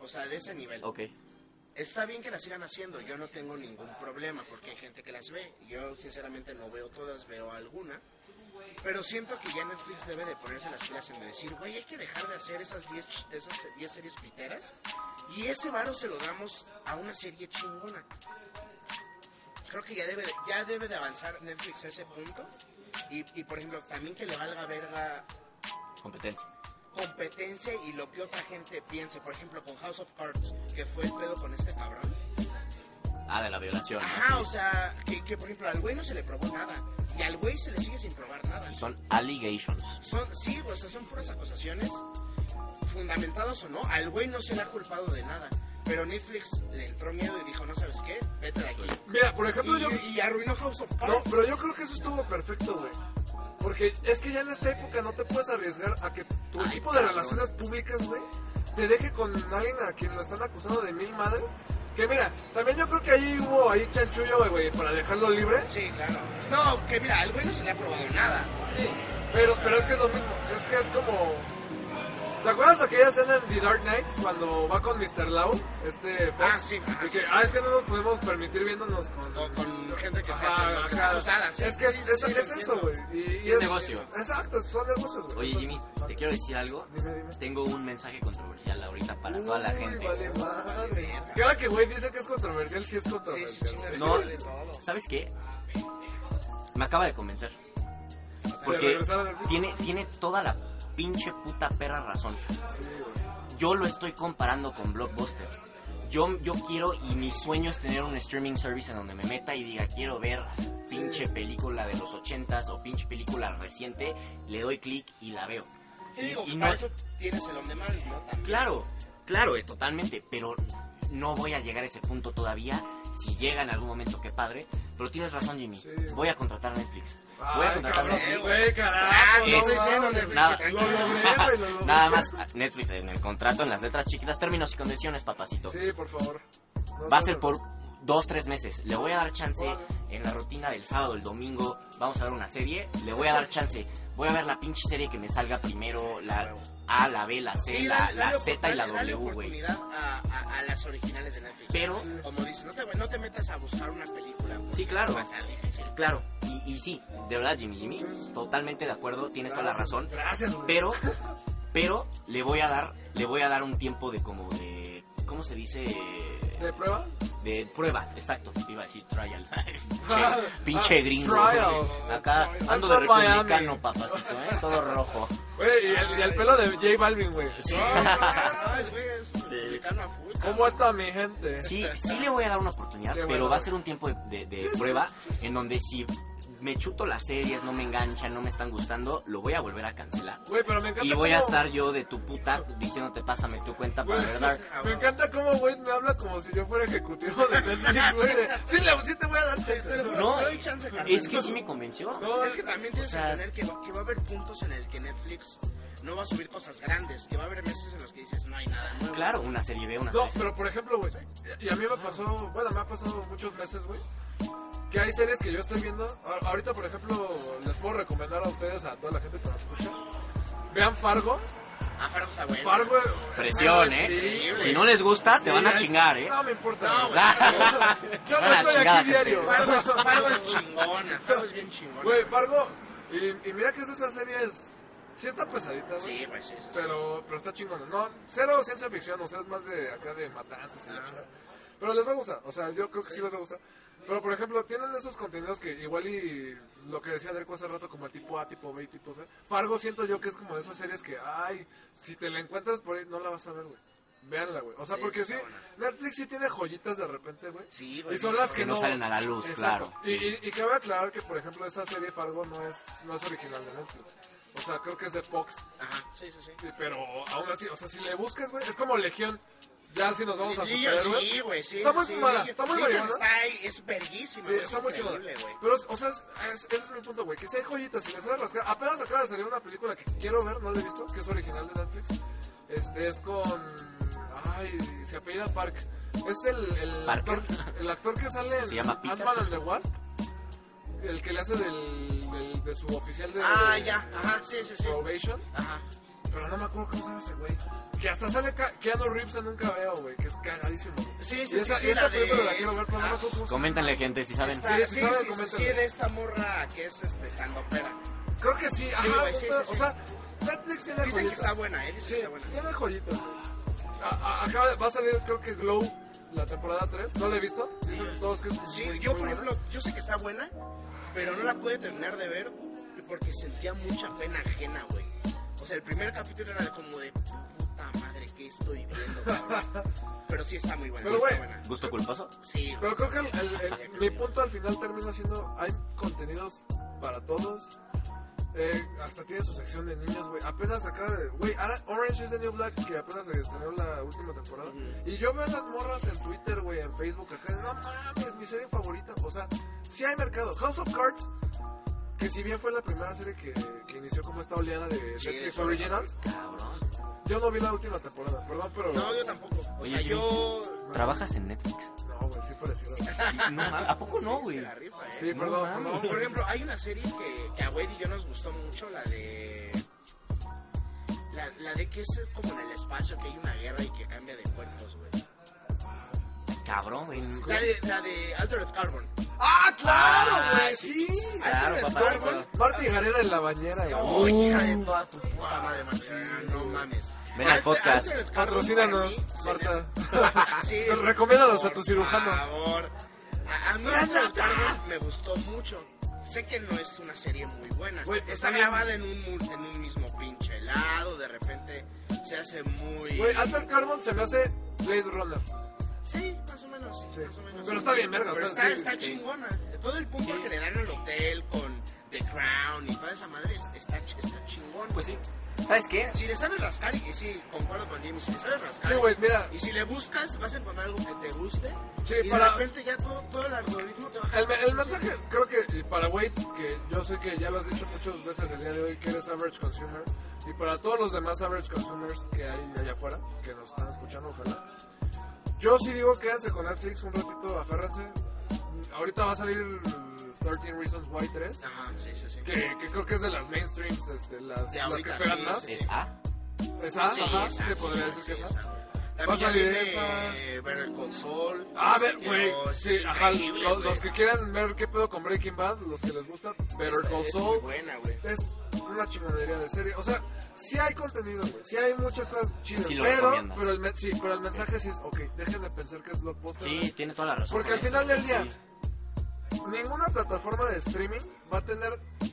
Speaker 2: O sea, de ese nivel.
Speaker 3: Ok.
Speaker 2: Está bien que las sigan haciendo, yo no tengo ningún problema porque hay gente que las ve. Yo sinceramente no veo todas, veo alguna. Pero siento que ya Netflix debe de ponerse las pilas en decir, güey, hay que dejar de hacer esas 10 ch- de esas 10 series piteras y ese varo se lo damos a una serie chingona. Creo que ya debe, ya debe de avanzar Netflix a ese punto Y, y, por ejemplo, también que le valga verga
Speaker 3: Competencia.
Speaker 2: competencia y lo que otra gente piense. Por ejemplo, con House of Cards, que fue el pedo con este cabrón.
Speaker 3: Ah, de la violación. ¿no?
Speaker 2: Ajá,
Speaker 3: Sí.
Speaker 2: o sea, que, que, por ejemplo al güey no se le probó nada. Y al güey se le sigue sin probar nada.
Speaker 3: Y son allegations.
Speaker 2: Son, sí, o sea, son puras acusaciones, fundamentadas o no. Al güey no se le ha culpado de nada. Pero Netflix le entró miedo y dijo, no sabes qué, vete de aquí.
Speaker 4: Mira, por ejemplo, yo.
Speaker 2: Y, y arruinó House of
Speaker 4: No,
Speaker 2: Cards.
Speaker 4: pero yo creo que eso estuvo perfecto, güey. Porque es que ya en esta época no te puedes arriesgar a que tu
Speaker 3: Ay,
Speaker 4: equipo de
Speaker 3: cabrón.
Speaker 4: relaciones públicas, güey, te deje con alguien a quien lo están acusando de mil madres. Que mira, también yo creo que ahí hubo ahí chanchullo, güey, para dejarlo libre.
Speaker 2: Sí, claro. No, que mira, al güey no se le ha probado nada.
Speaker 4: Pero, pero es que es lo mismo, es que es como... ¿Te acuerdas aquella escena en The Dark Knight cuando va con Mr. Lau, este Fox?
Speaker 2: Ah, sí, ajá,
Speaker 4: Y que,
Speaker 2: sí.
Speaker 4: ah, es que no nos podemos permitir viéndonos con...
Speaker 2: O con gente que está,
Speaker 4: Ajá,
Speaker 2: que está
Speaker 4: ajá.
Speaker 2: abusada, sí.
Speaker 4: Es que es,
Speaker 2: Sí,
Speaker 4: es-
Speaker 2: sí, lo
Speaker 4: es eso,
Speaker 2: entiendo.
Speaker 4: güey. Y- y
Speaker 3: Es negocio.
Speaker 4: Exacto, son negocios, güey.
Speaker 3: Oye, Jimmy,
Speaker 4: Entonces,
Speaker 3: te quiero decir algo.
Speaker 4: Dime, dime.
Speaker 3: Tengo un mensaje controversial ahorita para toda la
Speaker 4: Uy,
Speaker 3: gente.
Speaker 4: Vale, madre. Que ahora que güey dice que es controversial, sí es
Speaker 2: Sí,
Speaker 4: controversial.
Speaker 2: sí, sí,
Speaker 4: güey.
Speaker 3: No.
Speaker 2: de todo. O sea,
Speaker 3: ¿Sabes qué? Me acaba de convencer.
Speaker 4: De
Speaker 3: Porque
Speaker 4: regresar al-
Speaker 3: tiene, tiene toda la pinche puta perra razón.
Speaker 4: Sí, güey.
Speaker 3: Yo lo estoy comparando con Blockbuster. Yo, yo quiero y mi sueño es tener un streaming service en donde me meta y diga quiero ver pinche película de los ochentas o pinche película reciente, le doy clic y la veo.
Speaker 2: ¿qué digo?
Speaker 3: y
Speaker 2: Para
Speaker 3: no-
Speaker 2: eso tienes el on demand, ¿no? También.
Speaker 3: Claro, claro, eh, totalmente, pero no voy a llegar a ese punto todavía. Si llega en algún momento, qué padre. Pero tienes razón, Jimmy.
Speaker 4: Sí.
Speaker 3: Voy a contratar a Netflix. Voy a
Speaker 4: Ay,
Speaker 3: contratar a
Speaker 4: cabrón,
Speaker 3: Netflix.
Speaker 4: güey,
Speaker 2: Ah, pues,
Speaker 4: carajo.
Speaker 3: Es-
Speaker 4: Ah, no mames.
Speaker 2: Netflix,
Speaker 3: nada.
Speaker 4: Lo
Speaker 2: tranquilo.
Speaker 4: logré, güey, lo logré.
Speaker 3: Nada más a- Netflix en el contrato, en las letras chiquitas, términos y condiciones, papacito.
Speaker 4: Sí, por favor. No,
Speaker 3: Va a
Speaker 4: no,
Speaker 3: ser
Speaker 4: no.
Speaker 3: por dos, tres meses. Le voy a dar chance
Speaker 4: Órale.
Speaker 3: en la rutina del sábado, el domingo. Vamos a ver una serie. Le voy a dar chance. Voy a ver la pinche serie que me salga primero. La A, la B, la C,
Speaker 2: Sí,
Speaker 3: la,
Speaker 2: dale-
Speaker 3: la
Speaker 2: dale
Speaker 3: Z y la
Speaker 2: opor- dale
Speaker 3: W, güey.
Speaker 2: oportunidad a, a- a las originales de Netflix.
Speaker 3: Pero-
Speaker 2: como dices, no te, no te metas a buscar una película. güey.
Speaker 3: Sí, claro.
Speaker 2: Va a estar difícil.
Speaker 3: Claro, y, y sí, de verdad, Jimmy, Jimmy, totalmente de acuerdo, tienes toda la razón,
Speaker 4: Gracias, güey.
Speaker 3: pero, pero le voy a dar, le voy a dar un tiempo de como de, ¿cómo se dice?
Speaker 4: ¿De prueba?
Speaker 3: De prueba, exacto, iba a decir trial.
Speaker 4: Ah,
Speaker 3: pinche, pinche
Speaker 4: ah,
Speaker 3: gringo.
Speaker 4: trial.
Speaker 3: Acá ando de
Speaker 4: I'm from
Speaker 3: republicano,
Speaker 4: Miami.
Speaker 3: papacito, ¿eh? todo rojo.
Speaker 4: Güey, y el, y el pelo de J Balvin, güey. Ah,
Speaker 2: No, el güey es mexicano a full.
Speaker 4: ¿Cómo está mi gente?
Speaker 3: Sí, sí le voy a dar una oportunidad,
Speaker 4: Le voy a
Speaker 3: pero
Speaker 4: dar.
Speaker 3: va a ser un tiempo de, de- de prueba en donde si me chuto las series, no me enganchan, no me están gustando, lo voy a volver a cancelar.
Speaker 4: Güey, pero me encanta
Speaker 3: Y voy a
Speaker 4: cómo-
Speaker 3: estar yo de tu puta diciéndote, pásame tu cuenta para
Speaker 4: Güey,
Speaker 3: ver Dark.
Speaker 4: Me encanta cómo, güey, me habla como si yo fuera ejecutivo de Netflix, güey. de, Sí, le- sí te voy a dar chance.
Speaker 2: Pero
Speaker 3: No,
Speaker 2: te doy chance, carnal.
Speaker 3: Es que sí me convenció.
Speaker 4: No,
Speaker 2: Es que también tienes
Speaker 3: sea-
Speaker 2: que entender que va, que va a haber puntos en el que Netflix no va a subir cosas grandes, que va a haber meses en los que dices no hay nada nuevo.
Speaker 3: Claro, una serie B, una
Speaker 4: No,
Speaker 3: serie C.
Speaker 4: pero por ejemplo, güey, y a mí me pasó, bueno, me ha pasado muchos meses, güey, que hay series que yo estoy viendo. A- Ahorita, por ejemplo, les puedo recomendar a ustedes, a toda la gente que nos escucha, vean Fargo.
Speaker 2: Ah, Fargo está bueno.
Speaker 4: Fargo.
Speaker 3: Presión,
Speaker 4: Sí,
Speaker 3: ¿eh?
Speaker 4: güey.
Speaker 3: Si no les gusta,
Speaker 4: Sí,
Speaker 3: te van a
Speaker 4: es-
Speaker 3: chingar, ¿eh?
Speaker 4: No me importa.
Speaker 2: No,
Speaker 4: güey. Yo
Speaker 3: Van
Speaker 4: no
Speaker 3: a
Speaker 4: estoy
Speaker 3: chingar a
Speaker 4: aquí
Speaker 3: gente.
Speaker 4: diario.
Speaker 2: Fargo es, Fargo es chingona, Fargo es bien chingona.
Speaker 4: Güey, Fargo. Y, y mira que es de esas series. Sí, está pesadita, güey.
Speaker 2: Sí, pues sí, sí, sí.
Speaker 4: Pero, pero está chingón. No, cero ciencia ficción, o sea, es más de acá de matanzas y la chingada. Pero les va a gustar, o sea, yo creo que sí les va a gustar. Pero, por ejemplo, tienen esos contenidos que igual y lo que decía Derko hace rato, como el tipo A, tipo B, y tipo C. Fargo siento yo que es como de esas series que, ay, si te la encuentras por ahí, no la vas a ver, güey. Veanla, güey. O sea,
Speaker 2: Sí,
Speaker 4: porque sí,
Speaker 2: está buena.
Speaker 4: Netflix sí tiene joyitas de repente, güey.
Speaker 2: Sí, güey.
Speaker 4: Y son las
Speaker 3: Que no
Speaker 4: no.
Speaker 3: salen a la luz,
Speaker 4: Exacto.
Speaker 3: claro.
Speaker 4: Y, y, y cabe aclarar que, por ejemplo, esa serie Fargo no es, no es original de Netflix. O sea, creo que es de Fox.
Speaker 2: Ajá, sí, sí, sí.
Speaker 4: Sí, Pero aún así, o sea, si le buscas, güey, es como Legión. Ya si nos vamos a
Speaker 2: Sí,
Speaker 4: superhéroes.
Speaker 2: Sí, güey, sí.
Speaker 4: Está muy
Speaker 2: sí,
Speaker 4: fumada,
Speaker 2: sí.
Speaker 4: está muy
Speaker 2: Legion
Speaker 4: marihuana.
Speaker 2: Está ahí, es verguísima.
Speaker 4: Sí,
Speaker 2: güey,
Speaker 4: está muy chido.
Speaker 2: increíble, güey.
Speaker 4: Pero, o sea, es- es- ese es mi punto, güey. Que si hay joyitas, si las sabes rascar. Apenas acaba de salir una película que quiero ver, no la he visto, que es original de Netflix. Este es con. Ay, se apellida Park. Es el, el,
Speaker 3: ¿Parker?
Speaker 4: actor, el actor que sale en
Speaker 3: Se llama Peter.
Speaker 4: Ant-Man and the Wasp. El que le hace del, del- de su oficial de.
Speaker 2: Ah, ya, ajá, sí, sí, sí.
Speaker 4: Probation.
Speaker 2: Ajá.
Speaker 4: Pero no me acuerdo cómo se llama ese güey. Que hasta sale Ca- Keanu Reeves en un cabello, güey. Que es cagadísimo. güey.
Speaker 2: Sí,
Speaker 4: Y
Speaker 2: sí,
Speaker 4: esa,
Speaker 2: sí.
Speaker 4: y
Speaker 2: sí,
Speaker 4: esa
Speaker 2: la de-
Speaker 4: película la quiero ver, pero no me
Speaker 2: Ah,
Speaker 4: acuerdo cómo se
Speaker 3: Coméntenle, gente, si saben.
Speaker 2: está-
Speaker 4: Sí,
Speaker 2: Sí,
Speaker 4: sí,
Speaker 2: sí,
Speaker 4: sabe,
Speaker 2: sí,
Speaker 4: coméntalo.
Speaker 2: sí, de esta morra que es este, estandopera.
Speaker 4: Creo que sí, ajá.
Speaker 2: güey, sí,
Speaker 4: puta,
Speaker 2: sí,
Speaker 4: O
Speaker 2: sí.
Speaker 4: sea, Netflix
Speaker 2: Dicen
Speaker 4: tiene
Speaker 2: que
Speaker 4: joyitas.
Speaker 2: está buena, ¿eh? Dicen
Speaker 4: Sí,
Speaker 2: que está buena.
Speaker 4: tiene joyitas. güey. A- a- Acaba de- Ah, va a salir, creo que Glow, la temporada 3. No la he visto. Dicen todos que es
Speaker 2: Sí, yo
Speaker 4: muy- muy
Speaker 2: por
Speaker 4: buena.
Speaker 2: ejemplo, yo sé que está buena, pero no la pude terminar de ver porque sentía mucha pena ajena, güey. O sea, el primer capítulo era como de puta madre, ¿qué estoy viendo? cabrón?" Pero sí está muy buena.
Speaker 4: Pero,
Speaker 2: sí está
Speaker 4: güey,
Speaker 2: buena.
Speaker 3: ¿Gusto culposo?
Speaker 2: Sí, güey.
Speaker 4: Pero creo que el- el- el- mi punto al final termina siendo, hay contenidos para todos. Eh, hasta tiene su sección de niños, güey. Apenas acaba de... Güey, ahora Orange is the New Black, que apenas se estrenó la última temporada. Y yo veo a las morras en Twitter, güey, en Facebook acá. de, No mames, mi serie favorita. O sea, sí hay mercado. House of Cards, que si bien fue la primera serie que, que inició como esta oleada de
Speaker 2: Sí,
Speaker 4: Netflix
Speaker 2: de-
Speaker 4: Originals,
Speaker 3: Cabrón.
Speaker 4: yo no vi la última temporada. Perdón, pero...
Speaker 2: No, yo tampoco. O
Speaker 3: Oye,
Speaker 2: sea,
Speaker 3: sí.
Speaker 2: yo...
Speaker 3: ¿Trabajas en Netflix?
Speaker 4: No, güey, sí fue decirlo.
Speaker 3: No, ¿A poco no,
Speaker 2: Sí, se
Speaker 3: güey?
Speaker 2: la rifa, eh.
Speaker 4: Sí, perdón,
Speaker 2: No,
Speaker 4: perdón.
Speaker 2: por ejemplo, hay una serie que, que a Wade y yo nos gustó mucho, la de... La, la de que es como en el espacio, que hay una guerra y que cambia de cuerpos, güey.
Speaker 3: Cabrón, güey.
Speaker 2: La de, la de Altered Carbon.
Speaker 4: ¡Ah, claro,
Speaker 3: Ah,
Speaker 4: güey!
Speaker 3: sí,
Speaker 4: ¡Sí!
Speaker 3: Claro,
Speaker 2: Altered
Speaker 3: papá.
Speaker 2: Carbon.
Speaker 4: Marta y Gareda en la bañera, güey.
Speaker 2: Oh, hija de toda tu puta madre, Marcela, no mames.
Speaker 3: Ven al podcast.
Speaker 2: Altered Carbon
Speaker 4: Patrocínanos,
Speaker 2: para mí se
Speaker 4: Marta.
Speaker 2: me- Sí,
Speaker 4: Nos recomiéndanos a
Speaker 2: por
Speaker 4: tu cirujano.
Speaker 2: favor. A, a mí Altered Carbon me gustó mucho. Sé que no es una serie muy buena.
Speaker 4: Güey, pues,
Speaker 2: Está
Speaker 4: está bien.
Speaker 2: grabada en un, mu- en un mismo pinche lado, de repente se hace muy...
Speaker 4: Güey, ah, Alter Carbon se me hace Blade Runner.
Speaker 2: Sí, más o menos, sí,
Speaker 4: Sí.
Speaker 2: más o menos.
Speaker 4: Pero está bien verga, o
Speaker 2: Pero
Speaker 4: sea,
Speaker 2: está,
Speaker 4: sí.
Speaker 2: está chingona. Todo el punto que le dan al hotel con The Crown y toda esa madre es- está, ch- está chingón.
Speaker 3: Pues sí. ¿Sabes qué?
Speaker 2: Si le sabes rascar, y sí, concuerdo con Jimmy, si le sabes rascar.
Speaker 4: Sí, güey, mira.
Speaker 2: Y si le buscas, vas a encontrar algo que te guste.
Speaker 4: Sí,
Speaker 2: y
Speaker 4: para-
Speaker 2: de repente ya todo, todo el algoritmo te va a...
Speaker 4: El, me- el mensaje, creo que y para Wade, que yo sé que ya lo has dicho muchas veces el día de hoy, que eres average consumer, y para todos los demás average consumers que hay allá afuera, que nos están escuchando, ojalá. Yo sí digo, quédense con Netflix un ratito, aférrense. Ahorita va a salir mm, 13 Reasons Why 3,
Speaker 2: Ajá, sí, sí, sí.
Speaker 4: que, que creo que es de las mainstreams, este, las,
Speaker 2: De
Speaker 4: las
Speaker 2: ahorita,
Speaker 4: que pegan
Speaker 2: sí,
Speaker 4: más.
Speaker 2: sí.
Speaker 3: ¿Es A?
Speaker 4: Esa,
Speaker 2: Sí,
Speaker 4: Ah, ajá,
Speaker 2: esa,
Speaker 4: se
Speaker 2: sí,
Speaker 4: podría
Speaker 2: sí,
Speaker 4: decir que esa.
Speaker 2: esa, güey. También
Speaker 4: Va a
Speaker 2: ya
Speaker 4: salir
Speaker 2: viene,
Speaker 4: esa.
Speaker 2: eh, Ver el console.
Speaker 4: A ver, güey,
Speaker 2: Pero
Speaker 4: sí,
Speaker 2: es
Speaker 4: ajá,
Speaker 2: increíble,
Speaker 4: los,
Speaker 2: güey.
Speaker 4: los que quieran ver qué pedo con Breaking Bad, los que les gusta Better
Speaker 2: Esta
Speaker 4: Call
Speaker 2: es
Speaker 4: Saul,
Speaker 2: muy buena, Este, güey.
Speaker 4: es una chingonería de serie. O sea, sí hay contenido, güey, sí hay muchas cosas chidas,
Speaker 3: Sí lo
Speaker 4: pero,
Speaker 3: recomiendas.
Speaker 4: pero, el me- sí, pero el mensaje sí es, ok, dejen de pensar que es blockbuster.
Speaker 3: Sí, tiene toda la razón.
Speaker 4: Porque
Speaker 3: con
Speaker 4: al final
Speaker 3: eso,
Speaker 4: del día-
Speaker 3: sí.
Speaker 4: Ninguna plataforma de streaming va a tener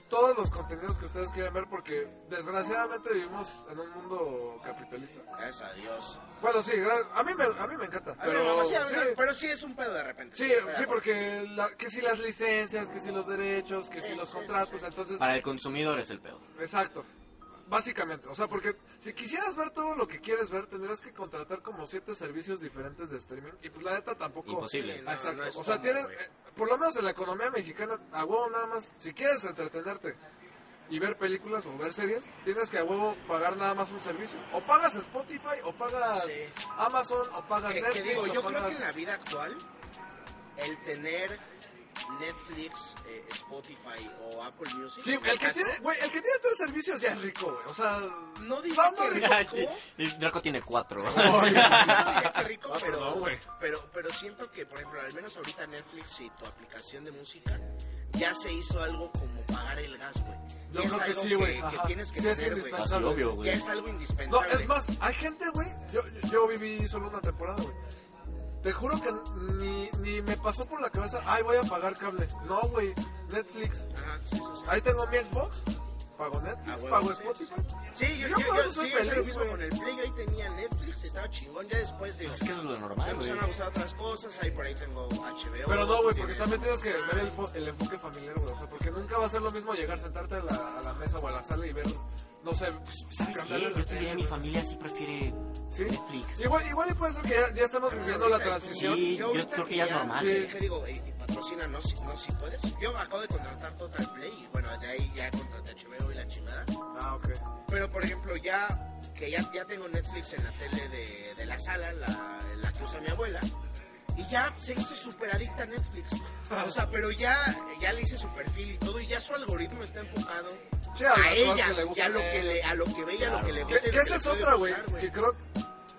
Speaker 4: todos los contenidos que ustedes quieren ver porque desgraciadamente vivimos en un mundo capitalista.
Speaker 2: Gracias a Dios.
Speaker 4: Bueno, sí, gra- a mí me, a mí me encanta,
Speaker 2: A
Speaker 4: pero
Speaker 2: ver, mamá, sí,
Speaker 4: sí.
Speaker 2: habla- pero sí es un pedo de repente.
Speaker 4: Sí,
Speaker 2: Estoy de
Speaker 4: sí,
Speaker 2: acuerdo.
Speaker 4: porque la- que si las licencias, que si los derechos, que si los contratos, entonces...
Speaker 3: Para el consumidor es el pedo.
Speaker 4: Exacto. Básicamente, o sea, porque si quisieras ver todo lo que quieres ver, tendrías que contratar como siete servicios diferentes de streaming y pues la neta tampoco...
Speaker 3: Imposible.
Speaker 2: No, no
Speaker 4: Exacto.
Speaker 2: es
Speaker 4: o sea,
Speaker 2: cómodo,
Speaker 4: tienes...
Speaker 2: güey.
Speaker 4: eh, por lo menos en la economía mexicana, a huevo nada más, si quieres entretenerte y ver películas o ver series, tienes que a huevo pagar nada más un servicio. O pagas Spotify, o pagas
Speaker 2: Sí.
Speaker 4: Amazon, o pagas
Speaker 2: Que, que
Speaker 4: Netflix,
Speaker 2: digo,
Speaker 4: o
Speaker 2: yo creo
Speaker 4: pagas-
Speaker 2: que en la vida actual, el tener Netflix, eh, Spotify o Apple Music.
Speaker 4: Sí, el que tiene, güey, el que tiene tres servicios ya es rico, güey. O sea,
Speaker 2: No digo
Speaker 4: Vamos,
Speaker 2: que rico,
Speaker 4: Rico.
Speaker 3: Sí, El Draco tiene cuatro.
Speaker 2: no diría que rico,
Speaker 4: Ah, perdón,
Speaker 2: pero,
Speaker 4: güey.
Speaker 2: pero, pero siento que, por ejemplo, al menos ahorita Netflix y tu aplicación de música ya se hizo algo como pagar el gas, güey.
Speaker 4: Yo
Speaker 2: Y es
Speaker 4: creo que
Speaker 2: algo
Speaker 4: sí, güey.
Speaker 2: Que,
Speaker 4: Ajá.
Speaker 2: tienes que
Speaker 4: Sí, es
Speaker 2: tener, güey.
Speaker 4: indispensable.
Speaker 3: Así obvio, güey.
Speaker 2: Ya es algo
Speaker 4: no,
Speaker 2: indispensable.
Speaker 4: es más, hay gente, güey. Yo, yo- yo viví solo una temporada, güey. Te juro que ni, ni me pasó por la cabeza, ay, voy a pagar cable. No, güey, Netflix.
Speaker 2: Ajá, sí, sí, sí.
Speaker 4: Ahí tengo mi Xbox, pago Netflix,
Speaker 2: Ah, güey,
Speaker 4: pago
Speaker 2: sí,
Speaker 4: Spotify.
Speaker 2: Sí, yo,
Speaker 4: Yo
Speaker 2: yo,
Speaker 4: por
Speaker 2: yo-
Speaker 4: eso soy
Speaker 2: sí, yo hice lo
Speaker 4: feliz,
Speaker 2: mismo
Speaker 4: güey.
Speaker 2: con el Play. Yo ahí tenía Netflix, estaba chingón. Ya después de.
Speaker 3: Es que eso es lo
Speaker 2: me
Speaker 3: normal, güey.
Speaker 2: empezaron a gustar otras cosas. Ahí por ahí tengo HBO.
Speaker 4: Pero no, güey, porque
Speaker 2: tienes-
Speaker 4: también tienes que ver el, fo- el enfoque familiar, güey. O sea, porque nunca va a ser lo mismo llegar, sentarte a la, a la mesa o a la sala y ver, no sé,
Speaker 3: ¿Sabes qué?
Speaker 4: cantarle a la
Speaker 3: Yo te diría,
Speaker 4: tele,
Speaker 3: mi
Speaker 4: güey.
Speaker 3: familia sí prefiere
Speaker 4: ¿Sí?
Speaker 3: Netflix.
Speaker 4: Igual, igual y puede ser que ya, ya estamos viviendo la transición.
Speaker 3: Sí, yo
Speaker 2: ahorita
Speaker 3: creo que ya es normal,
Speaker 2: le
Speaker 4: sí.
Speaker 2: dije, digo, "Ey, y patrocina, no, si- no si puedes. Yo acabo de contratar Total Play y bueno, de ahí ya contraté HBO y la chingada.
Speaker 4: Ah, ok.
Speaker 2: Pero por ejemplo, ya que ya, ya tengo Netflix en la tele de, de la sala, la, la que usa mi abuela, y ya se hizo súper adicta a Netflix. O sea, pero ya, ya le hice su perfil y todo, y ya su algoritmo está enfocado
Speaker 4: Sí,
Speaker 2: a,
Speaker 4: las cosas
Speaker 2: ella,
Speaker 4: que le
Speaker 2: ya
Speaker 4: gustan
Speaker 2: lo
Speaker 4: a
Speaker 2: que
Speaker 4: él.
Speaker 2: le, a lo que ve, y a lo que le
Speaker 4: Que,
Speaker 2: gusta. y
Speaker 4: que
Speaker 2: lo
Speaker 4: esa
Speaker 2: le
Speaker 4: es
Speaker 2: puede
Speaker 4: otra, güey.
Speaker 2: gustar,
Speaker 4: Que creo,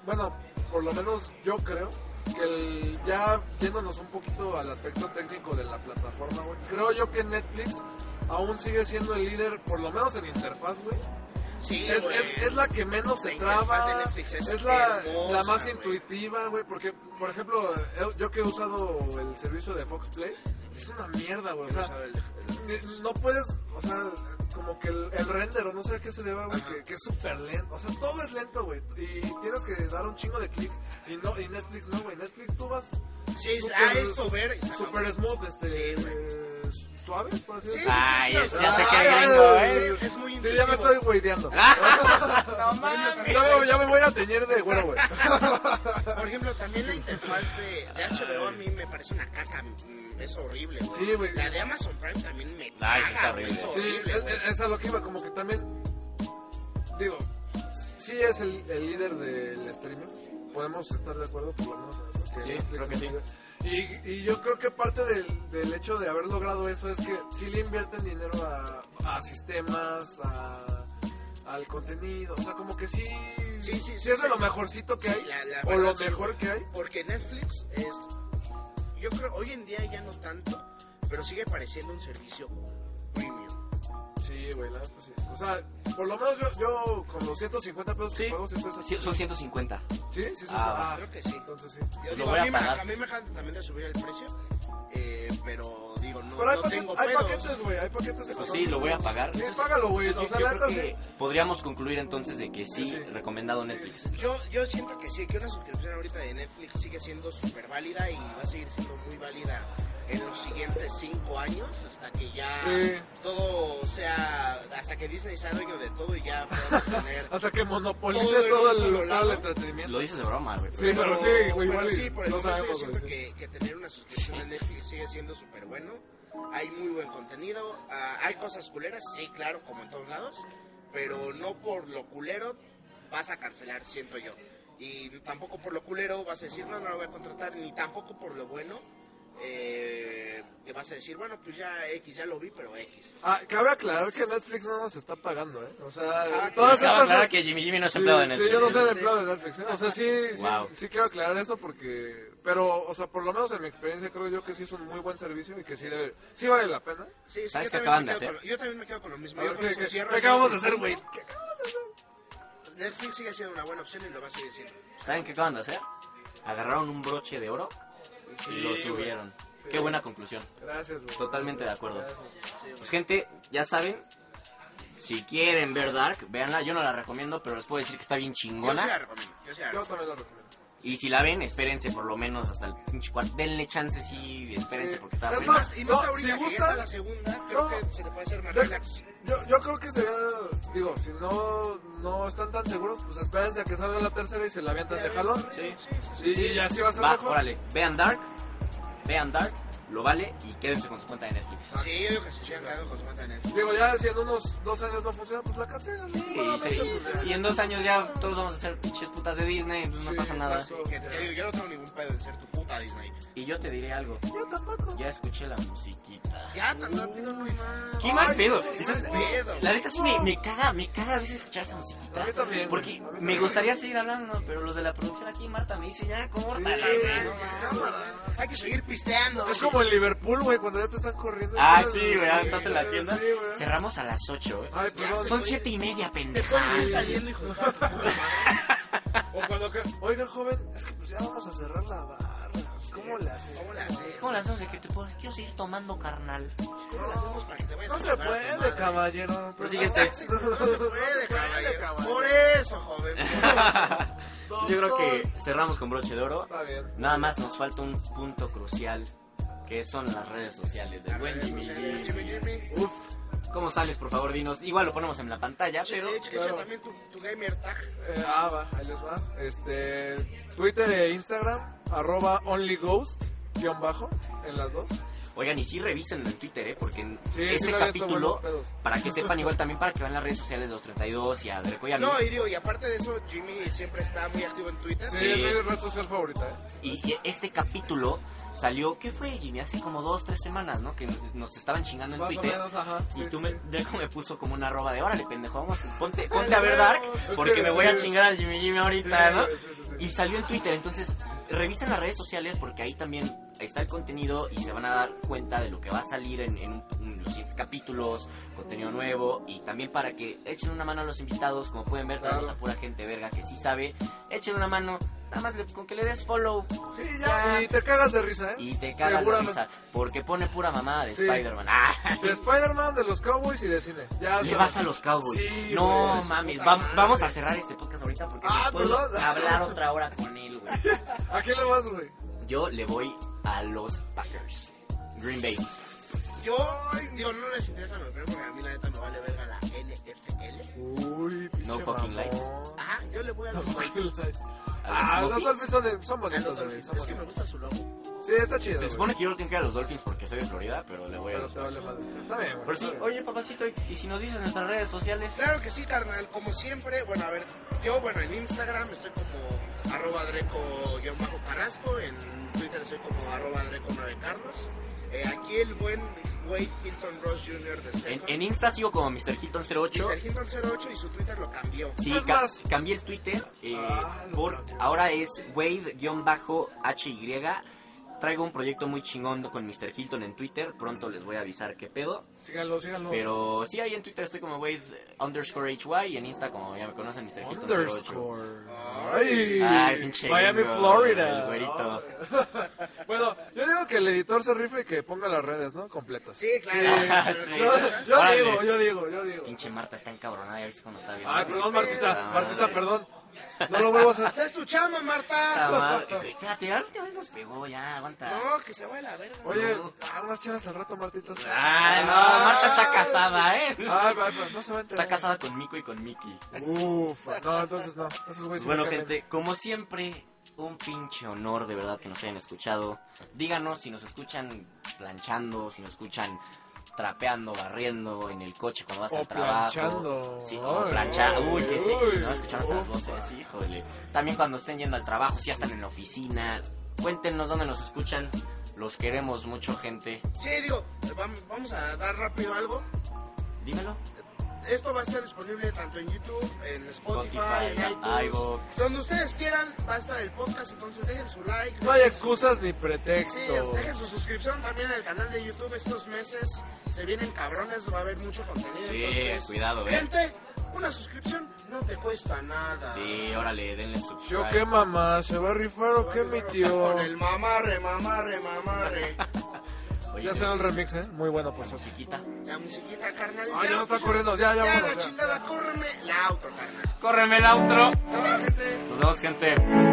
Speaker 4: bueno, por lo menos yo creo que el- ya yéndonos un poquito al aspecto técnico de la plataforma, güey. Creo yo que Netflix aún sigue siendo el líder, por lo menos en interfaz, güey.
Speaker 2: Sí,
Speaker 4: Es,
Speaker 2: güey.
Speaker 4: es- es la que menos se
Speaker 2: La interfaz de
Speaker 4: traba.
Speaker 2: Netflix es
Speaker 4: Es la,
Speaker 2: hermosa,
Speaker 4: la más
Speaker 2: güey.
Speaker 4: intuitiva, güey. Porque, por ejemplo, eh, yo que he usado el servicio de Fox Play, es una mierda, güey. O sea,
Speaker 2: El- el-
Speaker 4: ni- no puedes, o sea, como que el, el render, o no sé a qué se deba, güey, que, que es súper lento. O sea, todo es lento, güey. Y tienes que dar un chingo de clics. Y no y Netflix no, güey. Netflix tú vas
Speaker 2: Sí,
Speaker 4: Súper-
Speaker 2: ah, esto ver. y se acabó.
Speaker 4: súper smooth, este.
Speaker 2: Sí, güey.
Speaker 4: eh, suave, por así
Speaker 2: Sí, sí, sí,
Speaker 4: decirlo.
Speaker 8: Ay,
Speaker 2: sí,
Speaker 8: ese
Speaker 2: sí,
Speaker 4: ya
Speaker 2: sí,
Speaker 4: se
Speaker 2: sí,
Speaker 4: queda
Speaker 2: sí,
Speaker 8: ¿eh?
Speaker 4: gringo,
Speaker 2: sí, Es muy
Speaker 4: Sí, ya me
Speaker 2: intuitivo.
Speaker 4: estoy güeydeando.
Speaker 2: No mames.
Speaker 4: Ya me, ya me voy a teñir de güero, güey.
Speaker 2: Por ejemplo, también la interfaz de, de HBO a mí me parece una caca. mm, Es horrible, güey.
Speaker 4: Sí, güey.
Speaker 2: La de Amazon Prime también me
Speaker 8: Ah, esa está
Speaker 2: caga, güey, es
Speaker 8: horrible.
Speaker 4: Sí,
Speaker 2: horrible,
Speaker 4: es,
Speaker 2: güey.
Speaker 4: es a lo que iba, como que también. Digo, sí es el, el líder del streaming. Podemos estar de acuerdo, por lo menos en eso. Que
Speaker 8: Sí,
Speaker 4: Netflix
Speaker 8: creo que
Speaker 4: es
Speaker 8: sí.
Speaker 4: líder. Y, y yo creo que parte del, del hecho de haber logrado eso es que sí le invierten dinero a, a sistemas, a, al contenido. O sea, como que sí.
Speaker 2: Sí, sí, sí,
Speaker 4: es de
Speaker 2: sí.
Speaker 4: lo mejorcito que
Speaker 2: Sí,
Speaker 4: hay.
Speaker 2: la- la
Speaker 4: o
Speaker 2: verdad,
Speaker 4: lo
Speaker 2: sí,
Speaker 4: mejor
Speaker 2: güey.
Speaker 4: que hay.
Speaker 2: Porque Netflix es. Yo creo, hoy en día ya no tanto, pero sigue pareciendo un servicio premium.
Speaker 4: Sí, güey, la neta sí. O sea, por lo menos yo, yo con los 150 pesos que
Speaker 3: Sí.
Speaker 4: pago, esto es así.
Speaker 3: Sí, son 150.
Speaker 4: Sí, sí, sí. sí.
Speaker 3: Ah,
Speaker 2: Creo que sí.
Speaker 4: Entonces sí.
Speaker 2: Yo
Speaker 8: Pues Lo
Speaker 2: digo,
Speaker 8: voy
Speaker 2: a,
Speaker 8: a
Speaker 2: mí me,
Speaker 8: pagar.
Speaker 2: a mí me dejan también de subir el precio, eh, pero digo, no,
Speaker 4: Pero hay,
Speaker 2: no
Speaker 4: paquet-
Speaker 2: tengo
Speaker 4: hay
Speaker 2: pedos.
Speaker 4: paquetes, güey. Hay paquetes de
Speaker 8: Pues
Speaker 4: color.
Speaker 8: sí, lo voy a pagar.
Speaker 4: Sí, págalo, güey.
Speaker 3: Yo-
Speaker 4: O sea,
Speaker 3: yo
Speaker 4: la
Speaker 3: creo
Speaker 4: neta sí.
Speaker 3: que podríamos concluir entonces de que sí,
Speaker 4: Sí, sí.
Speaker 3: recomendado Netflix.
Speaker 2: Yo, yo siento que sí, que una suscripción ahorita de Netflix sigue siendo súper válida y va a seguir siendo muy válida en los siguientes cinco años hasta que ya
Speaker 4: Sí.
Speaker 2: todo sea, hasta que Disney sea dueño de todo y ya podamos tener...
Speaker 4: Hasta que
Speaker 2: Todo
Speaker 4: monopolice
Speaker 2: en
Speaker 4: todo
Speaker 2: un
Speaker 4: el,
Speaker 2: solo
Speaker 4: todo el
Speaker 2: lado.
Speaker 4: entretenimiento.
Speaker 3: Lo dices de broma, güey.
Speaker 4: Sí, pero sí, güey,
Speaker 2: pero
Speaker 4: igual.
Speaker 2: sí, por el momento
Speaker 4: no
Speaker 2: yo
Speaker 4: sabemos,
Speaker 2: siento
Speaker 4: güey. sí.
Speaker 2: que, que tener una suscripción de Netflix sigue siendo súper bueno. Hay muy buen contenido. ah, hay cosas culeras, sí, claro, como en todos lados. Pero no por lo culero vas a cancelar, siento yo. Y tampoco por lo culero vas a decir, no, no lo voy a contratar. Ni tampoco por lo bueno eh, que vas a decir, bueno, pues ya X, ya lo vi, pero X.
Speaker 4: Ah, cabe aclarar que Netflix no nos está pagando, ¿eh? O sea,
Speaker 2: Ah,
Speaker 4: todas
Speaker 2: claro,
Speaker 4: estas.
Speaker 3: claro que Jimmy Jimmy no es
Speaker 4: Sí,
Speaker 3: empleado de
Speaker 4: sí,
Speaker 3: Netflix.
Speaker 4: yo no soy
Speaker 2: Sí,
Speaker 4: de
Speaker 2: sí.
Speaker 4: empleado de Netflix, ¿eh? O sea, sí, sí,
Speaker 3: Wow.
Speaker 4: sí quiero aclarar eso porque... Pero, o sea, por lo menos en mi experiencia creo yo que sí es un muy buen servicio y que sí debe... Sí vale la pena.
Speaker 2: Sí, sí,
Speaker 3: ¿Sabes
Speaker 2: yo también
Speaker 3: qué acaban
Speaker 2: me quedo
Speaker 3: de hacer?
Speaker 2: con lo- yo también me quedo con lo mismo.
Speaker 4: A
Speaker 2: yo
Speaker 4: ver,
Speaker 2: con
Speaker 4: ¿qué,
Speaker 2: eso
Speaker 4: qué-
Speaker 2: cierro
Speaker 4: qué
Speaker 2: yo.
Speaker 4: acabamos de hacer, güey?
Speaker 2: Netflix sigue siendo una buena opción y lo va a seguir siendo.
Speaker 3: ¿Saben qué acaban de hacer? Agarraron un broche de oro y lo subieron. Qué buena conclusión.
Speaker 4: Gracias, güey.
Speaker 3: Totalmente de acuerdo.
Speaker 4: Gracias.
Speaker 2: Sí, güey.
Speaker 3: Pues gente, ya saben, si quieren ver Dark, véanla. Yo no la recomiendo, pero les puedo decir que está bien
Speaker 2: Yo sí la
Speaker 3: chingona.
Speaker 2: recomiendo. Yo sí la
Speaker 4: Yo
Speaker 2: recomiendo.
Speaker 4: también lo recomiendo.
Speaker 3: Y si la ven, espérense por lo menos hasta el pinche cuarto. Denle chance, sí, espérense
Speaker 4: Sí.
Speaker 3: porque está
Speaker 4: Es
Speaker 3: buena.
Speaker 4: más,
Speaker 2: Y Eh, más
Speaker 4: No,
Speaker 2: ahorita
Speaker 4: si
Speaker 2: que ya
Speaker 4: gusta-
Speaker 2: está la segunda, creo
Speaker 4: No.
Speaker 2: que se le puede hacer más
Speaker 4: Yo-
Speaker 2: relax.
Speaker 4: Yo, yo creo que sería, digo, si no, no están tan seguros, pues espérense a que salga la tercera y se la avientan de jalón.
Speaker 2: Sí, sí, sí.
Speaker 4: Y, y así va a ser
Speaker 3: Va,
Speaker 4: mejor.
Speaker 3: órale, vean Dark, vean Dark, lo vale y quédense con su cuenta de Netflix.
Speaker 2: Sí, yo digo que se sigan quedando con su cuenta de Netflix.
Speaker 4: Digo, ya si en unos dos años no funciona, pues la cancelan.
Speaker 3: Sí,
Speaker 4: ¿no?
Speaker 3: sí.
Speaker 4: Pues,
Speaker 3: Y en dos años ya todos vamos a ser pinches putas de Disney, entonces
Speaker 4: Sí,
Speaker 3: no pasa nada.
Speaker 4: exacto.
Speaker 2: Sí, que te digo, yo no tengo ningún pedo en ser tu puta Disney.
Speaker 3: Y yo te diré algo,
Speaker 4: Yo tampoco.
Speaker 3: ya escuché la musiquita.
Speaker 2: Ya, tan rápido no hay más.
Speaker 3: Qué mal pedo.
Speaker 4: qué
Speaker 3: Estás-
Speaker 2: mal pedo.
Speaker 3: La neta sí me, me caga, me caga a veces escuchar esa musiquita.
Speaker 4: A mí también,
Speaker 3: Porque
Speaker 4: güey. A mí
Speaker 3: me
Speaker 4: también.
Speaker 3: gustaría seguir hablando, pero los de la producción aquí, Marta, me dice ya, córtala,
Speaker 4: Sí,
Speaker 3: güey, no
Speaker 4: sí,
Speaker 3: mames.
Speaker 4: cámara.
Speaker 2: Hay que seguir pisteando.
Speaker 4: Es como en Liverpool, güey, cuando ya te están corriendo.
Speaker 3: Ah,
Speaker 4: Güey,
Speaker 3: sí, güey,
Speaker 4: sí,
Speaker 3: estás en la tienda.
Speaker 4: Sí, güey.
Speaker 3: Cerramos a las 8, güey.
Speaker 4: Ay, perdón.
Speaker 3: Son siete y media,
Speaker 2: Te puedes ir
Speaker 3: pendejas.
Speaker 2: saliendo, hijo de puta.
Speaker 4: O cuando que, oiga, joven, es que pues ya vamos a cerrar la barra. pues, ¿Cómo le haces?
Speaker 2: ¿Cómo la haces?
Speaker 3: ¿Cómo las haces de que te puedo- Quiero seguir tomando carnal.
Speaker 2: ¿Cómo la hacemos para que te vayas a
Speaker 4: No se
Speaker 2: salvar a tu
Speaker 4: puede,
Speaker 2: madre?
Speaker 4: caballero.
Speaker 3: Siguiente.
Speaker 4: No se
Speaker 2: No se puede, caballero. Por eso, joven.
Speaker 3: Yo creo que cerramos con broche de oro.
Speaker 4: Está bien.
Speaker 3: Nada más nos falta un punto crucial, que son las redes sociales de buen Jimmy
Speaker 2: Jimmy,
Speaker 3: Jimmy.
Speaker 2: Jimmy.
Speaker 4: Uf,
Speaker 3: ¿Cómo sales, por favor? Dinos. Igual lo ponemos en la pantalla, pero...
Speaker 2: De hecho,
Speaker 4: claro.
Speaker 2: también tu, tu gamer tag.
Speaker 4: eh, ah, va, ahí les va. Este, Twitter e Instagram, arroba onlyghost, guión bajo, en las dos.
Speaker 3: Oigan, y sí revisen en Twitter, ¿eh? Porque en
Speaker 4: Sí, sí
Speaker 3: este
Speaker 4: le aviento
Speaker 3: capítulo,
Speaker 4: buenos pedos.
Speaker 3: para que sepan, igual también para que vean las redes sociales de los 32 y a Dreco y a mí.
Speaker 2: No, y digo, y aparte de eso, Jimmy siempre está muy activo en Twitter.
Speaker 4: Sí,
Speaker 3: Sí.
Speaker 4: es mi red social favorita, eh.
Speaker 3: Y y este capítulo salió, ¿qué fue, Jimmy? Hace como dos, tres semanas, ¿no? Que nos estaban chingando en
Speaker 4: Más o
Speaker 3: Twitter.
Speaker 4: menos, ajá. sí,
Speaker 3: Y tú
Speaker 4: sí,
Speaker 3: me,
Speaker 4: sí.
Speaker 3: Deco me puso como una arroba de órale, pendejo, vamos, ponte, ponte a ver Dark, porque me voy a chingar a Jimmy Jimmy
Speaker 4: Sí,
Speaker 3: ahorita, ¿no?
Speaker 4: sí, sí, sí.
Speaker 3: Y salió en Twitter, entonces revisen las redes sociales porque ahí también está el contenido y se van a dar cuenta de lo que va a salir en, en- en los siguientes capítulos, contenido nuevo y también para que echen una mano a los invitados, como pueden ver, tenemos
Speaker 4: Claro.
Speaker 3: a pura gente verga que sí sabe, echen una mano, Nada más le- con que le des follow
Speaker 4: Sí, ya, y te cagas de risa, ¿eh?
Speaker 3: y te cagas de
Speaker 4: Seguramente.
Speaker 3: risa. Porque pone pura mamada de
Speaker 4: Sí.
Speaker 3: Spider-Man. Ah,
Speaker 4: De Spider-Man, de los Cowboys y de cine. Ya,
Speaker 3: le
Speaker 4: son-
Speaker 3: vas a los Cowboys.
Speaker 4: Sí,
Speaker 3: no
Speaker 4: güey, su
Speaker 3: mames,
Speaker 4: puta
Speaker 3: va-
Speaker 4: madre.
Speaker 3: vamos a cerrar este podcast ahorita porque
Speaker 4: Ah,
Speaker 3: no puedo
Speaker 4: perdón.
Speaker 3: hablar otra hora con él, güey.
Speaker 4: ¿A quién le vas, güey?
Speaker 3: Yo le voy a los Packers. Green Bay.
Speaker 2: Yo, digo, no les interesa lo pero porque a mí la neta me vale verga la NFL.
Speaker 4: Uy, pinche
Speaker 3: No fucking
Speaker 4: mamón.
Speaker 3: lights.
Speaker 2: Ah, yo le voy a
Speaker 4: No
Speaker 2: los
Speaker 4: fucking
Speaker 2: Dolphins.
Speaker 4: lights.
Speaker 3: A
Speaker 4: Ah,
Speaker 3: los
Speaker 4: los
Speaker 3: Dolphins.
Speaker 4: Dolphins son, son
Speaker 2: A los
Speaker 4: bonitos, güey.
Speaker 2: Dolphins.
Speaker 4: son
Speaker 2: Es que me
Speaker 4: bonitos.
Speaker 2: gusta su logo.
Speaker 4: Sí, está chido.
Speaker 3: Se
Speaker 4: güey.
Speaker 3: supone que yo tengo que ir a los Dolphins porque soy de Florida, pero le voy a
Speaker 4: Pero
Speaker 3: los
Speaker 4: te vale madre. Está bien, güey.
Speaker 3: Pero
Speaker 4: está
Speaker 3: sí,
Speaker 4: bien.
Speaker 3: oye papacito, ¿y- y si nos dices nuestras redes sociales,
Speaker 2: Claro que sí, carnal. Como siempre, bueno, a ver, yo, bueno, en Instagram estoy como arroba dreco-carrasco. En Twitter soy como arroba dreco9carlos. Eh, aquí el buen Wade Hilton Ross Jr. de
Speaker 3: en,
Speaker 2: Seco.
Speaker 3: en Insta sigo como Mr. Hilton08.
Speaker 2: Mr. Hilton08 y su Twitter lo cambió.
Speaker 3: Sí,
Speaker 4: Es
Speaker 3: ca-
Speaker 4: más.
Speaker 3: cambié el Twitter eh,
Speaker 4: Ah, no,
Speaker 3: por
Speaker 4: no, no.
Speaker 3: ahora es Wade-HY. Traigo un proyecto muy chingón con Mr. Hilton en Twitter. Pronto les voy a avisar qué pedo.
Speaker 4: Síganlo, síganlo.
Speaker 3: Pero sí, ahí en Twitter estoy como Wade eh, underscore HY y en Insta, como ya me conocen, Mr. Hilton08.
Speaker 4: Underscore.
Speaker 2: Ay,
Speaker 3: Ay, pinche
Speaker 4: Miami,
Speaker 3: gringo, el
Speaker 4: Florida.
Speaker 3: güerito.
Speaker 4: bueno, yo digo que el editor se rife y que ponga las redes, ¿no? Completas.
Speaker 2: Sí, claro.
Speaker 3: Sí.
Speaker 4: Yo, yo
Speaker 3: Órale.
Speaker 4: digo, yo digo, yo digo.
Speaker 3: Pinche Marta está encabronada, ya viste cuando está bien.
Speaker 4: Ay, Ah, perdón, Martita.
Speaker 3: Ah,
Speaker 4: Martita,
Speaker 3: madre.
Speaker 4: perdón. No lo vuelvo a hacer.
Speaker 2: Haces tu chama, Marta.
Speaker 3: Ah, madre. Espérate, la última vez nos pegó, ya, aguanta.
Speaker 2: No, que se vaya la verga.
Speaker 4: Oye, ah, unas chelas al rato, Martita.
Speaker 3: Ah, Ay, no, Marta está casada, ¿eh?
Speaker 4: Ay, va, va, no se va a enterar.
Speaker 3: Está casada con Mico y con Mickey.
Speaker 4: Ufa, no, entonces no. Esos güeyes
Speaker 3: Pues
Speaker 4: sí
Speaker 3: bueno,
Speaker 4: me caen
Speaker 3: gente, como siempre, un pinche honor de verdad que nos hayan escuchado. Díganos si nos escuchan planchando, si nos escuchan trapeando, barriendo en el coche cuando vas
Speaker 4: O
Speaker 3: al trabajo.
Speaker 4: planchando.
Speaker 3: Sí, o
Speaker 4: Ay,
Speaker 3: planchando. Uy, qué sexy,
Speaker 4: uy,
Speaker 3: ¿no? Escuchar nuestras
Speaker 4: uy.
Speaker 3: voces, híjole. También cuando estén yendo al trabajo, si ya están en la oficina. Cuéntenos dónde nos escuchan. Los queremos mucho, gente.
Speaker 2: Sí, digo, vam- vamos a dar rápido algo.
Speaker 3: Dímelo.
Speaker 2: Esto va a estar disponible tanto en YouTube, en Spotify, en
Speaker 3: en
Speaker 2: iTunes.
Speaker 3: iVoox.
Speaker 2: Donde ustedes quieran, va a estar el podcast, entonces dejen su like.
Speaker 4: bien. No hay
Speaker 2: dejen su-
Speaker 4: excusas ni
Speaker 2: sí,
Speaker 4: pretextos.
Speaker 2: dejen su suscripción también al canal de YouTube estos meses. Se vienen cabrones, va a haber mucho contenido.
Speaker 3: Sí,
Speaker 2: entonces,
Speaker 3: cuidado, eh.
Speaker 2: Gente, una suscripción no te cuesta nada.
Speaker 3: Sí, órale, denle
Speaker 4: Yo
Speaker 3: subscribe.
Speaker 4: qué mamá, se va a rifar o qué mi tío.
Speaker 2: Con el mamarre, mamarre, mamarre.
Speaker 3: Oye,
Speaker 4: Ya será el remix, eh. Muy bueno, por
Speaker 3: la
Speaker 4: eso.
Speaker 3: musiquita.
Speaker 2: La musiquita, carnal.
Speaker 4: Ah, ya no está
Speaker 2: pues,
Speaker 4: corriendo, ya, ya,
Speaker 2: Ya,
Speaker 4: vámonos,
Speaker 2: la
Speaker 4: ya.
Speaker 2: chingada, córreme la auto, carnal. este,
Speaker 3: Córreme el outro.
Speaker 2: No, gente.
Speaker 3: Nos vemos, gente.